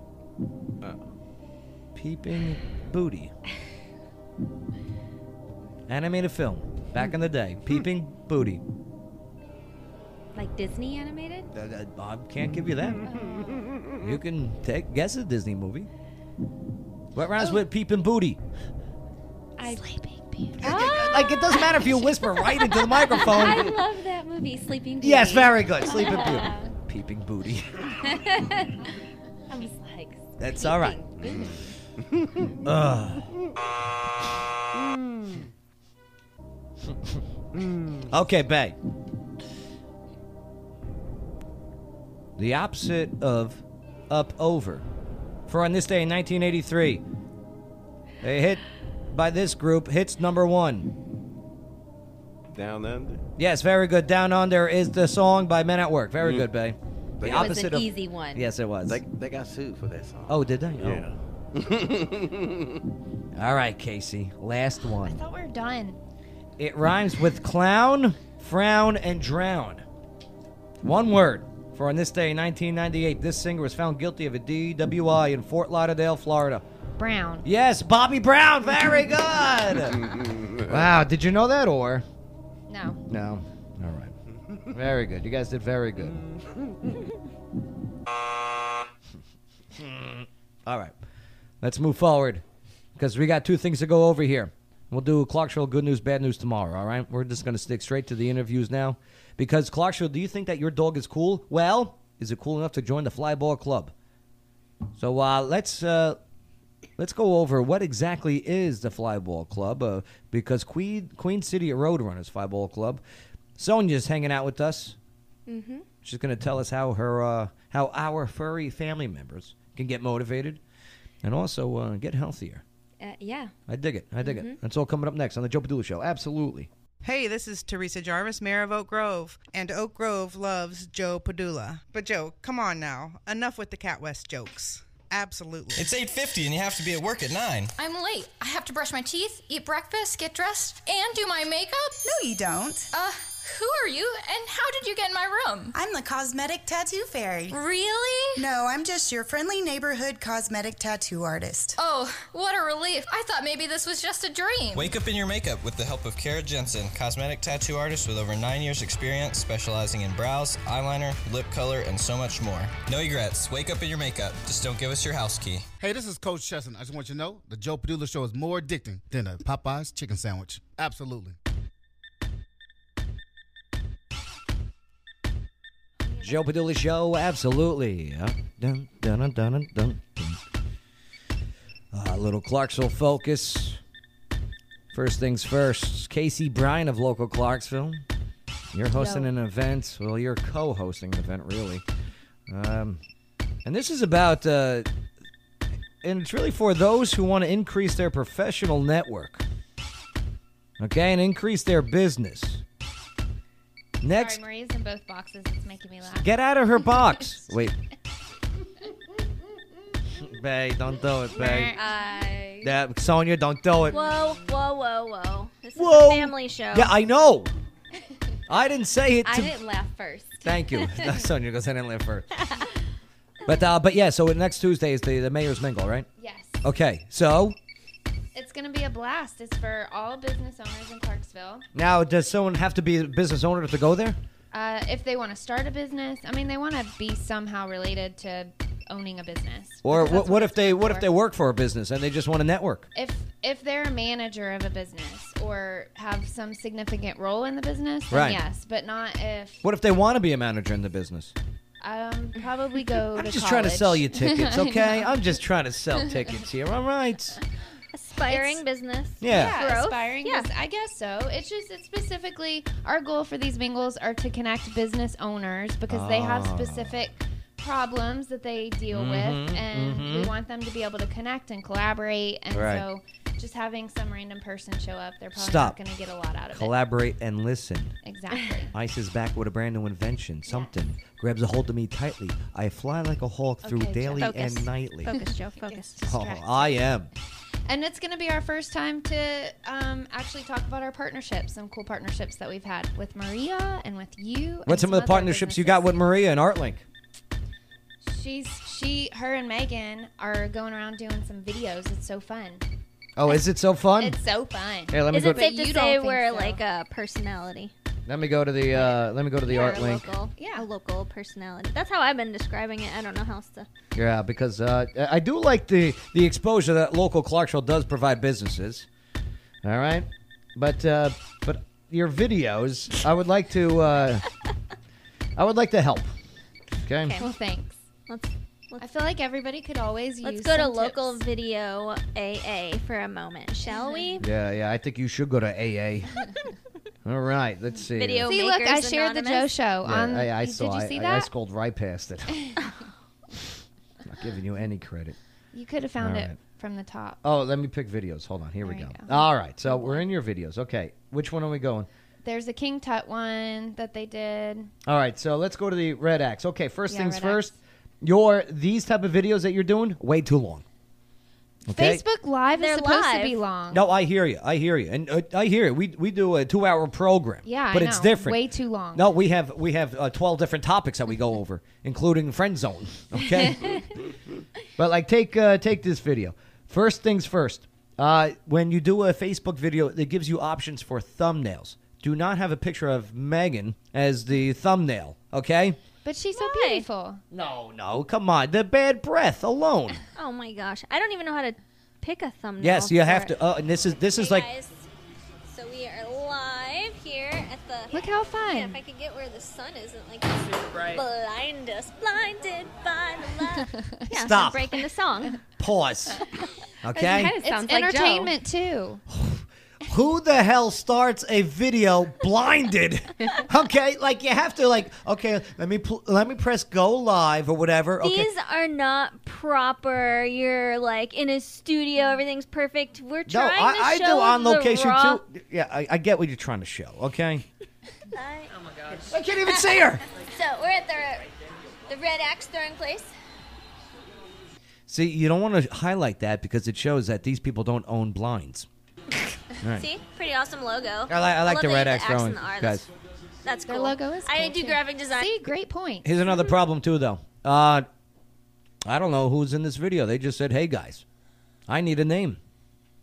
S2: Peeping booty. Animated film. Back in the day. Peeping booty.
S6: Like Disney animated?
S2: Uh, uh, Bob can't give you that. You can take guess a Disney movie. What rhymes with peeping booty?
S6: I, Sleeping Beauty.
S2: Like it doesn't matter if you whisper right into the microphone.
S6: I love that movie, Sleeping Beauty.
S2: Yes, very good. Sleeping Beauty. Peeping booty.
S6: I was like,
S2: That's all right.
S6: Sleeping
S2: Ugh. okay, Bay. The opposite of up over. For on this day in 1983, a hit by this group hits number one.
S4: Down under.
S2: Yes, very good. Down under is the song by Men at Work.
S4: Mm.
S2: Very good, Bay. The
S6: That was an easy one.
S2: Yes, it was.
S4: They, they got sued for that song.
S2: Oh, did they? Oh.
S4: Yeah.
S2: All right, Casey. Last one.
S1: thought we were done.
S2: It rhymes with clown, frown, and drown. One word. For on this day, in 1998, this singer was found guilty of a DWI in Fort Lauderdale, Florida.
S1: Brown.
S2: Yes, Bobby Brown. Very good. wow, did you know that or?
S1: No.
S2: No. All right. Very good. You guys did very good. All right. Let's move forward because we got two things to go over here. We'll do Clarksville good news, bad news tomorrow. All right. We're just going to stick straight to the interviews now because Clarksville, do you think that your dog is cool? Well, is it cool enough to join the Flyball Club? So uh, let's uh, let's go over what exactly is the Flyball Club uh, because Queen Queen City Roadrunners Flyball Club. Sonia's hanging out with us.
S6: Mm-hmm.
S2: She's going to tell us how her uh, how our furry family members can get motivated and also uh, get healthier.
S6: Uh, yeah.
S2: I dig it. I dig
S6: Mhm.
S2: it. That's all coming up next on the Joe Padula Show. Absolutely.
S13: Hey, this is Teresa Jarvis, Mayor of Oak Grove, and Oak Grove loves Joe Padula. But Joe, come on now, enough with the Cat West jokes. Absolutely.
S14: It's 8.50 and you have to be at work at 9.
S15: I'm late. I have to brush my teeth, eat breakfast, get dressed, and do my makeup? No, you don't. Uh, who are you, and how did you get in my room?
S16: I'm the cosmetic tattoo fairy.
S15: Really?
S16: No, I'm just your friendly neighborhood cosmetic tattoo artist.
S15: Oh, what a relief. I thought maybe this was just a dream.
S14: Wake up in your makeup with the help of Kara Jensen, cosmetic tattoo artist with over 9 years experience specializing in brows, eyeliner, lip color, and so much more. No regrets. Wake up in your makeup. Just don't give us your house key.
S17: Hey, this is Coach Chesson. I just want you to know the Joe Padula Show is more addicting than a Popeyes chicken sandwich. Absolutely.
S2: Joe Padula Show, absolutely. Uh, dun, dun, dun, dun, dun, dun. Uh, little Clarksville focus. First things first, Casey Bryan of Local Clarksville. You're hosting
S18: Yo.
S2: an event. Well, you're co hosting an event, really. Um, and this is about, uh, and it's really for those who want to increase their professional network, okay, and increase their business. Next,
S5: Sorry, Maria's in both boxes. It's making me laugh.
S2: Get out of her box. Wait. Bay, don't do it, Bay.
S7: I-
S2: That Sonia, don't do it.
S7: Whoa, whoa, whoa, whoa. This
S2: Whoa.
S7: is a family show.
S2: Yeah, I know. I didn't say it. To...
S6: I didn't laugh first.
S2: Thank you, Sonia, because I didn't live first. But uh, but yeah, so next Tuesday is the, the mayor's mingle, right?
S5: Yes.
S2: Okay, so
S5: It's going to be a blast. It's for all business owners in Clarksville.
S2: now does someone have to be a business owner to go there?
S5: Uh, if they want to start a business, I mean, they want to be somehow related to owning a business.
S2: Or
S5: because
S2: what,
S5: that's
S2: what if they what if
S5: for.
S2: they work for a business and they just want to network?
S5: If if they're a manager of a business or have some significant role in the business, then
S2: Right.
S5: yes, but not if
S2: What if they want to be a manager in the business?
S5: um probably go.
S2: I'm just trying to sell you tickets, okay? I'm just trying to sell tickets here. All right.
S7: Aspiring business.
S2: Yeah.
S7: Growth.
S5: aspiring. Yes, I guess so. It's just it's specifically our goal for these mingles are to connect business owners because they have
S19: Ah.
S5: specific problems that they deal
S19: Mhm,
S2: Mm-hmm,
S5: with, and we
S19: mhm.
S5: want them to be able to connect and collaborate. And
S2: Right.
S5: so, just having some random person show up, they're probably
S2: Stop.
S5: not going to get a lot out of
S2: Collaborate and listen.
S5: it. Exactly.
S2: Ice is back with a brand new invention, something. Grabs a hold of me tightly. I fly like a hawk through daily and nightly.
S5: Focus, Joe. Focus.
S2: Oh,
S5: Distract.
S2: I am.
S5: And it's going to be our first time to um, actually talk about our partnerships, some cool partnerships that we've had with Maria and with you. and
S2: What's some of the
S5: other
S2: partnerships you got with Maria and ArtLink?
S5: businesses. She's she, her, and Megan are going around doing some videos. It's so fun.
S2: Oh, is it so fun?
S5: It's so fun.
S2: Here, let me
S7: Is
S2: go.
S7: it safe
S5: But
S7: to
S5: you don't
S7: say
S5: think
S7: we're
S5: so.
S7: like a personality?
S2: let me go to the. Uh, let me go to the
S7: Or a
S2: ArtLink.
S7: Local, yeah, a local personality. That's how I've been describing it. I don't know how else to.
S2: Yeah, because uh, I do like the the exposure that local Clarksville does provide businesses. All right, but uh, but your videos, I would like to. Uh, I would like to help. Okay.
S5: Okay, well, thanks.
S7: Let's,
S5: I feel like everybody could always
S7: Let's
S5: use
S7: go to
S5: some
S7: local
S5: tips.
S7: video AA for a moment, shall we?
S2: Yeah, yeah. I think you should go to AA. All right. Let's see.
S7: Video
S5: See, look, I
S7: Makers
S5: shared the Joe
S7: Anonymous.
S5: show.
S2: Yeah,
S5: on,
S2: I, I
S5: did
S2: saw.
S5: you see
S2: I, I- I
S5: that?
S2: scrolled right past it. Not giving you any credit.
S5: you could have found
S2: All
S5: it
S2: right.
S5: from the top.
S2: Oh, let me pick videos. Hold on. Here we
S5: There
S2: go.
S5: you go.
S2: All right. So we're in your videos. Okay. Which one are we going?
S5: There's a King Tut one that they did.
S2: All right. So let's go to the red axe. Okay. First
S5: Yeah,
S2: things
S5: red
S2: first. Your these type of videos that you're doing way too long. Okay.
S5: Facebook Live
S7: They're
S5: is supposed to
S7: live.
S5: be long.
S2: No, I hear you. I hear you, and uh, I hear you. We we do a two hour program.
S5: Yeah, I
S2: but it's
S5: know.
S2: different.
S5: Way too long.
S2: No, we have we have uh, twelve different topics that we go over, including friend zone. Okay. But like, take uh, take this video. First things first. Uh, when you do a Facebook video, it gives you options for thumbnails. Do not have a picture of Megan as the thumbnail. Okay.
S5: But she's so beautiful.
S2: No, No, come on. The bad breath alone.
S7: Oh my gosh, I don't even know how to pick a thumbnail.
S2: yes, you
S7: for
S2: have
S7: it.
S2: to. Uh, and this is this is
S7: Hey,
S2: like
S7: guys. So we are live here at the.
S5: Look how fun.
S7: Yeah, if I could get where the sun isn't like blind us, blinded by the love. yeah, so
S2: Stop.
S7: breaking the song.
S2: pause. Okay.
S7: It sounds
S5: it's
S7: like Joe.
S5: entertainment too.
S2: Who the hell starts a video blinded? okay, like you have to like okay, let me pl- let me press go live or whatever. Okay.
S7: These are not proper. You're like in a studio, everything's perfect. We're
S2: no,
S7: trying
S2: I,
S7: to
S2: I
S7: show
S2: do on
S7: the
S2: location
S7: raw-
S2: too. Yeah, I, I get what you're trying to show. Okay,
S7: Oh my gosh.
S2: I can't even see her.
S7: so we're at the the red axe throwing place.
S2: See, you don't want to highlight that because it shows that these people don't own blinds. All right.
S7: See, pretty awesome logo.
S2: I like- I like
S7: love
S2: the
S7: they
S2: red
S7: have
S2: axe
S7: the
S2: throwing,
S7: and the R.
S2: guys.
S7: That's, that's
S5: Their
S7: cool.
S5: logo is
S7: I
S5: cool,
S7: do
S5: too.
S7: graphic design.
S5: See, great point.
S2: Here's another problem too, though. Uh, I don't know who's in this video. They just said, "Hey guys, I need a name."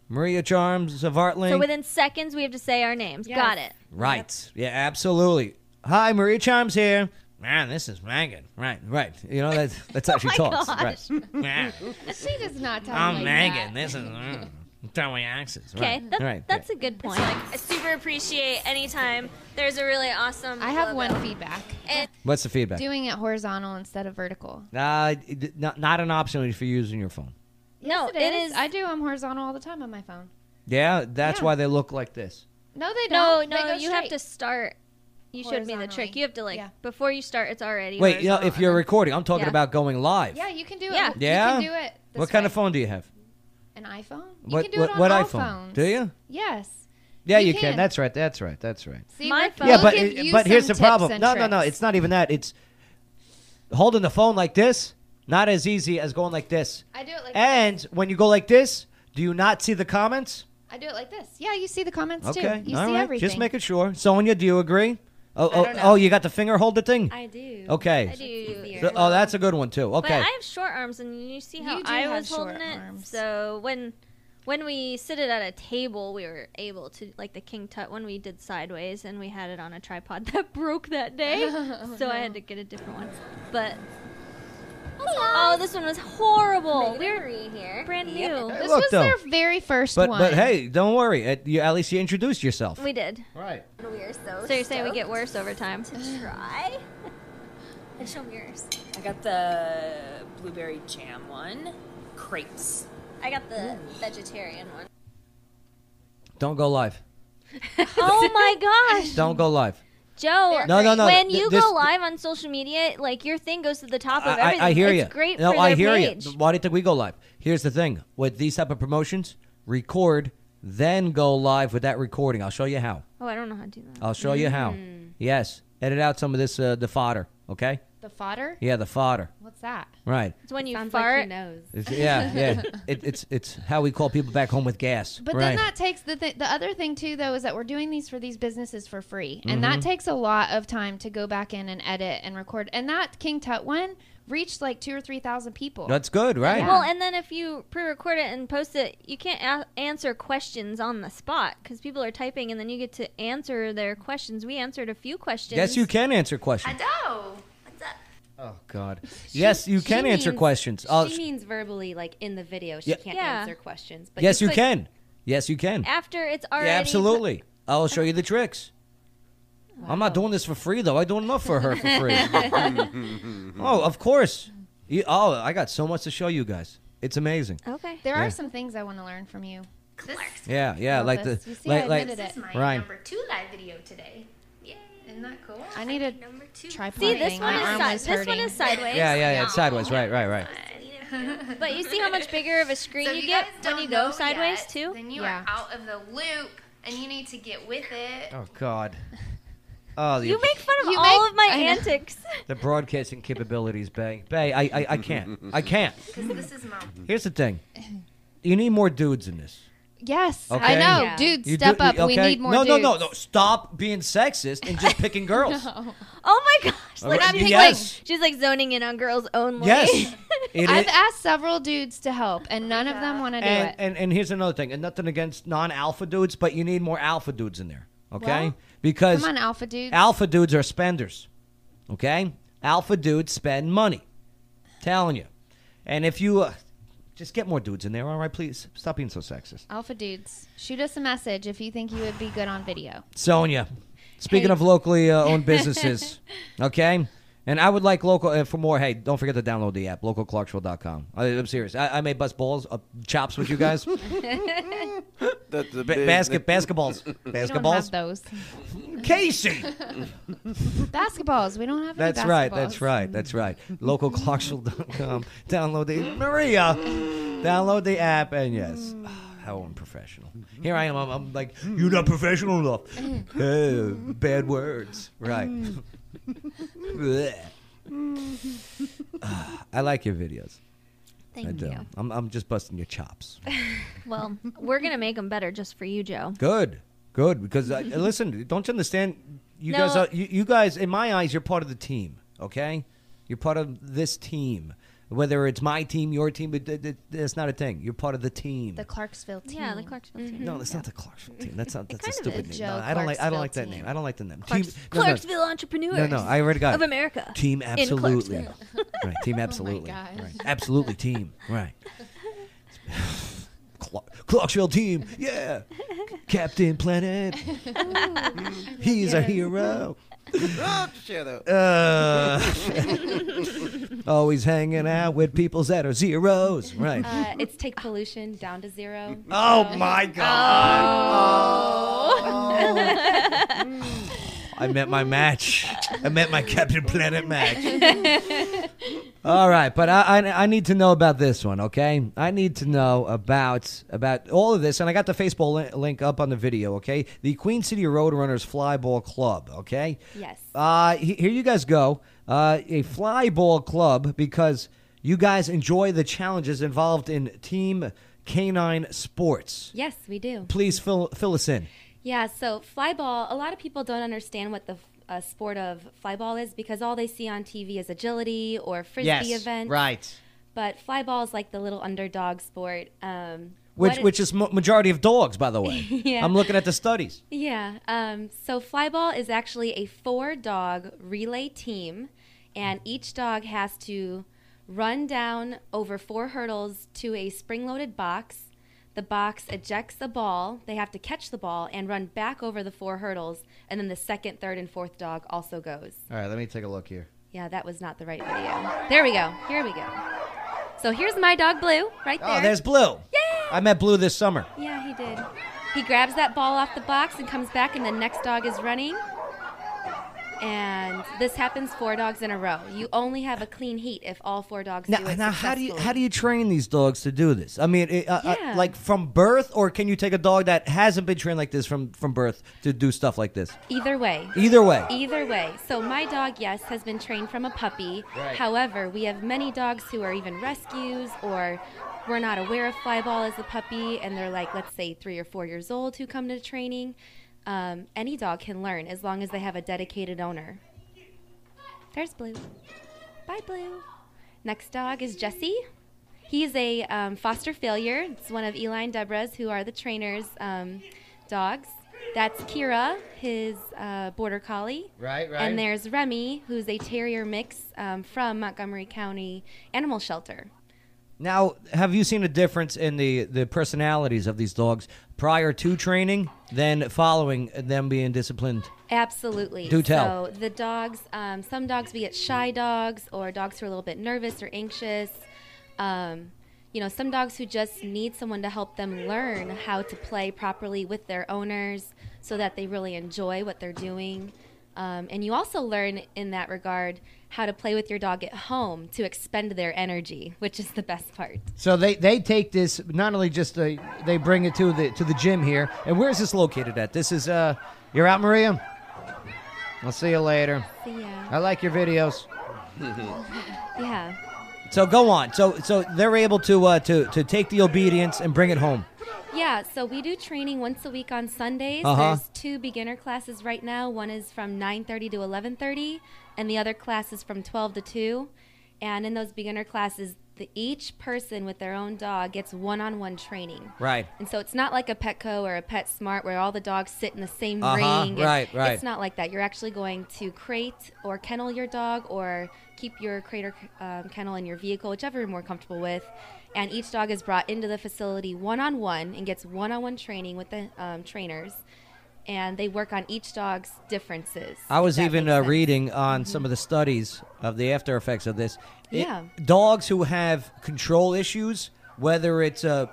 S2: Maria Charms of Artling.
S7: So within seconds, we have to say our names. Got it.
S2: Right. Yeah, absolutely. Hi, Maria Charms here. Man, this is Megan. Right, right. You know that's that's how she
S5: my
S7: Oh
S2: talks.
S5: gosh.
S2: Right. Yeah.
S5: she does not talk
S2: I'm
S5: like
S2: Oh, Megan.
S5: that.
S2: This is mm, throwing axes.
S7: Okay,
S2: Right.
S7: that,
S2: right.
S7: that's a good point. I super appreciate anytime there's a really awesome.
S5: I have one feedback.
S2: What's the feedback?
S5: Doing it horizontal instead of vertical.
S2: Uh, d- not, not an option if you're using your phone.
S5: No,
S7: Oh, it is.
S5: I do. I'm horizontal all the time on my phone.
S2: Yeah, that's
S5: Yeah.
S2: why they look like this.
S5: No, they
S7: No,
S5: don't. They
S7: no,
S5: go
S7: you have
S5: straight.
S7: to start. You showed me the trick. You have to like before you start. It's already.
S2: Wait, you know, if
S7: horizontal.
S2: you're recording, I'm talking
S7: Yeah.
S2: about going live.
S5: Yeah, you can do
S7: Yeah.
S5: it.
S2: Yeah?
S5: You can do it. this
S2: what kind
S5: way.
S2: of phone do you have?
S5: An iPhone? You
S2: what
S5: can do
S2: what,
S5: it on
S2: what
S5: all
S2: iPhone?
S5: phones.
S2: Do you?
S5: Yes.
S2: Yeah, you,
S5: You
S2: can.
S5: can.
S2: That's right. That's right. That's right.
S5: See,
S7: My
S5: we're-
S7: phone-
S2: yeah, but
S5: we'll give
S2: it-
S5: you
S2: but here's
S5: some
S2: the
S5: tips
S2: problem.
S5: and
S2: No, no, no.
S5: tricks.
S2: It's not even that. It's holding the phone like this. Not as easy as going like this.
S5: I do it like
S2: And when you go like this, do you not see the comments?
S5: I do it like this. Yeah, you see the comments
S2: Okay,
S5: too. You
S2: all
S5: see
S2: right.
S5: everything.
S2: Just making sure. Sonia, do you agree? Oh,
S5: I
S2: oh,
S5: don't know.
S2: oh, you got the finger hold the thing.
S7: I do.
S2: Okay.
S7: I do.
S2: So- oh, that's a good one too.
S7: But
S2: Okay.
S7: I have short arms, and you see how
S5: You do
S7: I
S5: have
S7: was holding
S5: short
S7: it.
S5: arms.
S7: So when when we sit it at a table, we were able to like the king tut one we did sideways, and we had it on a tripod that broke that day.
S5: Oh,
S7: so I
S5: no.
S7: had to get a different one. But oh, this one was horrible. We were here. brand new.
S2: Hey,
S5: This
S2: look,
S5: was
S2: though.
S5: their very first
S2: but
S5: one.
S2: but hey, don't worry. At, you, at least you introduced yourself.
S7: We did.
S2: Right.
S7: We are so. So you're saying we get worse over time? Try. and show them yours.
S18: I got the blueberry jam one. Crepes.
S7: I got the vegetarian one.
S2: Don't go live.
S7: oh my gosh.
S2: Don't go live.
S7: Joe,
S2: No, no, no,
S7: When
S2: th-
S7: you
S2: this-
S7: go live on social media, like your thing goes to the top of
S2: I,
S7: everything.
S2: I- I hear
S7: it's
S2: you.
S7: Great
S2: no,
S7: for
S2: I
S7: their
S2: hear
S7: page.
S2: you. Why do you think we go live? Here's the thing: with these type of promotions, record, then go live with that recording. I'll show you how.
S7: Oh, I don't know how to do that.
S2: I'll show you how.
S7: Mm.
S2: Yes. Edit out some of this, uh, the fodder, okay?
S5: The fodder?
S2: Yeah, the fodder.
S5: What's that?
S2: Right.
S7: It's when you
S5: Sounds like
S7: fart.
S5: he knows.
S2: It's- yeah, yeah. It, it's it's how we call people back home with gas.
S5: But
S2: right.
S5: then that takes the th- the other thing too though is that we're doing these for these businesses for free, and
S2: Mhm.
S5: that takes a lot of time to go back in and edit and record. And that King Tut one reached like two or three thousand people.
S2: That's good, right?
S7: Well, and then if you pre-record it and post it, you can't a- answer questions on the spot because people are typing, and then you get to answer their questions. We answered a few questions.
S2: yes, you can answer questions.
S7: know.
S2: Oh God. yes, you can
S6: She
S2: answer
S6: means-
S2: questions. Oh,
S6: she means verbally, like in the video. She
S2: Yeah.
S6: can't
S7: Yeah.
S6: answer questions. But
S2: yes, you,
S6: could-
S2: can. Yes, you can.
S7: After it's
S2: Yeah,
S7: already
S2: absolutely. I'll show you the tricks. I'm not doing this for free though. I do enough for her for free. oh, of course. You, oh, I got so much to show you guys. It's amazing.
S7: Okay.
S5: There
S2: Yeah.
S5: are some things I want to learn from you.
S2: Yeah, yeah, like the
S5: Elvis, you see,
S2: like
S5: I
S2: like
S5: admitted it. This is my
S2: Ryan.
S1: two live video today. Yeah, isn't that cool?
S5: I need a tripod
S7: See, this
S5: thing.
S7: one
S5: My
S7: is
S5: arm
S7: si-
S5: was
S7: this one
S5: hurting.
S7: is sideways.
S2: Yeah, yeah, yeah. It's sideways. Right, right, right.
S7: But you see how much bigger of a screen
S1: So
S7: you,
S1: if you
S7: get
S1: guys
S7: when
S1: don't
S7: you go
S1: know
S7: sideways
S1: yet,
S7: too.
S1: Then you are out of the loop, and you need to get with it.
S2: Oh God. Oh, the,
S7: You make fun of
S1: You
S7: all
S1: make-
S7: of my
S1: I know.
S7: antics.
S2: the broadcasting capabilities, Bay. Bay, I, I, I can't. I can't.
S1: Because this is my.
S2: Here's the thing. You need more dudes in this.
S5: Yes,
S2: Okay.
S5: I know, dudes.
S2: You
S5: step
S2: do-
S5: up.
S2: you-
S5: We
S2: okay?
S5: need more.
S2: No,
S5: dudes.
S2: no, no, no. Stop being sexist and just picking girls.
S7: Oh my gosh!
S2: All
S7: Like
S2: right,
S7: I'm picking,
S2: yes.
S7: like, she's like zoning in on girls only.
S2: Yes. It
S5: I've
S2: is-
S5: asked several dudes to help,
S7: Oh
S5: and none of them want to do
S2: and,
S5: it.
S2: and and here's another thing. And nothing against non-alpha dudes, but you need more alpha dudes in there. Okay?
S5: Well,
S2: because
S5: come on, alpha dudes.
S2: Alpha dudes are spenders. Okay? Alpha dudes spend money. Telling you. And if you uh, just get more dudes in there, all right, please. Stop being so sexist.
S5: Alpha dudes, shoot us a message if you think you would be good on video.
S2: Sonia, speaking of locally uh, owned businesses, okay? And I would like local, uh, for more, hey, don't forget to download the app, localclarksville.com. I, I'm serious. I, I may bust balls, uh, chops with you guys. ba-
S4: That's a big-
S2: basket, basketballs.
S5: We
S2: Basketballs.
S5: don't have those.
S2: Casey!
S5: basketballs. We don't have any
S2: That's right.
S5: basketballs.
S2: That's right. That's right. Localclarksville.com. Download the Maria. Download the app, and yes, how unprofessional. Here I am. I'm, I'm like you're not professional enough. Eh, bad words. Right. Bleh. Ah, I like your videos. I
S7: Thank
S2: do.
S7: you.
S2: I'm, I'm just busting your chops.
S7: Well, we're gonna make them better just for you, Joe.
S2: Good. Good. Because I, listen, don't you understand? You
S7: No.
S2: guys are you, you guys in my eyes you're part of the team. Okay, you're part of this team. Whether it's my team, your team, but th- th- that's not a thing. You're part of the team.
S5: The Clarksville team.
S7: Yeah, the Clarksville team.
S2: no, that's not the Clarksville team. That's not. That's a
S7: kind of
S2: stupid
S7: is.
S2: name.
S7: Joe
S2: No, I don't like. I don't like that
S7: Clarksville
S2: name. I don't like the name.
S7: Clarks-
S2: team, no, no.
S7: Clarksville entrepreneurs.
S2: No, no, I already got
S7: of
S2: it.
S7: America.
S2: Team
S7: in
S2: absolutely.
S7: Clarksville.
S2: right, team absolutely.
S7: gosh.
S2: right, absolutely team. Right. Cla- Clarksville team. Yeah. Captain Planet. He's a hero.
S4: Oh, shut up.
S2: Uh, always hanging out with people that are zeros. Right.
S6: Uh, it's take pollution down to zero.
S2: Oh,
S6: So-
S2: my God.
S6: Oh.
S2: I met my match. I met my Captain Planet match. All right, but I, I I need to know about this one, okay? I need to know about about all of this, and I got the Facebook link, link up on the video, okay? The Queen City Roadrunners Flyball Club, okay?
S6: Yes.
S2: Uh, he- here you guys go. Uh, a flyball club because you guys enjoy the challenges involved in team canine sports.
S6: yes, we do.
S2: Please fill fill us in.
S6: Yeah, so fly ball, a lot of people don't understand what the uh, sport of fly ball is because all they see on TV is agility or frisbee events. But fly ball is like the little underdog sport. Um,
S2: Which
S6: what it-
S2: which is mo- majority of dogs, by the way.
S6: Yeah.
S2: I'm looking at the studies.
S6: Yeah. Um, so flyball is actually a four dog relay team, and each dog has to run down over four hurdles to a spring loaded box. The box ejects the ball. They have to catch the ball and run back over the four hurdles, and then the second, third, and fourth dog also goes.
S2: All right, let me take a look here.
S6: Yeah, that was not the right video. There we go. Here we go. So here's my dog Blue right there.
S2: Oh, there's Blue. I met Blue this summer.
S6: Yeah, he did. He grabs that ball off the box and comes back, and the next dog is running. And this happens four dogs in a row. You only have a clean heat if all four dogs
S2: Now,
S6: do it
S2: now how do you how do you train these dogs to do this? I mean, it, uh,
S6: Yeah.
S2: uh, like from birth, or can you take a dog that hasn't been trained like this from from birth to do stuff like this?
S6: Either way.
S2: Either way.
S6: Either way. So my dog, yes, has been trained from a puppy.
S2: Right.
S6: However, we have many dogs who are even rescues or were not aware of fly ball as a puppy, and they're like, let's say three or four years old who come to training. Um, any dog can learn as long as they have a dedicated owner. There's Blue. Bye, Blue. Next dog is Jesse. He's a um, foster failure. It's one of Eli and Deborah's, who are the trainer's um, dogs. That's Kira, his uh, border collie.
S19: Right, right.
S6: And there's Remy, who's a terrier mix um, from Montgomery County Animal Shelter.
S2: Now, have you seen a difference in the the personalities of these dogs prior to training than following them being disciplined?
S6: Absolutely.
S2: Do tell.
S6: So the dogs, um, some dogs we get shy dogs or dogs who are a little bit nervous or anxious. Um, you know, some dogs who just need someone to help them learn how to play properly with their owners so that they really enjoy what they're doing. Um, and you also learn in that regard how to play with your dog at home to expend their energy, which is the best part.
S2: So they they take this not only just they they bring it to the to the gym here. And where is this located at? This is uh you're out, Maria. I'll see you later.
S6: See ya.
S2: I like your videos.
S6: Yeah.
S2: so go on. So so they're able to uh to to take the obedience and bring it home.
S6: Yeah, so we do training once a week on Sundays.
S2: Uh-huh.
S6: There's two beginner classes right now. One is from 9:30 to 11:30, and the other class is from 12 to 2. And in those beginner classes, the, each person with their own dog gets one-on-one training.
S2: Right.
S6: And so it's not like a Petco or a Pet Smart where all the dogs sit in the same
S2: Uh-huh,
S6: ring. and
S2: right, right.
S6: It's not like that. You're actually going to crate or kennel your dog or keep your crate or um, kennel in your vehicle, whichever you're more comfortable with. And each dog is brought into the facility one on one and gets one on one training with the um, trainers. And they work on each dog's differences.
S2: I was
S6: That
S2: even
S6: makes
S2: uh,
S6: sense. Mm-hmm.
S2: reading on some of the studies of the after effects of this.
S6: Yeah.
S2: dogs who have control issues, whether it's uh,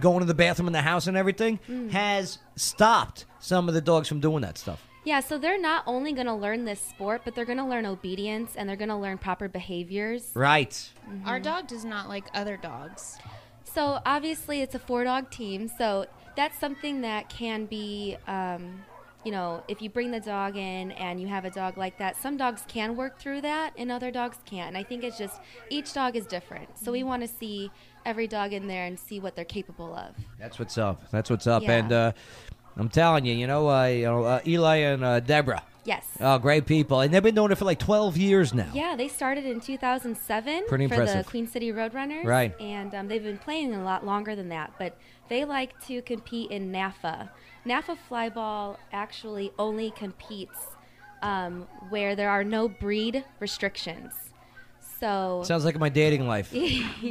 S2: going to the bathroom in the house and everything,
S6: Mm.
S2: has stopped some of the dogs from doing that stuff.
S6: Yeah, so they're not only going to learn this sport, but they're going to learn obedience and they're going to learn proper behaviors.
S2: Right.
S6: Our dog does not like other dogs. So obviously, it's a four dog team. So that's something that can be, um, you know, if you bring the dog in and you have a dog like that, some dogs can work through that and other dogs can't. And I think it's just each dog is different. So we want to see every dog in there and see what they're capable of.
S2: That's what's up. That's what's up.
S6: Yeah.
S2: And uh, I'm telling you, you know, uh, you know uh, Eli and uh, Deborah.
S6: Yes.
S2: Oh, great people. And they've been doing it for like 12 years now.
S6: Yeah, they started in 2007
S2: Pretty
S6: for
S2: impressive.
S6: the Queen City Roadrunners.
S2: Right.
S6: And um, they've been playing a lot longer than that, but they like to compete in NAFA. NAFA flyball actually only competes um, where there are no breed restrictions. So
S2: Sounds like my dating life.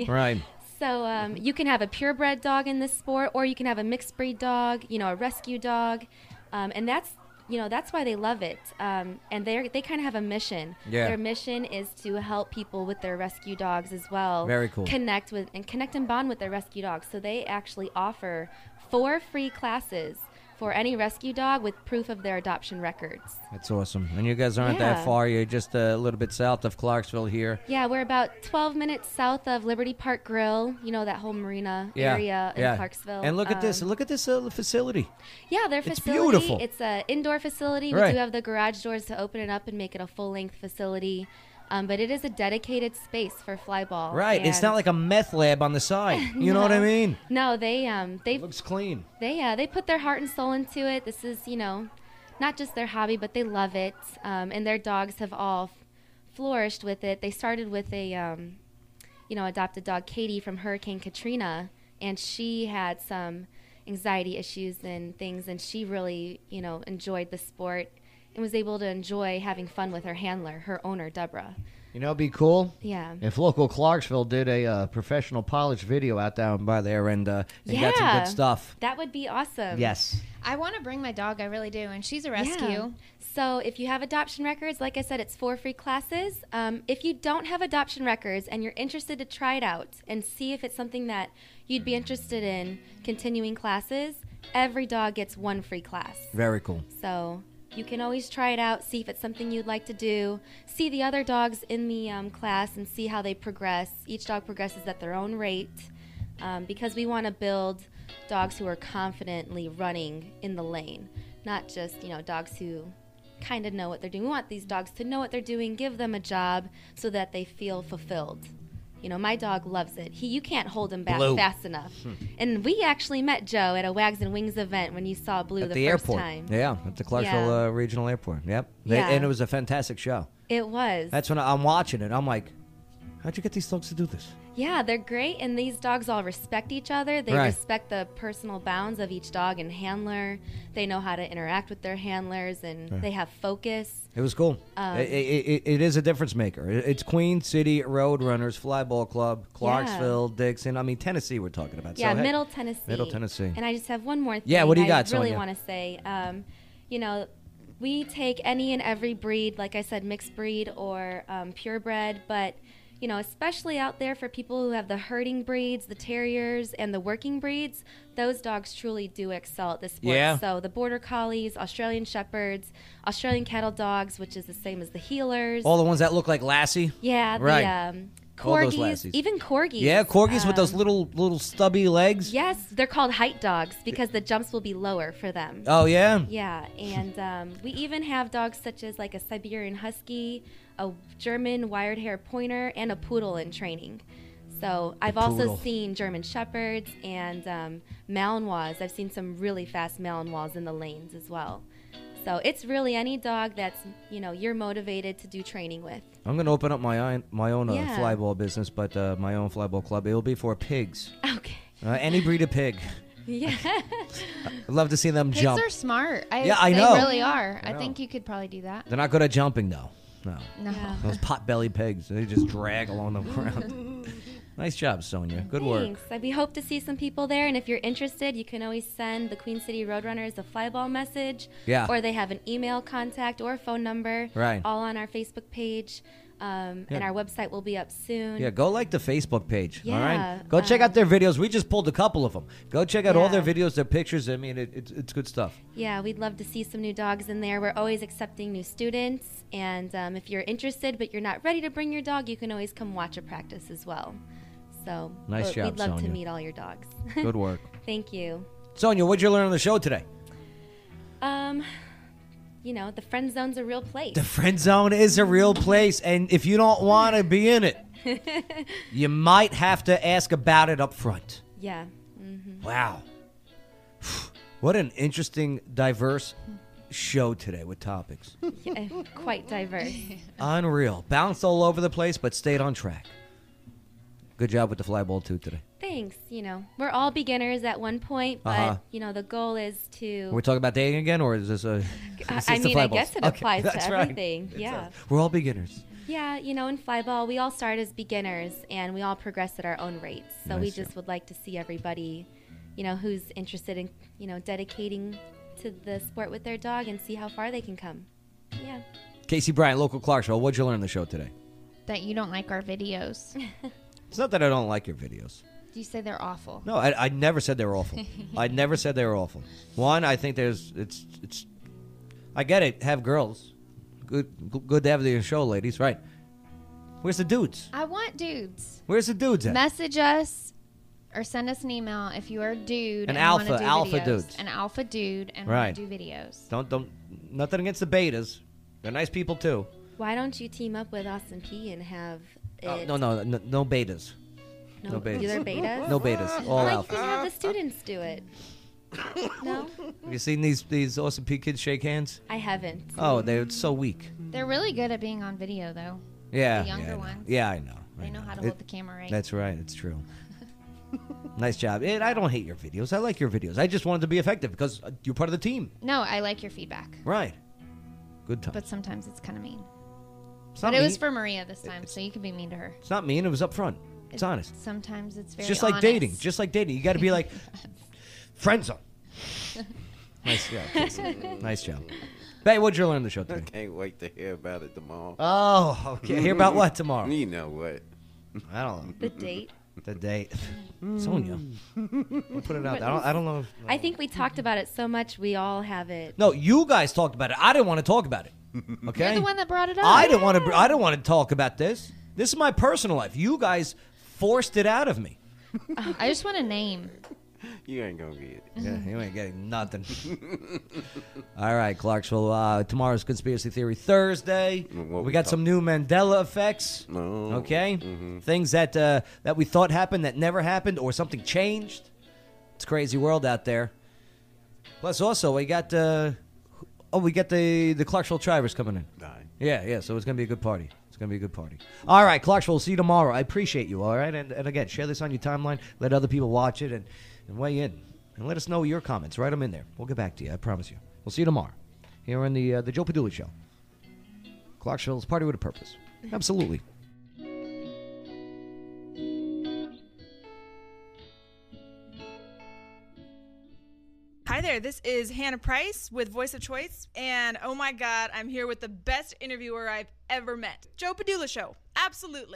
S2: Right.
S6: So um, you can have a purebred dog in this sport, or you can have a mixed breed dog, you know, a rescue dog, um, and that's you know that's why they love it. Um, and they they kind of have a mission.
S2: Yeah.
S6: Their mission is to help people with their rescue dogs as well.
S2: Very cool.
S6: Connect with and connect and bond with their rescue dogs. So they actually offer four free classes for any rescue dog with proof of their adoption records.
S2: That's awesome. And you guys aren't
S6: Yeah.
S2: that far. You're just a little bit south of Clarksville here.
S6: Yeah, we're about 12 minutes south of Liberty Park Grill. You know that whole marina area in Clarksville.
S2: And look at this.
S6: Um,
S2: Look at this uh, facility.
S6: Yeah, their
S2: It's
S6: facility.
S2: beautiful.
S6: It's an indoor facility. We
S2: Right.
S6: do have the garage doors to open it up and make it a full length facility. Um, but it is a dedicated space for fly ball.
S2: Right. It's
S6: and-
S2: not like a meth lab on the side. You know what I
S6: No.
S2: mean?
S6: No, they um they
S2: looks clean.
S6: They uh they put their heart and soul into it. This is you know, not just their hobby, but they love it. Um, and their dogs have all f- flourished with it. They started with a um, you know, adopted dog Katie from Hurricane Katrina, and she had some anxiety issues and things, and she really you know enjoyed the sport and was able to enjoy having fun with her handler, her owner Deborah.
S2: You know, it'd be cool.
S6: Yeah.
S2: If local Clarksville did a uh, professional polish video out down by there and, uh, and
S6: yeah, Um,
S2: got some good stuff.
S6: That would be awesome.
S2: Yes.
S6: I want to bring my dog. I really do, and she's a
S5: rescue.
S6: So if you have adoption records, like I said, it's four free classes. Um, if you don't have adoption records and you're interested to try it out and see if it's something that you'd be interested in continuing classes, every dog gets one free class.
S2: Very cool.
S6: So You can always try it out, see if it's something you'd like to do. See the other dogs in the um, class and see how they progress. Each dog progresses at their own rate um, because we want to build dogs who are confidently running in the lane, not just, you know, dogs who kind of know what they're doing. We want these dogs to know what they're doing, give them a job so that they feel fulfilled. You know, my dog loves it. He, you can't hold him back
S2: Blue.
S6: fast enough.
S2: Hmm.
S6: And we actually met Joe at a Wags and Wings event when you saw Blue
S2: at the,
S6: first
S2: airport.
S6: time.
S2: Yeah, at the Clarksville
S6: Yeah.
S2: uh, Regional Airport. Yep. They-
S6: Yeah.
S2: And it was a fantastic show.
S6: It was.
S2: That's when I- I'm watching it. I'm like, how'd you get these dogs to do this?
S6: Yeah, they're great, and these dogs all respect each other. They
S2: Right.
S6: respect the personal bounds of each dog and handler. They know how to interact with their handlers, and
S2: Yeah.
S6: they have focus.
S2: It was cool.
S6: Um,
S2: I- I- I- it, is a difference maker. I- It's Queen City Roadrunners Flyball Club, Clarksville, Dixon. I mean, Tennessee, we're talking about. So,
S6: yeah,
S2: hey,
S6: Middle Tennessee.
S2: Middle Tennessee.
S6: And I just have one more thing.
S2: Yeah, what do you
S6: I
S2: got,
S6: really
S2: Sonia?
S6: want to say, um, you know, we take any and every breed, like I said, mixed breed or um, purebred, but you know, especially out there for people who have the herding breeds, the terriers, and the working breeds, those dogs truly do excel at this sport.
S19: Yeah.
S6: So the border collies, Australian shepherds, Australian cattle dogs, which is the same as the healers.
S2: All the ones that look like Lassie.
S6: Yeah, the,
S2: right.
S6: um,
S2: All those
S6: corgis,
S2: Lassies.
S6: even corgis,
S2: Yeah, corgis with those
S6: um,
S2: little little stubby legs.
S6: Yes, they're called height dogs because the jumps will be lower for them.
S2: Oh, yeah?
S6: Yeah, and um, we even have dogs such as like a Siberian Husky, a German wired hair pointer, and a poodle in training. So I've also
S19: poodle.
S6: seen German shepherds and um, Malinois. I've seen some really fast Malinois in the lanes as well. So it's really any dog that's you know you're motivated to do training with.
S2: I'm going to open up my own, my own uh,
S6: Yeah.
S2: flyball business, but uh, my own flyball club. It'll be for pigs.
S6: Okay.
S2: Uh, any breed of pig.
S6: Yeah.
S2: I'd love to see them
S5: Pigs
S2: jump.
S5: are smart. I,
S2: Yeah, I
S5: they
S2: know.
S5: really are.
S2: I
S5: I,
S2: know.
S5: think you could probably do that.
S2: They're not good at jumping, though. No.
S5: No. Yeah.
S2: Those pot-bellied pigs. They just drag along the ground. nice job, Sonia. Good work.
S6: Thanks. Uh, We hope to see some people there, and if you're interested, you can always send the Queen City Roadrunners a flyball message.
S2: Yeah.
S6: Or they have an email contact or a phone number.
S2: Right.
S6: All on our Facebook page, um, and
S2: Yeah.
S6: our website will be up soon.
S2: Yeah, go like the Facebook page. all
S6: Yeah,
S2: right, go check out their videos. We just pulled a couple of them. Go check out all
S6: Yeah.
S2: their videos, their pictures. I mean, it, it's it's good stuff.
S6: Yeah, we'd love to see some new dogs in there. We're always accepting new students, and um, if you're interested but you're not ready to bring your dog, you can always come watch a practice as well. So
S2: Nice
S6: but
S2: job,
S6: we'd love
S2: Sonia.
S6: to meet all your dogs.
S2: Good work,
S6: Thank you.
S2: Sonia. What'd you learn on the show today?
S6: Um, you know, the friend zone's a real place.
S2: The friend zone is a real place, and if you don't want to be in it, you might have to ask about it up front.
S6: yeah. hmm
S2: Wow, what an interesting, diverse show today with topics.
S6: yeah, Eh, quite diverse.
S2: Unreal, bounced all over the place, but stayed on track. Good job with the fly ball too today.
S6: Thanks. You know, we're all beginners at one point, but
S2: Uh-huh.
S6: you know, the goal is to.
S2: We're talking about dating again, or is this a?
S6: I-
S2: is this
S6: I
S2: the
S6: mean,
S2: fly
S6: I
S2: balls?
S6: guess it
S2: Okay,
S6: applies to
S2: that's right.
S6: everything. Yeah.
S2: We're all beginners.
S6: Yeah, you know, in flyball, we all start as beginners and we all progress at our own rates. So we
S2: Nice, yeah.
S6: just would like to see everybody, you know, who's interested in, you know, dedicating to the sport with their dog and see how far they can come. Yeah.
S2: Casey Bryant, local Clarksville. What'd you learn on the show today?
S5: That you don't like our videos.
S2: It's not that I don't like your videos.
S5: you say they're awful?
S2: No, I, I never said they were awful. I never said they were awful. One, I think there's it's it's. I get it. Have girls. Good good to have the show, ladies. Right. Where's the dudes?
S5: I want dudes.
S2: Where's the dudes at?
S5: Message us or send us an email if you are a dude
S2: An
S5: and wanna
S2: alpha-
S5: do
S2: alpha
S5: videos.
S2: dudes.
S5: An alpha dude and
S2: Right.
S5: want to do videos.
S2: Don't don't. Nothing against the betas. They're nice people too.
S6: Why don't you team up with Austin P and have it?
S2: Oh, no, no no no betas.
S6: No,
S2: no betas.
S6: Either betas?
S2: No betas. All
S6: Or
S2: alpha.
S6: You can have the students do it. no?
S2: Have you seen these these awesome P kids shake hands?
S6: I haven't.
S2: Oh, they're so weak.
S5: They're really good at being on video, though.
S2: Yeah.
S5: The younger
S2: yeah, I know.
S5: ones.
S2: Yeah, I know.
S5: They
S2: I
S5: know how to
S2: It-
S5: hold the camera right.
S2: That's right. It's true. nice job. And I don't hate your videos. I like your videos. I just wanted to be effective because uh, you're part of the team.
S5: No, I like your feedback,
S2: Right. Good time.
S5: but sometimes it's kind of mean.
S2: It's
S5: But
S2: not
S5: it
S2: mean.
S5: was for Maria this time, so you can be mean to her.
S2: it's not mean. It was up front. It's,
S5: It-
S2: honest.
S5: Sometimes it's very
S2: It's just like
S5: honest.
S2: dating. Just like dating. You got to be like, friend zone. Nice job. Casey. nice job. Babe, what'd you learn on the show
S4: I
S2: today?
S4: can't wait to hear about it tomorrow.
S2: Oh, okay. Hear about what tomorrow?
S4: You know what?
S2: I don't know.
S6: The date?
S2: the day. Sonia. Don't put it out there. I don't, I don't know. If,
S6: I think we talked about it so much, we all have it.
S2: no, you guys talked about it. I didn't want to talk about it. Okay.
S6: You're the one that brought it up.
S2: I didn't want to. I didn't want to talk about this. This is my personal life. You guys forced it out of me.
S5: I just want a name.
S4: You ain't gonna get it.
S2: Yeah, you ain't getting nothing. All right, Clarksville. Uh, tomorrow's conspiracy theory Thursday.
S4: what
S2: we
S4: we
S2: got
S4: talk-
S2: some new Mandela effects. Okay, things that uh, that we thought happened that never happened, or something changed. It's a crazy world out there. Plus, also we got uh, oh, we got the the Clarksville Trivers coming in. Yeah, yeah. So it's gonna be a good party. It's gonna be a good party. All right, Clarksville. We'll see you tomorrow. I appreciate you. All right, and, and again, share this on your timeline. Let other people watch it and, and weigh in and let us know your comments. Write them in there. We'll get back to you. I promise you. We'll see you tomorrow here on the uh, the Joe Padula Show. Clarksville's party with a purpose. Absolutely.
S19: Hi there, this is Hannah Price with Voice of Choice, and oh my god, I'm here with the best interviewer I've ever met, Joe Padula Show. Absolutely.